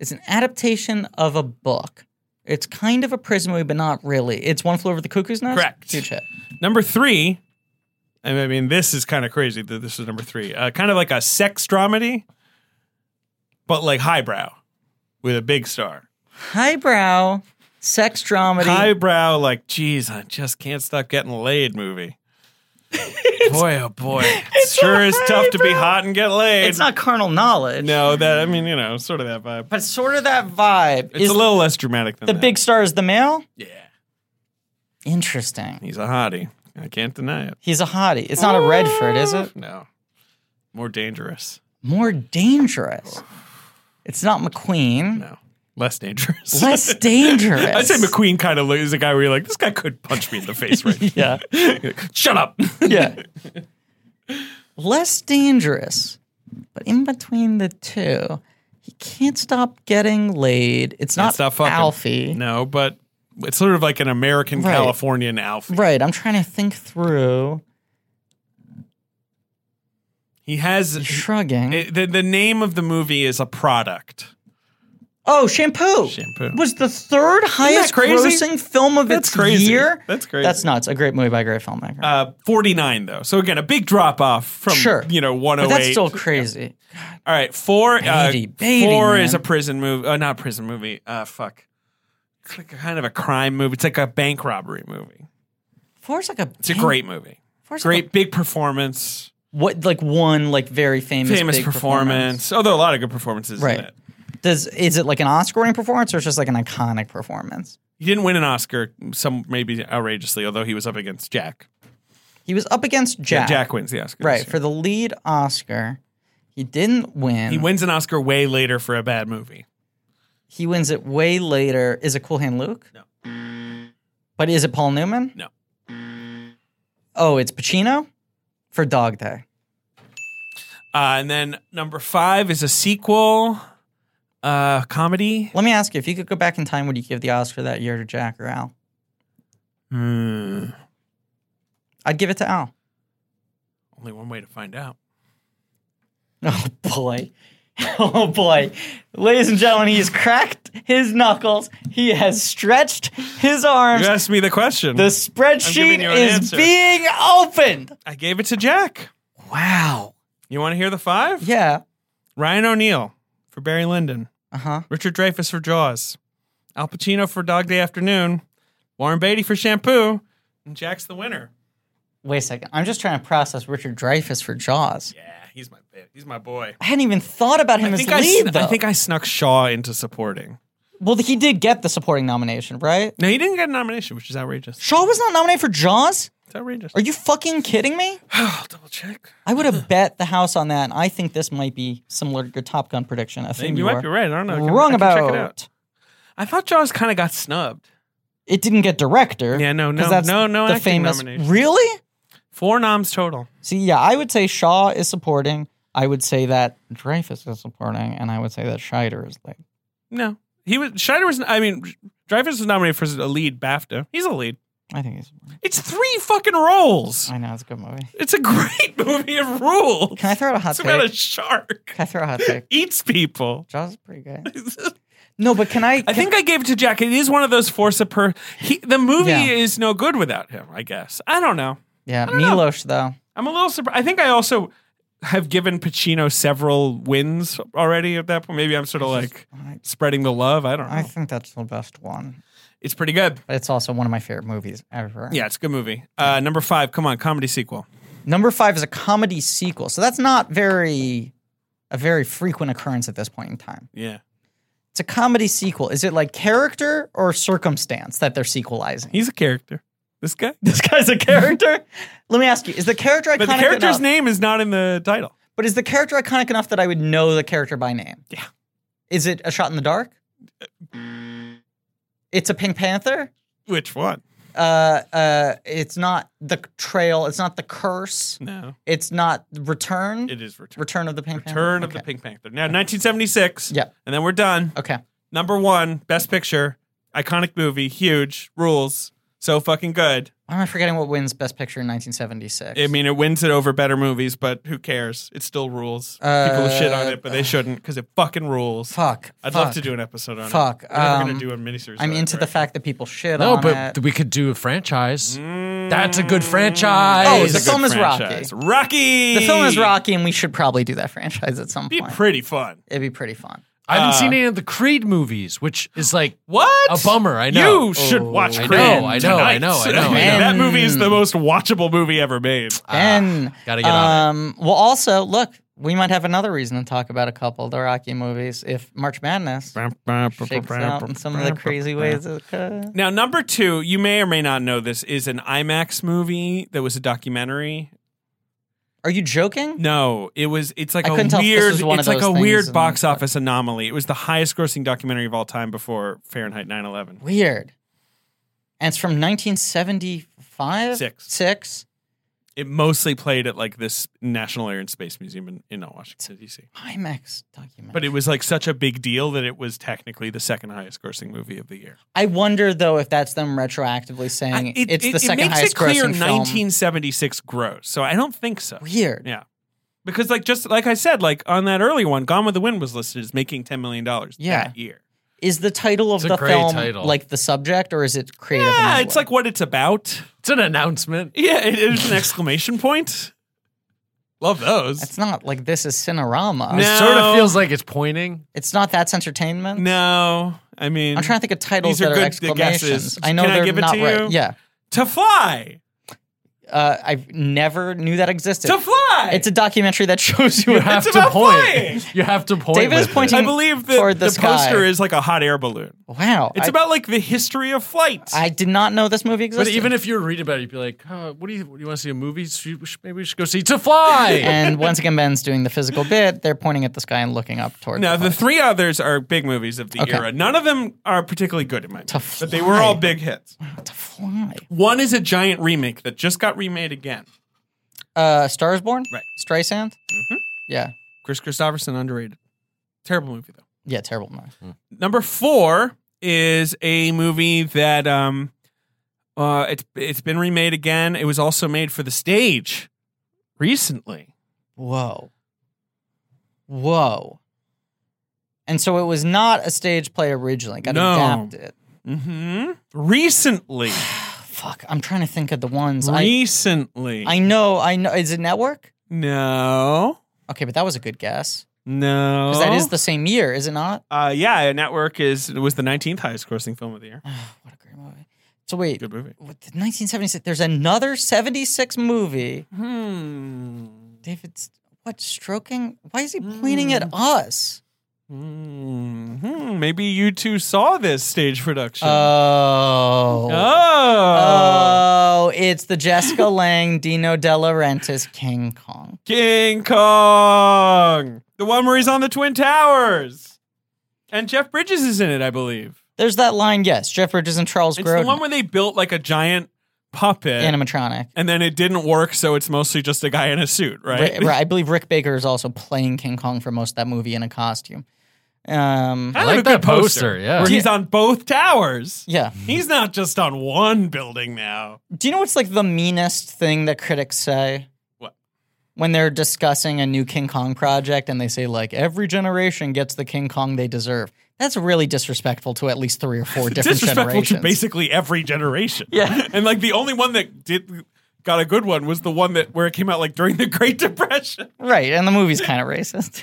Speaker 4: It's an adaptation of a book. It's kind of a prison movie, but not really. It's One Flew Over the Cuckoo's Nest.
Speaker 3: Correct.
Speaker 4: Huge hit.
Speaker 3: Number three, and I mean, this is kind of crazy that this is number three. Uh, kind of like a sex dramedy, but like highbrow with a big star.
Speaker 4: Highbrow sex dramedy.
Speaker 3: Highbrow, like, geez, I just can't stop getting laid movie. boy, oh boy. It sure is tough to be hot and get laid.
Speaker 4: it's not carnal knowledge.
Speaker 3: no, that, I mean, you know, sort of that vibe.
Speaker 4: but sort of that vibe.
Speaker 3: It's
Speaker 4: is
Speaker 3: a little less dramatic than
Speaker 4: the
Speaker 3: that.
Speaker 4: big star is the male.
Speaker 3: Yeah.
Speaker 4: Interesting.
Speaker 3: He's a hottie. I can't deny it.
Speaker 4: He's a hottie. It's not a Redford, is it?
Speaker 3: No. More dangerous.
Speaker 4: More dangerous. It's not McQueen.
Speaker 3: No. Less dangerous.
Speaker 4: Less dangerous.
Speaker 3: I'd say McQueen kind of is a guy where you're like, this guy could punch me in the face right now.
Speaker 4: Yeah.
Speaker 3: Shut up.
Speaker 4: Yeah. Less dangerous, but in between the two, he can't stop getting laid. It's not
Speaker 3: stop fucking.
Speaker 4: Alfie.
Speaker 3: no, but it's sort of like an American
Speaker 4: Right.
Speaker 3: Californian Alfie.
Speaker 4: Right. I'm trying to think through.
Speaker 3: He has
Speaker 4: Shrugging.
Speaker 3: it- the, the name of the movie is a product.
Speaker 4: oh, Shampoo.
Speaker 3: Shampoo.
Speaker 4: Was the third highest
Speaker 3: crazy?
Speaker 4: grossing film of
Speaker 3: That's
Speaker 4: its
Speaker 3: crazy.
Speaker 4: year.
Speaker 3: That's crazy.
Speaker 4: That's nuts. A great movie by a great filmmaker.
Speaker 3: Uh, 49 though. So again, a big drop off from
Speaker 4: Sure.
Speaker 3: you know
Speaker 4: but
Speaker 3: 108.
Speaker 4: that's still crazy.
Speaker 3: All right, 4
Speaker 4: Baby,
Speaker 3: uh,
Speaker 4: baby,
Speaker 3: 4
Speaker 4: man.
Speaker 3: is a prison movie. Uh, not a prison movie. Uh fuck. It's like a kind of a crime movie. It's like a bank robbery movie.
Speaker 4: Four's like a.
Speaker 3: It's a great movie.
Speaker 4: Four's Like
Speaker 3: Great
Speaker 4: a-
Speaker 3: big performance.
Speaker 4: what like one like very famous
Speaker 3: famous
Speaker 4: big
Speaker 3: performance. Although a lot of good performances
Speaker 4: Right.
Speaker 3: in it.
Speaker 4: Does is it like an Oscar-winning performance or it's just like an iconic performance?
Speaker 3: He didn't win an Oscar, some maybe outrageously, although he was up against Jack.
Speaker 4: He was up against Jack.
Speaker 3: Jack wins the Oscar.
Speaker 4: right
Speaker 3: this year.
Speaker 4: for the lead Oscar. He didn't win.
Speaker 3: he wins an Oscar way later for a bad movie.
Speaker 4: He wins it way later. Is it Cool Hand Luke?
Speaker 3: No.
Speaker 4: But is it Paul Newman?
Speaker 3: No.
Speaker 4: Oh, it's Pacino for Dog Day.
Speaker 3: Uh, and then number five is a sequel uh, comedy.
Speaker 4: Let me ask you: If you could go back in time, would you give the Oscar that year to Jack or Al?
Speaker 3: Hmm.
Speaker 4: I'd give it to Al.
Speaker 3: Only one way to find out.
Speaker 4: Oh boy, Oh boy. Ladies and gentlemen, he's cracked his knuckles. He has stretched his
Speaker 3: You
Speaker 4: arms.
Speaker 3: asked me the question.
Speaker 4: The
Speaker 3: giving
Speaker 4: spreadsheet
Speaker 3: you an
Speaker 4: is
Speaker 3: answer.
Speaker 4: being opened.
Speaker 3: I gave it to Jack.
Speaker 4: Wow.
Speaker 3: You want to hear the five?
Speaker 4: Yeah.
Speaker 3: Ryan O'Neal for Barry Lyndon.
Speaker 4: Uh huh.
Speaker 3: Richard Dreyfuss for Jaws, Al Pacino for Dog Day Afternoon, Warren Beatty for Shampoo, and Jack's the winner.
Speaker 4: Wait a second. I'm just trying to process Richard Dreyfuss for Jaws.
Speaker 3: Yeah, he's my ba- he's my boy.
Speaker 4: I hadn't even thought about him
Speaker 3: I
Speaker 4: as
Speaker 3: think I,
Speaker 4: lead,
Speaker 3: sn-
Speaker 4: though.
Speaker 3: I think I snuck Shaw into supporting.
Speaker 4: well, he did get the supporting nomination, right?
Speaker 3: No, he didn't get a nomination, which is outrageous.
Speaker 4: Shaw was not nominated for Jaws?
Speaker 3: It's outrageous.
Speaker 4: Are you fucking kidding me?
Speaker 3: I'll double check.
Speaker 4: I would have bet the house on that, and I think this might be similar to your Top Gun prediction. I think
Speaker 3: You,
Speaker 4: you,
Speaker 3: might
Speaker 4: are
Speaker 3: be right. I don't know. I can- I can
Speaker 4: wrong about
Speaker 3: Check it, out. I thought Jaws kind of got snubbed.
Speaker 4: it didn't get director.
Speaker 3: Yeah, no,
Speaker 4: 'cause
Speaker 3: no,
Speaker 4: that's
Speaker 3: no, no
Speaker 4: The
Speaker 3: acting
Speaker 4: famous
Speaker 3: nomination.
Speaker 4: really?
Speaker 3: Four noms total.
Speaker 4: See, yeah, I would say Shaw is supporting. I would say that Dreyfus is supporting, and I would say that Scheider is like.
Speaker 3: No, he was Scheider was. I mean, Dreyfus was nominated for a lead BAFTA. He's a lead.
Speaker 4: I think he's. supporting.
Speaker 3: It's three fucking roles.
Speaker 4: I know it's a good movie.
Speaker 3: It's a great movie of rules.
Speaker 4: Can I throw out a hot
Speaker 3: It's
Speaker 4: take?
Speaker 3: about a shark.
Speaker 4: Can I throw out a hot take?
Speaker 3: Eats people.
Speaker 4: Jaws is pretty good. No, but can I?
Speaker 3: I
Speaker 4: can-
Speaker 3: think I gave it to Jack. It is one of those force of per. He, the movie
Speaker 4: Yeah.
Speaker 3: is no good without him. I guess. I don't know.
Speaker 4: yeah,
Speaker 3: know.
Speaker 4: Milos though.
Speaker 3: I'm a little surprised. I think I also have given Pacino several wins already at that point. Maybe I'm sort of like
Speaker 4: I,
Speaker 3: spreading the love. I don't know.
Speaker 4: I think that's the best one.
Speaker 3: it's pretty good.
Speaker 4: But it's also one of my favorite movies ever.
Speaker 3: Yeah, it's a good movie. Uh, number five. Come on, comedy sequel.
Speaker 4: Number five is a comedy sequel, so that's not very a very frequent occurrence at this point in time.
Speaker 3: Yeah,
Speaker 4: It's a comedy sequel. Is it like character or circumstance that they're sequelizing?
Speaker 3: he's a character. This guy.
Speaker 4: This guy's a character. Let me ask you: Is the character iconic
Speaker 3: But the character's
Speaker 4: enough?
Speaker 3: name is not in the title.
Speaker 4: but is the character iconic enough that I would know the character by name?
Speaker 3: Yeah. Uh,
Speaker 4: Is it a shot in the dark? It's a Pink Panther.
Speaker 3: Which one?
Speaker 4: Uh, uh, it's not the trail. It's not the curse.
Speaker 3: No,
Speaker 4: It's not return.
Speaker 3: it is return.
Speaker 4: return of the Pink Panther.
Speaker 3: Return of the
Speaker 4: Okay.
Speaker 3: Pink Panther. Now, 1976.
Speaker 4: Yeah.
Speaker 3: And then we're done.
Speaker 4: Okay.
Speaker 3: Number one, best picture, iconic movie, huge, rules, so fucking good.
Speaker 4: Why am I forgetting what wins Best Picture in 1976?
Speaker 3: I mean, it wins it over better movies, but who cares? It still rules. People shit on it, but they shouldn't because it fucking rules.
Speaker 4: Uh, fuck.
Speaker 3: I'd
Speaker 4: fuck.
Speaker 3: love to do an episode on
Speaker 4: Fuck,
Speaker 3: it. We're never
Speaker 4: um,
Speaker 3: gonna do a miniseries.
Speaker 4: I'm
Speaker 3: on it,
Speaker 4: into the
Speaker 3: correct?
Speaker 4: fact that people shit
Speaker 5: No,
Speaker 4: on
Speaker 5: but
Speaker 4: it.
Speaker 5: we could do a franchise.
Speaker 3: Mm.
Speaker 5: That's a good franchise.
Speaker 4: Oh,
Speaker 3: It's
Speaker 4: the
Speaker 3: a
Speaker 4: film
Speaker 3: good
Speaker 4: is Rocky.
Speaker 3: franchise. Rocky.
Speaker 4: the film is Rocky, and we should probably do that franchise at some
Speaker 3: Be
Speaker 4: point.
Speaker 3: pretty fun.
Speaker 4: It'd be pretty fun.
Speaker 5: I haven't
Speaker 3: Uh,
Speaker 5: seen any of the Creed movies, which is like
Speaker 3: What?
Speaker 5: a bummer. I know. Oh,
Speaker 3: You should watch
Speaker 5: I
Speaker 3: Creed.
Speaker 5: know, I know, I
Speaker 3: tonight.
Speaker 5: know, I know, I
Speaker 4: know.
Speaker 3: that movie is the most watchable movie ever made.
Speaker 4: Ben,
Speaker 5: gotta get on
Speaker 4: um, Well, also look, we might have another reason to talk about a couple of the Rocky movies if March Madness shakes out in some of the crazy ways. It could.
Speaker 3: Now, number two, you may or may not know this, is an IMAX movie that was a documentary.
Speaker 4: Are you joking?
Speaker 3: No, it was. It's like
Speaker 4: I
Speaker 3: a
Speaker 4: couldn't tell if this
Speaker 3: weird.
Speaker 4: was one of
Speaker 3: It's like
Speaker 4: those
Speaker 3: a weird
Speaker 4: things
Speaker 3: box
Speaker 4: and-
Speaker 3: office anomaly. It was the highest-grossing documentary of all time before Fahrenheit 9/11.
Speaker 4: Weird. And it's from 1975.
Speaker 3: Six.
Speaker 4: Six.
Speaker 3: It mostly played at like this National Air and Space Museum in, in uh, Washington D.C.
Speaker 4: IMAX documentary.
Speaker 3: But it was like such a big deal that it was technically the second highest-grossing movie of the year.
Speaker 4: I wonder though if that's them retroactively saying
Speaker 3: I-
Speaker 4: it's the second
Speaker 3: it makes
Speaker 4: highest
Speaker 3: it clear
Speaker 4: grossing film.
Speaker 3: 1976 gross. So I don't think so.
Speaker 4: Weird.
Speaker 3: Yeah. Because like just like I said, like on that early one, Gone with the Wind was listed as making ten million dollars
Speaker 4: Yeah.
Speaker 3: that year.
Speaker 4: Is the title of
Speaker 5: It's a
Speaker 4: the
Speaker 5: great
Speaker 4: film
Speaker 5: title.
Speaker 4: like the subject, or is it creative? in
Speaker 3: Yeah,
Speaker 4: that
Speaker 3: Ah, it's
Speaker 4: way?
Speaker 3: like what it's about.
Speaker 5: It's an announcement.
Speaker 3: Yeah, it is an exclamation point. Love those.
Speaker 4: it's not like this is Cinerama.
Speaker 3: No.
Speaker 5: It sort of feels like it's pointing.
Speaker 4: It's not that's entertainment.
Speaker 3: no, I mean
Speaker 4: I'm trying to think of titles
Speaker 3: These are
Speaker 4: that are
Speaker 3: good
Speaker 4: exclamations.
Speaker 3: guesses.
Speaker 4: I know
Speaker 3: Can I
Speaker 4: they're
Speaker 3: give it
Speaker 4: not
Speaker 3: to
Speaker 4: right.
Speaker 3: you?
Speaker 4: Yeah,
Speaker 3: to fly,
Speaker 4: uh, I never knew that existed.
Speaker 3: to fly.
Speaker 4: It's a documentary that shows you.
Speaker 5: You have to
Speaker 3: about
Speaker 5: point.
Speaker 3: flying.
Speaker 5: You have to point.
Speaker 4: David is
Speaker 5: with it.
Speaker 4: pointing-
Speaker 3: I believe that
Speaker 4: toward
Speaker 3: the,
Speaker 4: the sky.
Speaker 3: poster is like a hot air balloon.
Speaker 4: wow,
Speaker 3: It's
Speaker 4: I,
Speaker 3: about like the history of flight.
Speaker 4: I did not know this movie
Speaker 5: But
Speaker 4: existed.
Speaker 5: even if you were reading about it, you'd be like, oh, "What do you? What do you want to see a movie? Should we- should- Maybe we should go see To Fly."
Speaker 4: and once again, Ben's doing the physical bit. They're pointing at the sky and looking up toward.
Speaker 3: now
Speaker 4: the
Speaker 3: the three others are big movies of the
Speaker 4: Okay.
Speaker 3: era. None of them are particularly good in my
Speaker 4: To
Speaker 3: opinion, but they were
Speaker 4: Fly.
Speaker 3: all big hits.
Speaker 4: to fly.
Speaker 3: One is a giant remake that just got remade again.
Speaker 4: Uh, Stars Born?
Speaker 3: Right. Mm-hmm.
Speaker 4: Streisand? Yeah.
Speaker 3: Chris Christopherson underrated. Terrible movie though.
Speaker 4: Yeah, terrible movie.
Speaker 3: Number four is a movie that um, uh, it's it's been remade again. It was also made for the stage recently.
Speaker 4: Whoa. Whoa. And so it was not a stage play originally. Got
Speaker 3: No.
Speaker 4: adapted.
Speaker 3: Mm-hmm. Recently,
Speaker 4: Fuck, I'm trying to think of the ones. I
Speaker 3: recently.
Speaker 4: I know, I know. Is it Network?
Speaker 3: no,
Speaker 4: Okay, but that was a good guess
Speaker 3: no.
Speaker 4: because that is the same year, is it not?
Speaker 3: Uh, yeah, Network is was the 19th highest grossing film of the year.
Speaker 4: Ah, what a great movie. So wait,
Speaker 3: Good movie.
Speaker 4: what- 1976. There's another 76 movie.
Speaker 3: Hmm.
Speaker 4: David's what stroking? Why is he pointing at
Speaker 3: Mm.
Speaker 4: us?
Speaker 3: Hmm. Hmm. Maybe you two saw this stage production.
Speaker 4: Uh, Oh.
Speaker 3: oh.
Speaker 4: Oh, it's the Jessica Lang, Dino De Laurentiis, King Kong.
Speaker 3: King Kong. The one where he's on the Twin Towers. And Jeff Bridges is in it, I believe.
Speaker 4: There's that line, yes. Jeff Bridges and Charles
Speaker 3: It's the
Speaker 4: Grodin,
Speaker 3: one where they built like a giant puppet.
Speaker 4: animatronic.
Speaker 3: and then it didn't work, so it's mostly just a guy in a suit, right?
Speaker 4: Ri- right, I believe Rick Baker is also playing King Kong for most of that movie in a costume. Um,
Speaker 3: Kind
Speaker 5: I
Speaker 3: of a
Speaker 5: like
Speaker 3: good
Speaker 5: that poster, yeah.
Speaker 3: Where he's on both towers.
Speaker 4: yeah.
Speaker 3: He's not just on one building now.
Speaker 4: Do you know what's like the meanest thing that critics say?
Speaker 3: What?
Speaker 4: When they're discussing a new King Kong project and they say, like, every generation gets the King Kong they deserve. That's really disrespectful to at least three or four different
Speaker 3: Disrespectful to
Speaker 4: generations.
Speaker 3: basically every generation.
Speaker 4: Yeah.
Speaker 3: And like the only one that did got a good one was the one that where it came out like during the Great Depression.
Speaker 4: right, and the movie's kind of racist.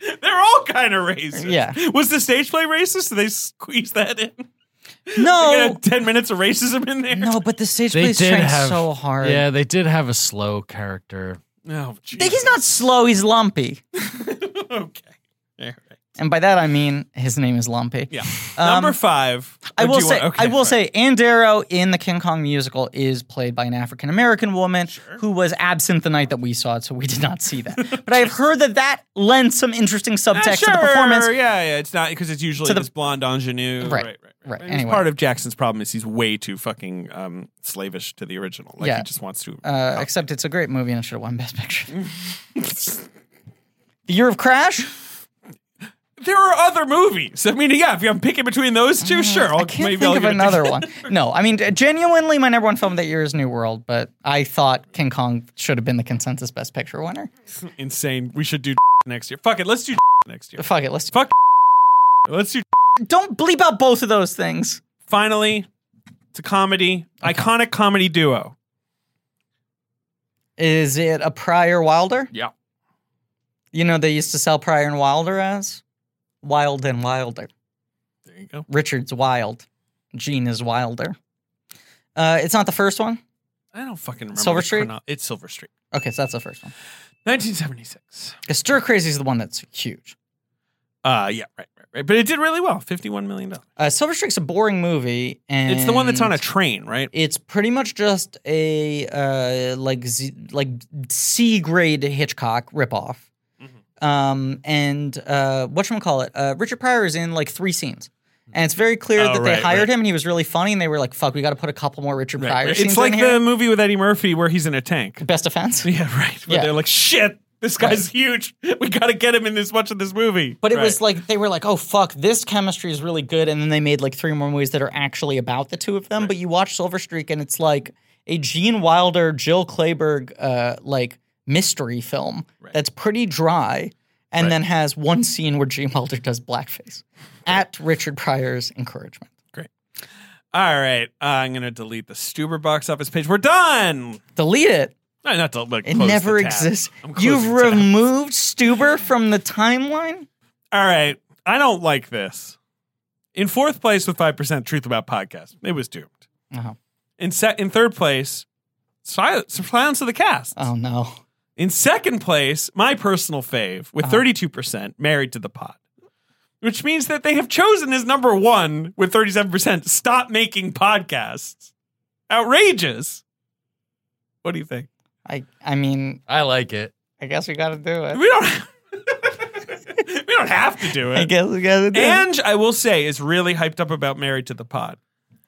Speaker 3: They're all kind of racist.
Speaker 4: Yeah.
Speaker 3: Was the stage play racist? Did they squeeze that in? They
Speaker 4: No,
Speaker 3: got ten minutes of racism in there.
Speaker 4: no, but the stage
Speaker 5: They
Speaker 4: plays
Speaker 5: did
Speaker 4: trained
Speaker 5: have
Speaker 4: so hard.
Speaker 5: Yeah, they did have a slow character.
Speaker 3: Oh,
Speaker 4: I think he's not slow; he's lumpy,
Speaker 3: not. okay. All right.
Speaker 4: and by that I mean his name is Lumpy.
Speaker 3: Yeah.
Speaker 4: Um,
Speaker 3: Number five.
Speaker 4: I
Speaker 3: Or do
Speaker 4: will
Speaker 3: you
Speaker 4: say,
Speaker 3: want- okay,
Speaker 4: I will
Speaker 3: all right.
Speaker 4: say, Andero in the King Kong musical is played by an African American woman who was absent the night that we saw it, so we did not see that. but I've heard that that lends some interesting
Speaker 3: Ah,
Speaker 4: subtext
Speaker 3: sure.
Speaker 4: to the performance.
Speaker 3: Yeah, yeah. It's not because it's usually
Speaker 4: To the-
Speaker 3: this blonde ingenue.
Speaker 4: Right, right,
Speaker 3: And
Speaker 4: anyway.
Speaker 3: Part of Jackson's problem is he's way too fucking um, slavish to the original. Like
Speaker 4: Yeah.
Speaker 3: he just wants to.
Speaker 4: Uh, except it's a great movie and it should have won Best Picture. the Year of Crash.
Speaker 3: there are other movies. I mean, yeah. If I'm picking between those two, sure. I'll,
Speaker 4: Mm, I can't
Speaker 3: maybe I'll
Speaker 4: think
Speaker 3: give it
Speaker 4: of
Speaker 3: to-
Speaker 4: another one. No, I mean uh, genuinely, my number one film that year is New World, but I thought King Kong should have been the consensus Best Picture winner.
Speaker 3: Insane. We should do next year. Fuck it. Let's do next year.
Speaker 4: Fuck it, let's
Speaker 3: Fuck. Let's do.
Speaker 4: don't bleep out both of those things.
Speaker 3: Finally, it's a comedy. Iconic comedy duo.
Speaker 4: Is it a Pryor Wilder?
Speaker 3: Yeah.
Speaker 4: You know they used to sell Pryor and Wilder as Wild and Wilder.
Speaker 3: There you go.
Speaker 4: Richard's Wild, Gene is Wilder. Uh, it's not the first one.
Speaker 3: I don't fucking remember.
Speaker 4: Silver
Speaker 3: the
Speaker 4: Street?
Speaker 3: chrono- It's Silver Street.
Speaker 4: Okay, so that's the first one.
Speaker 3: 1976.
Speaker 4: Because Stir Crazy is the one that's huge.
Speaker 3: Uh, yeah, right, right, right. But it did really well. $51 million.
Speaker 4: Uh, Silver Streak's a boring movie, and
Speaker 3: It's the one that's on a train, right?
Speaker 4: It's pretty much just a uh, like Z, like C grade Hitchcock ripoff.
Speaker 3: Mm-hmm.
Speaker 4: Um, and uh, what call it? Uh, Richard Pryor is in like three scenes, and it's very clear
Speaker 3: Oh,
Speaker 4: that
Speaker 3: right,
Speaker 4: they hired
Speaker 3: right.
Speaker 4: him, and he was really funny, and they were like, "Fuck, we got to put a couple more Richard
Speaker 3: Right,
Speaker 4: Pryor
Speaker 3: right.
Speaker 4: scenes
Speaker 3: It's like
Speaker 4: in here."
Speaker 3: the movie with Eddie Murphy where he's in a tank.
Speaker 4: Best offense,
Speaker 3: Yeah, right. Where
Speaker 4: Yeah.
Speaker 3: they're like, shit, this guy's huge. We got to get him in this much of this movie.
Speaker 4: but it
Speaker 3: Right.
Speaker 4: was like they were like, "Oh fuck, this chemistry is really good," and then they made like three more movies that are actually about the two of them. But you watch Silver Streak, and it's like a Gene Wilder, Jill Clayburgh, uh, like mystery film that's pretty dry, and then has one scene where Gene Wilder does blackface at Richard Pryor's encouragement.
Speaker 3: All right. Uh, I'm going to delete the Stuber box office page. We're done.
Speaker 4: Delete it.
Speaker 3: No, not del- but
Speaker 4: It
Speaker 3: close the
Speaker 4: never
Speaker 3: tab.
Speaker 4: exists.
Speaker 3: I'm
Speaker 4: You've
Speaker 3: closing the tab.
Speaker 4: removed Stuber from the timeline.
Speaker 3: All right. I don't like this. In fourth place with 5% Truth About Podcast, it was doomed.
Speaker 4: Oh,
Speaker 3: In, se- in third place, Sil- Silence of the Cast.
Speaker 4: oh no.
Speaker 3: In second place, my personal fave with 32% married to the pod. Which means that they have chosen as number one with 37%. Stop making podcasts. Outrageous. What do you think?
Speaker 4: I I mean,
Speaker 5: I like it.
Speaker 4: I guess we got to do it.
Speaker 3: We don't We don't have to do
Speaker 4: I
Speaker 3: it.
Speaker 4: guess we got to do it.
Speaker 3: Ange, I will say, is really hyped up about married to the pod.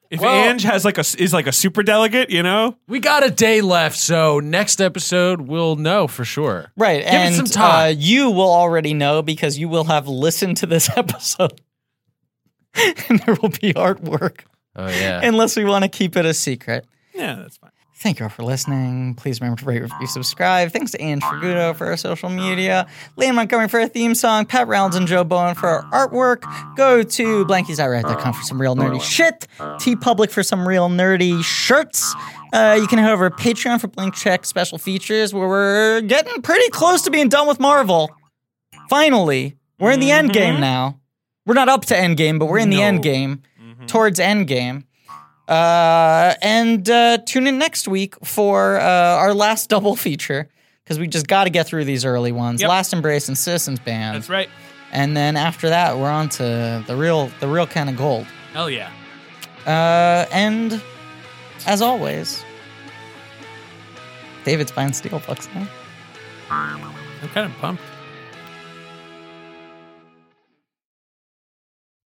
Speaker 3: If
Speaker 5: Well-
Speaker 3: Ange has like a is like a super delegate, you know?
Speaker 5: We got a day left, so next episode we'll know for sure.
Speaker 4: Right,
Speaker 5: it
Speaker 4: and
Speaker 5: some
Speaker 4: Uh,
Speaker 5: time.
Speaker 4: you will already know because you will have listened to this episode, and there will be artwork.
Speaker 5: Oh yeah.
Speaker 4: Unless we want to keep it a secret.
Speaker 3: Yeah, that's fine.
Speaker 4: Thank you all for listening. Please remember to rate, review, subscribe. Thanks to Ange Fragudo for our social media. Liam Montgomery for our theme song. Pat Rounds and Joe Bowen for our artwork. Go to blankiesirat.com for some real nerdy shit. T Public for some real nerdy shirts. Uh, you can head over to Patreon for Blank Check special features where we're getting pretty close to being done with Marvel. Finally, we're in the end game now. We're not up to end game, but we're in the end game, towards end game. Uh, and uh, tune in next week for uh, our last double feature because we just got to get through these early ones.
Speaker 3: Yep.
Speaker 4: Last Embrace and Citizens Band,
Speaker 3: That's right.
Speaker 4: and then after that, we're on to the real, the real kind of gold.
Speaker 3: Hell yeah.
Speaker 4: Uh, and as always, David's buying steel bucks now.
Speaker 3: I'm kind of pumped.